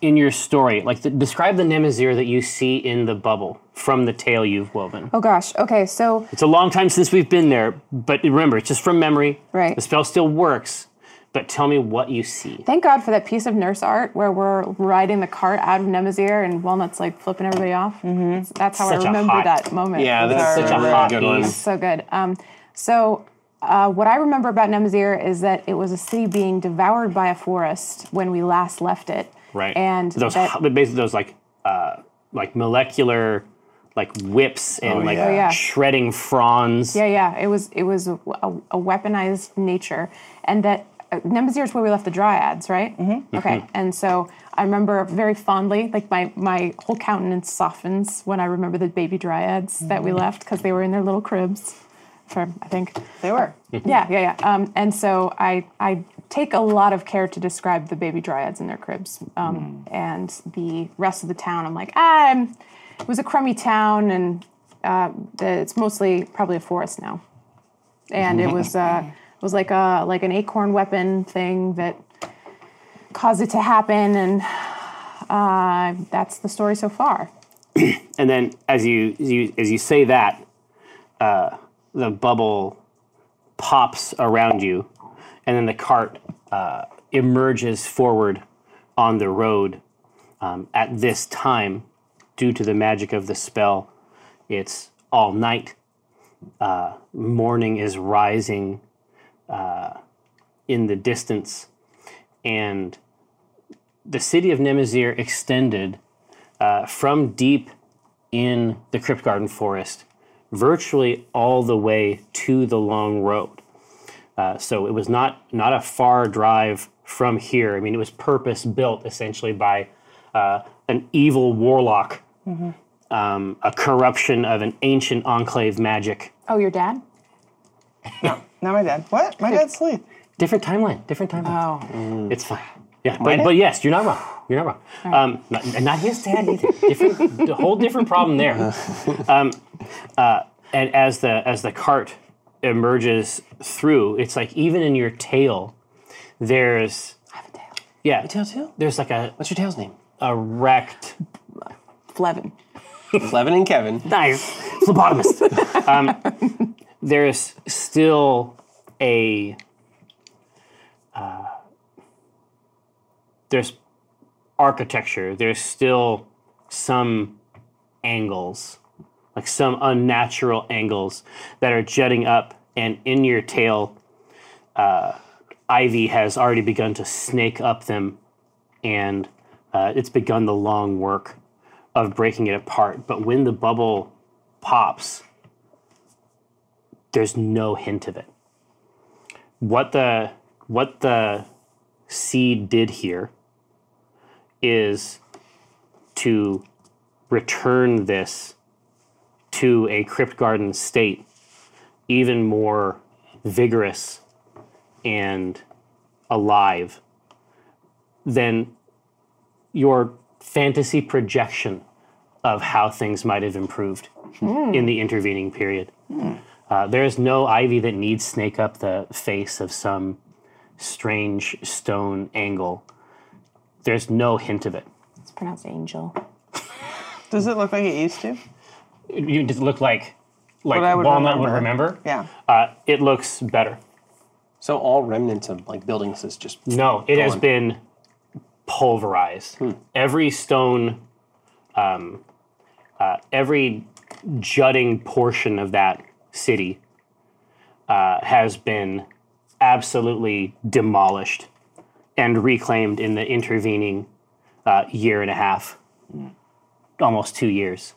in your story. Like the, describe the Nemazir that you see in the bubble from the tale you've woven.
Oh gosh. Okay. So
It's a long time since we've been there, but remember, it's just from memory.
Right.
The spell still works, but tell me what you see.
thank God for that piece of nurse art where we're riding the cart out of Nemazir and Walnut's like flipping everybody off. Mm-hmm. That's how
Such a
I remember
hot-
that moment.
Yeah,
It was
that's
Those
Such
are
a
really
hot
good one.
piece.
so good. Um, so
Uh, what I remember about Nemzir is that it was a city being devoured by a forest when we last left it.
Right.
And
those
that-
ho- basically those like uh, like molecular like whips and
Oh,
like
yeah. Oh,
yeah.
shredding fronds.
Yeah, yeah. It was it was a, a weaponized nature, and that uh, Nemazir is where we left the dryads, right? Mm-hmm. Okay, and so I remember very fondly, like my my whole countenance softens when I remember the baby dryads that
Mm.
we left because they were in their little cribs, for I think.
They were.
yeah, yeah, yeah. Um, and so I I take a lot of care to describe the baby dryads in their cribs, um, and the rest of the town. I'm like, ah, I'm, it was a crummy town, and uh, the, it's mostly probably a forest now. And it was uh, it was like a like an acorn weapon thing that caused it to happen, and uh, that's the story so far.
And then as you, as you as you say that, uh, the bubble pops around you, and then the cart uh, emerges forward on the road. Um, at this time, due to the magic of the spell, it's all night. Uh, morning is rising uh, in the distance, and the city of Nemazir extended uh, from deep in the Crypt Garden Forest, virtually all the way to the Long Road. Uh, so it was not not a far drive from here. I mean, it was purpose built essentially by uh, an evil warlock, um, a corruption of an ancient enclave magic.
Oh, your dad?
Not my dad. What? My dad's asleep.
Different timeline, different timeline.
Oh,
It's fine. Yeah, but, but yes, you're not wrong. You're not wrong. Um, not, and not his dad either. Different, a whole different problem there. Um, uh, and as the as the cart emerges through, it's like even in your tail, there's I have a tail. Yeah,
Tail too?
There's like a
What's your tail's name?
a wrecked
Flevin.
Levin and Kevin.
nice phlebotomist. um, there is still a uh, there's architecture. There's still some angles, like some unnatural angles that are jutting up, and in your tail, uh, ivy has already begun to snake up them, and uh, it's begun the long work of breaking it apart. But when the bubble pops, there's no hint of it. What the what the seed did here is to return this to a crypt garden state even more vigorous and alive than your fantasy projection of how things might have improved in the intervening period. Uh, there is no ivy that needs snake up the face of some strange stone angle. There's no hint of it.
it's pronounced angel.
Does it look like it used to?
It, it just looked like like
What I would
walnut would
remember.
remember.
Yeah.
Uh, it looks better.
So all remnants of like buildings is just
No, it has
Gone.
been pulverized. Every stone, um, uh, every jutting portion of that city uh, has been absolutely demolished and reclaimed in the intervening uh, year and a half, almost two years.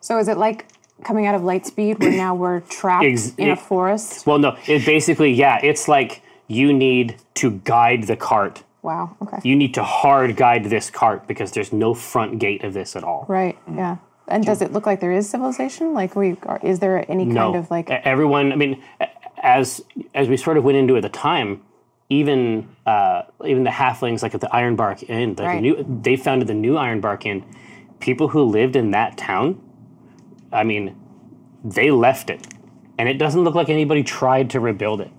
So is it like coming out of Lightspeed where now we're trapped
Ex-
in a
ex-
forest?
Well, no, it basically, yeah, it's like you need to guide the cart.
Wow. Okay.
You need to hard guide this cart because there's no front gate of this at all.
right. Yeah. And does it look like there is civilization? Like we are, is there any
no.
kind of like
E- everyone. I mean, a- as as we sort of went into at the time, even uh, even the halflings, like at the Ironbark Inn, like the
Right.
new, they founded the new Ironbark Inn. People who lived in that town, I mean, they left it, and it doesn't look like anybody tried to rebuild it.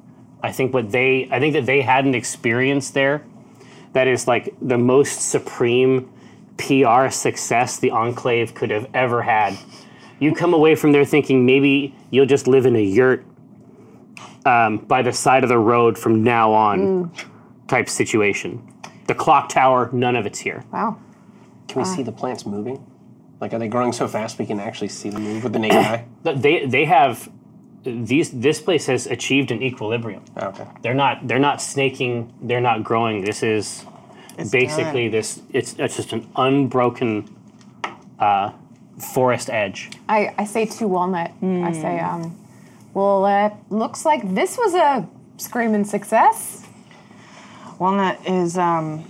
I think what they, I think that they had an experience there that is like the most supreme PR success the Enclave could have ever had. You come away from there thinking maybe you'll just live in a yurt um, by the side of the road from now on type situation. The clock tower, none of it's here.
wow?
Can we see the plants moving? Like, are they growing so fast we can actually see them move with the naked eye?
But They, they have these this place has achieved an equilibrium.
Ah, Okay.
They're not they're not snaking. They're not growing. This is basically
done.
this. It's it's just an unbroken uh, forest edge.
I, I say to Walnut, I say,
Hmm.
um, well, uh, looks like this was a screaming success.
Walnut is um,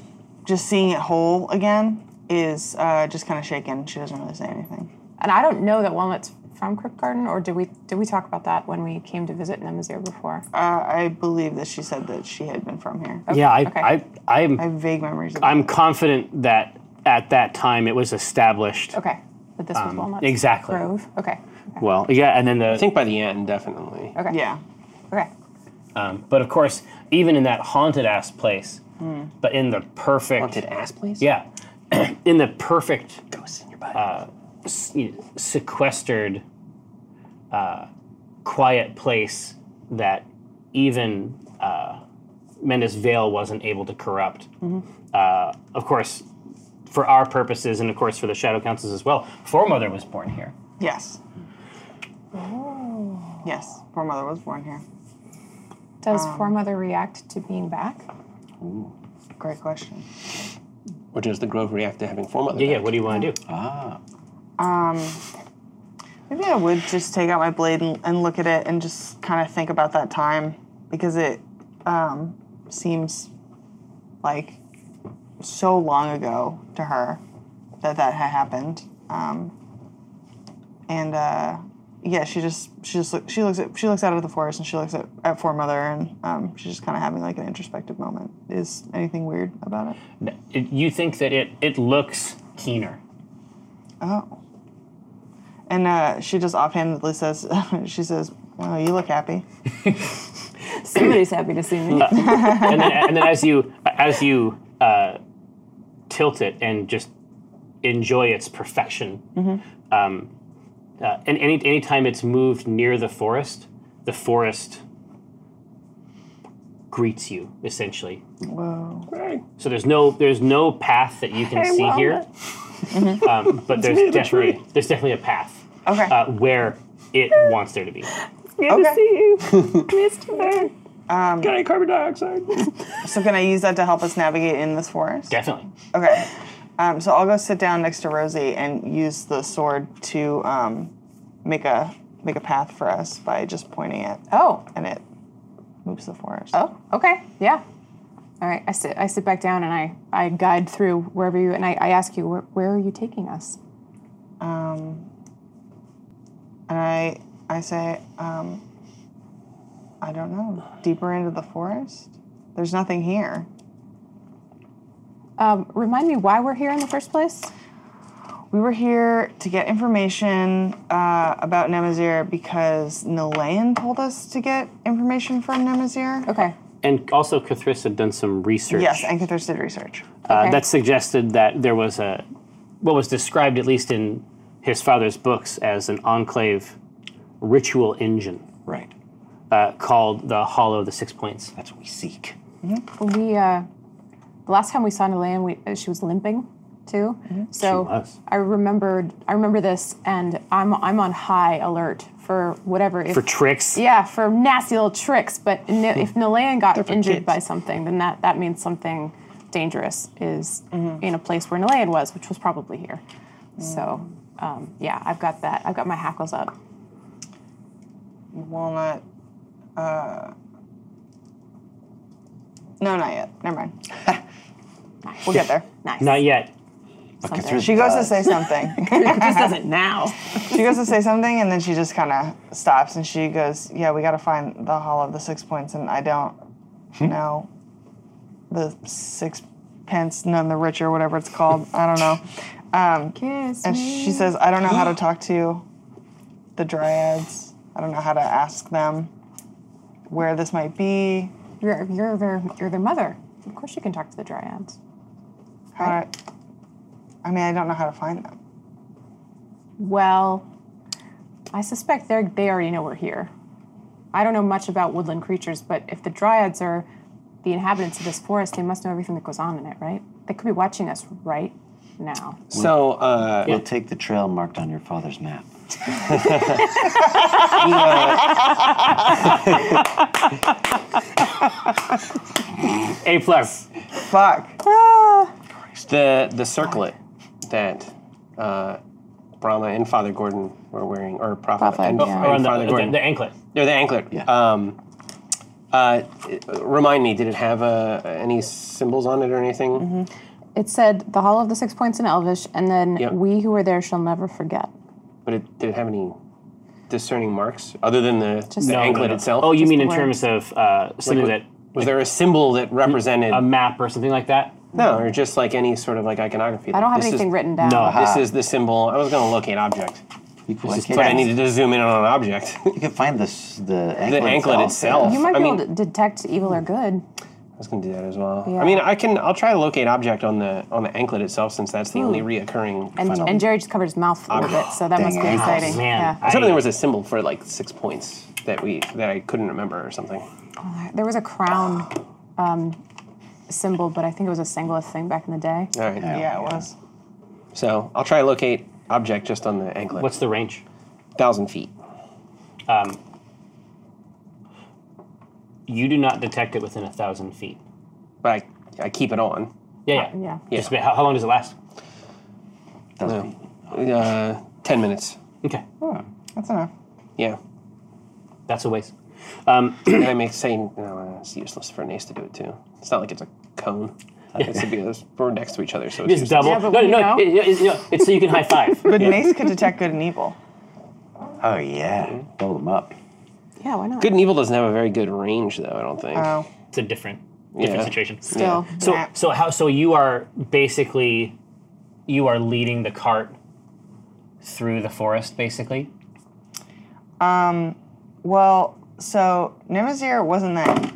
just seeing it whole again is uh, just kind of shaken. She doesn't really say anything.
And I don't know that Walnut's from Crypt Garden, or did we did we talk about that when we came to visit Nemazir before?
Uh, I believe that she said that she had been from here.
yeah, I,
okay.
I I'm
I have vague memories of
I'm
that.
confident that at that time it was established.
Okay, but this
um,
was Walnut
exactly.
Grove. Okay,
Well, yeah, and then the
I think by the end, definitely.
okay,
Yeah.
okay.
Um, but of course, even in that haunted ass place, but in the perfect
Haunted ass place?
yeah, in the perfect uh,
Ghosts in your body.
s- you know, sequestered, uh, quiet place that even uh, Mendes Vale wasn't able to corrupt.
Mm-hmm.
Uh, of course, for our purposes, and of course for the Shadow Councils as well, Foremother was born here.
Yes. Yes. Poor mother was born here.
Does
Um,
Foremother react to being back?
Great question.
Or does the grove react to having form of
Yeah, yeah. What do you want to do?
Oh,
Ah.
Maybe I would just take out my blade and, and look at it and just kind of think about that time because it um, seems like so long ago to her that that had happened. Um, and uh, yeah, she just she just look, she looks at she looks out at the forest and she looks at at Foremother and um, she's just kind of having like an introspective moment. Is anything weird about it?
It- you think that it it looks keener.
Oh. And uh, she just offhandedly says, she says, well, you look happy.
Somebody's happy to see me.
and then, and then as you as you uh, tilt it and just enjoy its perfection,
Mm-hmm.
um, uh, and any anytime it's moved near the forest, the forest greets you essentially.
Whoa.
So there's no there's no path that you can see here, um, but there's definitely there's definitely a path
Okay.
uh, where it wants there to be.
Good
Okay.
to see you, Mr.
Got any carbon dioxide?
so can I use that to help us navigate in this forest?
Definitely.
Okay. Um, so I'll go sit down next to Rosie and use the sword to um, make a make a path for us by just pointing it,
Oh,
and it moves the forest.
oh, okay, yeah. All right, I sit I sit back down and I I guide through wherever you and I, I ask you where, where are you taking us?
Um, and I I say um, I don't know. Deeper into the forest. There's nothing here.
Um, remind me why we're here in the first place.
We were here to get information uh, about Nemazir because Nalayan told us to get information from Nemazir.
Okay,
And also, Cathris had done some research.
Yes, and Cathars did research.
uh, that suggested that there was a what was described at least in his father's books as an enclave ritual engine
Right.
uh, called the Hollow of the Six Points.
That's what we seek.
we uh, the last time we saw Nalayan, we uh, she was limping too. So
Mm-hmm. She was.
I remembered I remember this, and I'm I'm on high alert for whatever. If,
For Hmm. tricks,
yeah, for nasty little tricks. But n- if Nalayan got
for
injured
kids.
by something, then that that means something dangerous is
Mm-hmm.
in a place where Nalayan was, which was probably here. So. Um, yeah, I've got that. I've got my hackles up.
Walnut. Uh, no, not yet. Never mind. we'll get there.
Nice.
not yet.
Okay, through
She
the-
goes to say something.
Uh-huh.
Just does it now.
she goes to say something, and then she just kind of stops and she goes, "Yeah, we got to find the Hall of the Six Points, and I don't know the six pence, none the richer, whatever it's called. I don't know." Um,
Kiss
and
me.
she says, "I don't know how to talk to the dryads. I don't know how to ask them where this might be.
You're, you're their you're their mother. Of course, you can talk to the dryads.
How to, I mean, I don't know how to find them.
Well, I suspect they they already know we're here. I don't know much about woodland creatures, but if the dryads are the inhabitants of this forest, they must know everything that goes on in it, right? They could be watching us right now.
So, uh,
We'll take the trail marked on your father's map.
A Flarf.
Fuck.
The the circlet that uh, Brahma and Father Gordon were wearing, or Prophet,
Prophet,
and,
yeah.
and
Around the,
Father
the,
Gordon,
the anklet.
no, the anklet.
Yeah.
Um, uh, it- remind me, did it have uh, any symbols on it or anything?
It said the Hall of the Six Points in Elvish, and then
Yep.
we who were there shall never forget.
But it, did it have any discerning marks other than the, the
No, no,
anklet
no.
itself?
Oh, you mean in
the
terms of uh, something
Like,
that
was there a symbol that represented
um,
a map or something like that?
no, or just like any sort of like iconography?
I don't have
this
anything
is,
written down.
No.
This is the symbol. I was going to locate object,
Well, I
but I
can't-
needed to zoom in on an object.
You can find this the
the
anklet,
anklet itself.
You might
I
be
mean,
able to detect evil or good.
I was gonna do that as well.
Yeah.
I mean, I can. I'll try to locate object on the on the anklet itself, since that's the only reoccurring.
Hmm. And,
Final.
and Jerry just covered his mouth a little bit, so that
Dang
must be
it.
exciting.
Oh, man.
yeah.
I thought
I-
there was a symbol for like six points that we that I couldn't remember or something.
There was a crown um, symbol, but I think it was a singlet thing back in the day.
All right.
Yeah, it was.
So I'll try to locate object just on the anklet.
What's the range?
thousand feet?
You do not detect it within a thousand feet.
But I, I keep it on.
Yeah, yeah.
Yeah.
Just a bit- how, how long does it last?
Doesn't-
Uh, Ten minutes.
Okay,
That's enough.
Yeah.
that's a waste. Um,
and I make saying no, uh, it's useless for an ace to do it too. It's not like it's a cone. It's to be we're next to each other, so it's
just
useless.
double.
Yeah, but
no,
we
no,
know.
no, it- it- it's- no, It's so you can high five.
But Mace could detect good and evil.
Oh yeah, double them up.
Yeah, why not?
Good and evil doesn't have a very good range, though. I don't think.
Oh,
It's a different, different
Yeah.
situation.
Still.
So, so how? So you are basically, you are leading the cart through the forest, basically.
well, so Nimazir wasn't that.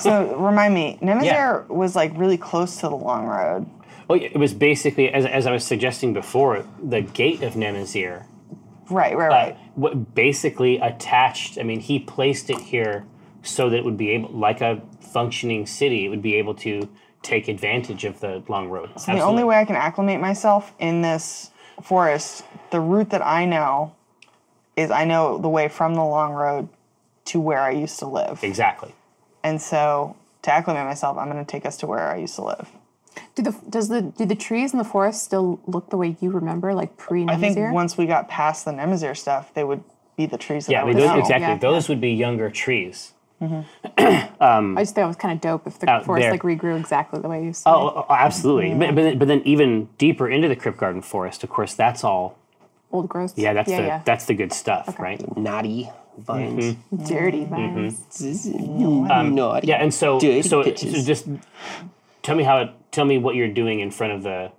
so remind me, Nimazir
Yeah.
was like really close to the long road.
Well, Oh, it was basically as, as I was suggesting before, the gate of Nemazir
Right, right,
uh,
right.
what basically attached. I mean, he placed it here so that it would be able, like a functioning city, it would be able to take advantage of the long road.
the only way I can acclimate myself in this forest, the route that I know, is I know the way from the long road to where I used to live.
exactly.
And so to acclimate myself, I'm going to take us to where I used to live.
Do the does the do the trees in the forest still look the way you remember, like pre
I think
Nemazir?
once we got past the Nemazir stuff, they would be the trees that
Yeah,
I
I
would
mean, those,
know.
exactly.
Yeah.
Those would be younger trees.
I just thought it was kind of dope if the
Out
forest
there.
like regrew exactly the way you saw.
Oh, oh, oh, absolutely. But, but, then- but then even deeper into the Crypt Garden Forest, of course, that's all.
old growth.
Yeah, that's the
yeah.
that's the good stuff, right?
Naughty vines.
dirty vines.
naughty.
Mm-hmm. Um, Yeah, and so
Dirty
so, so
bitches.
just tell me how it. Tell me what you're doing in front of the.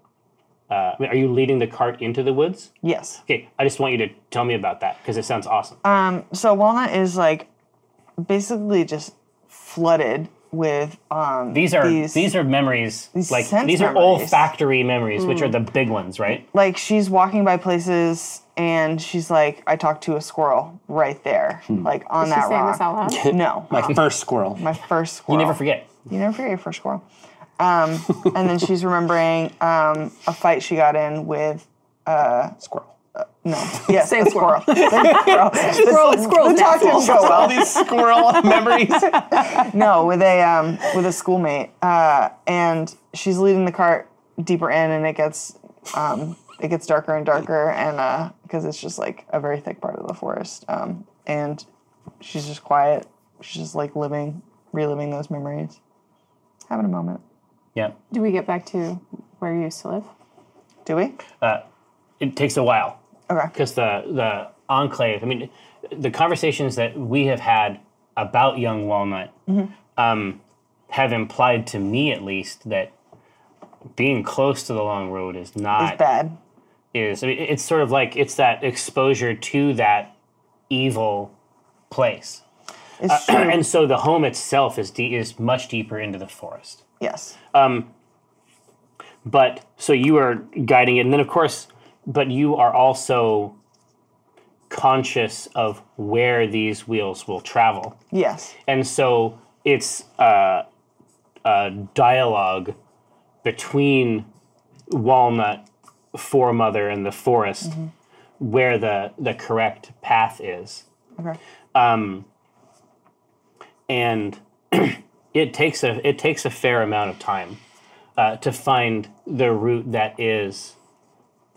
Uh, I mean, are you leading the cart into the woods?
Yes.
Okay, I just want you to tell me about that because it sounds awesome.
Um, So Walnut is like basically just flooded with um
these are
these,
these, are memories like
sense
these are
memories.
olfactory memories, Mm. which are the big ones, right?
like she's walking by places and she's like I talked to a squirrel right there
Hmm.
like on
She's
that
saying
rock.
this out loud.
No.
My first squirrel.
my first squirrel.
Never forget.
You never forget your first squirrel. Um, and then she's remembering um, a fight she got in with uh,
squirrel.
no, yeah,
Same
a
squirrel.
squirrel. Same squirrel.
Squirrel- squirrel's
The toxic
asshole.
Joel.
these squirrel memories.
No, with a um, with a schoolmate, uh, and she's leading the cart deeper in, and it gets um, it gets darker and darker, and because it's just like a very thick part of the forest, um, and she's just quiet. She's just like living, reliving those memories, having a moment.
Yeah,
Do we get back to where you used to live?
Do we?
Uh, it takes a while.
Okay.
because the the enclave. I mean, the conversations that we have had about Young Walnut
Mm-hmm.
um, have implied to me, at least, that being close to the long road is not
It's bad.
is. I mean, it's sort of like it's that exposure to that evil place,
It's true.
and so the home itself is de- is much deeper into the forest.
Yes.
but so you are guiding it and then of course but you are also conscious of where these wheels will travel
Yes.
and so it's uh, a dialogue between walnut foremother in the forest where the, the correct path is.
Okay.
Um, and it takes a it takes a fair amount of time uh, to find the route that is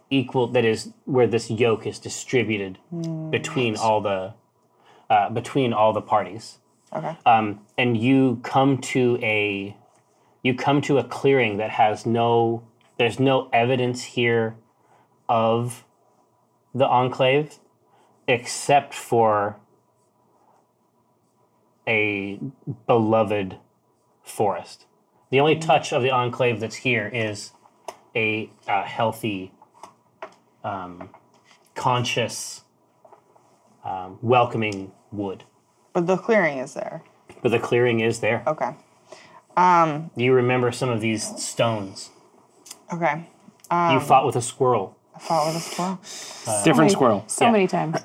equal that is where this yoke is distributed between all the uh, between all the parties.
Okay.
Um, and you come to a you come to a clearing that has no there's no evidence here of the enclave except for a beloved forest. The only touch of the enclave that's here is a uh, healthy, um, conscious, um, welcoming wood.
But the clearing is there.
But the clearing is there.
Okay. Um,
You remember some of these stones.
okay.
you fought with a squirrel.
I fought with a squirrel.
Different squirrel.
So
Oh, Yeah.
many times.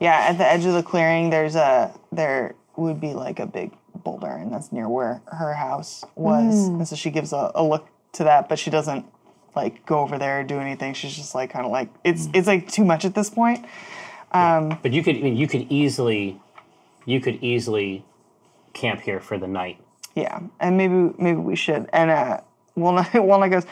Yeah, at the edge of the clearing, there's a there would be like a big boulder, and that's near where her house was. And so she gives a, a look to that, but she doesn't like go over there or do anything. She's just like kind of like it's it's like too much at this point.
But you could I mean, you could easily you could easily camp here for the night.
Yeah, and maybe maybe we should. And uh, Walnut Walnut goes,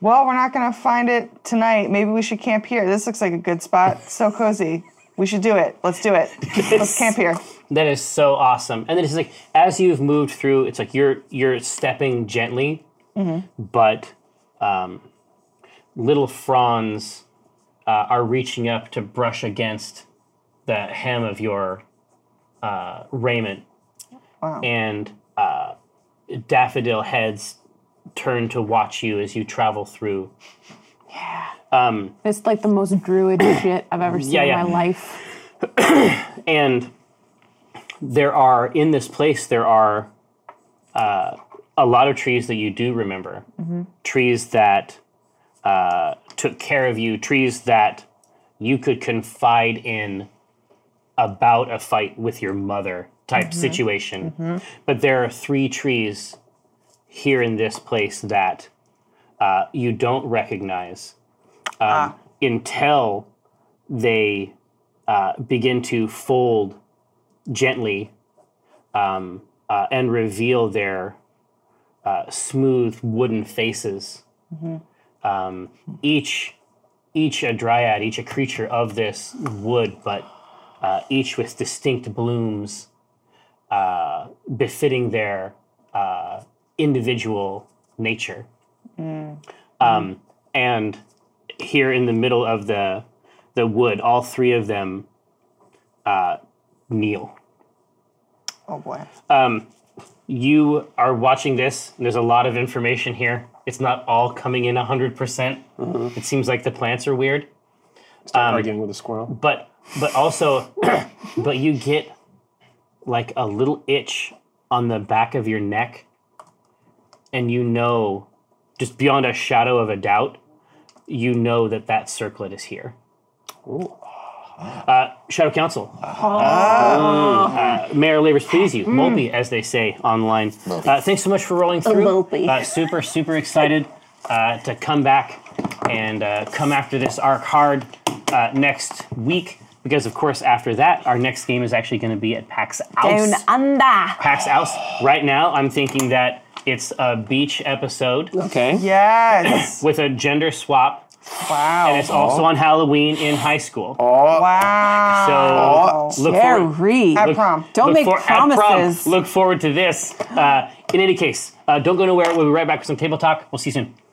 well, we're not gonna find it tonight. Maybe we should camp here. This looks like a good spot. So cozy. We should do it. Let's do it. Let's camp here.
That is so awesome. And then it's like as you've moved through, it's like you're you're stepping gently, but um, little fronds uh, are reaching up to brush against the hem of your uh, raiment,
Wow.
and uh, daffodil heads turn to watch you as you travel through.
It's like the most druid shit I've ever seen
Yeah, yeah.
in my life.
and there are in this place there are uh, a lot of trees that you do remember trees that uh, took care of you trees that you could confide in about a fight with your mother type situation but there are three trees here in this place that uh, you don't recognize um, until they uh, begin to fold gently um, uh, and reveal their uh, smooth wooden faces. Um, each, each a dryad, each a creature of this wood, but uh, each with distinct blooms uh, befitting their uh, individual nature. Um, and here in the middle of the the wood, all three of them uh, kneel.
Oh boy.
You are watching this, and there's a lot of information here. It's not all coming in 100%. percent It seems like the plants are weird,
Mm-hmm.
Um,
arguing with a squirrel.
but but also but you get like a little itch on the back of your neck and you know just beyond a shadow of a doubt, you know that that circlet is here. Uh, Shadow Council. Mayor Labors please
Hmm.
you. Mopey, as they say online. Uh, thanks so much for rolling through.
Mopey.
Uh, super, super excited uh, to come back and uh, come after this arc hard uh, next week. Because, of course, after that, our next game is actually going to be at PAX Ouse.
Down under.
PAX Ouse. Right now, I'm thinking that it's a beach episode
Okay.
Yes.
with a gender swap.
wow.
And it's also on Halloween in high school.
Uh-huh. Wow.
So look forward,
Jerry,
At prom.
don't
look
make
for- at prom,
promises.
look forward to this. Uh, in any case, uh, don't go nowhere. We'll be right back with some table talk. We'll see you soon.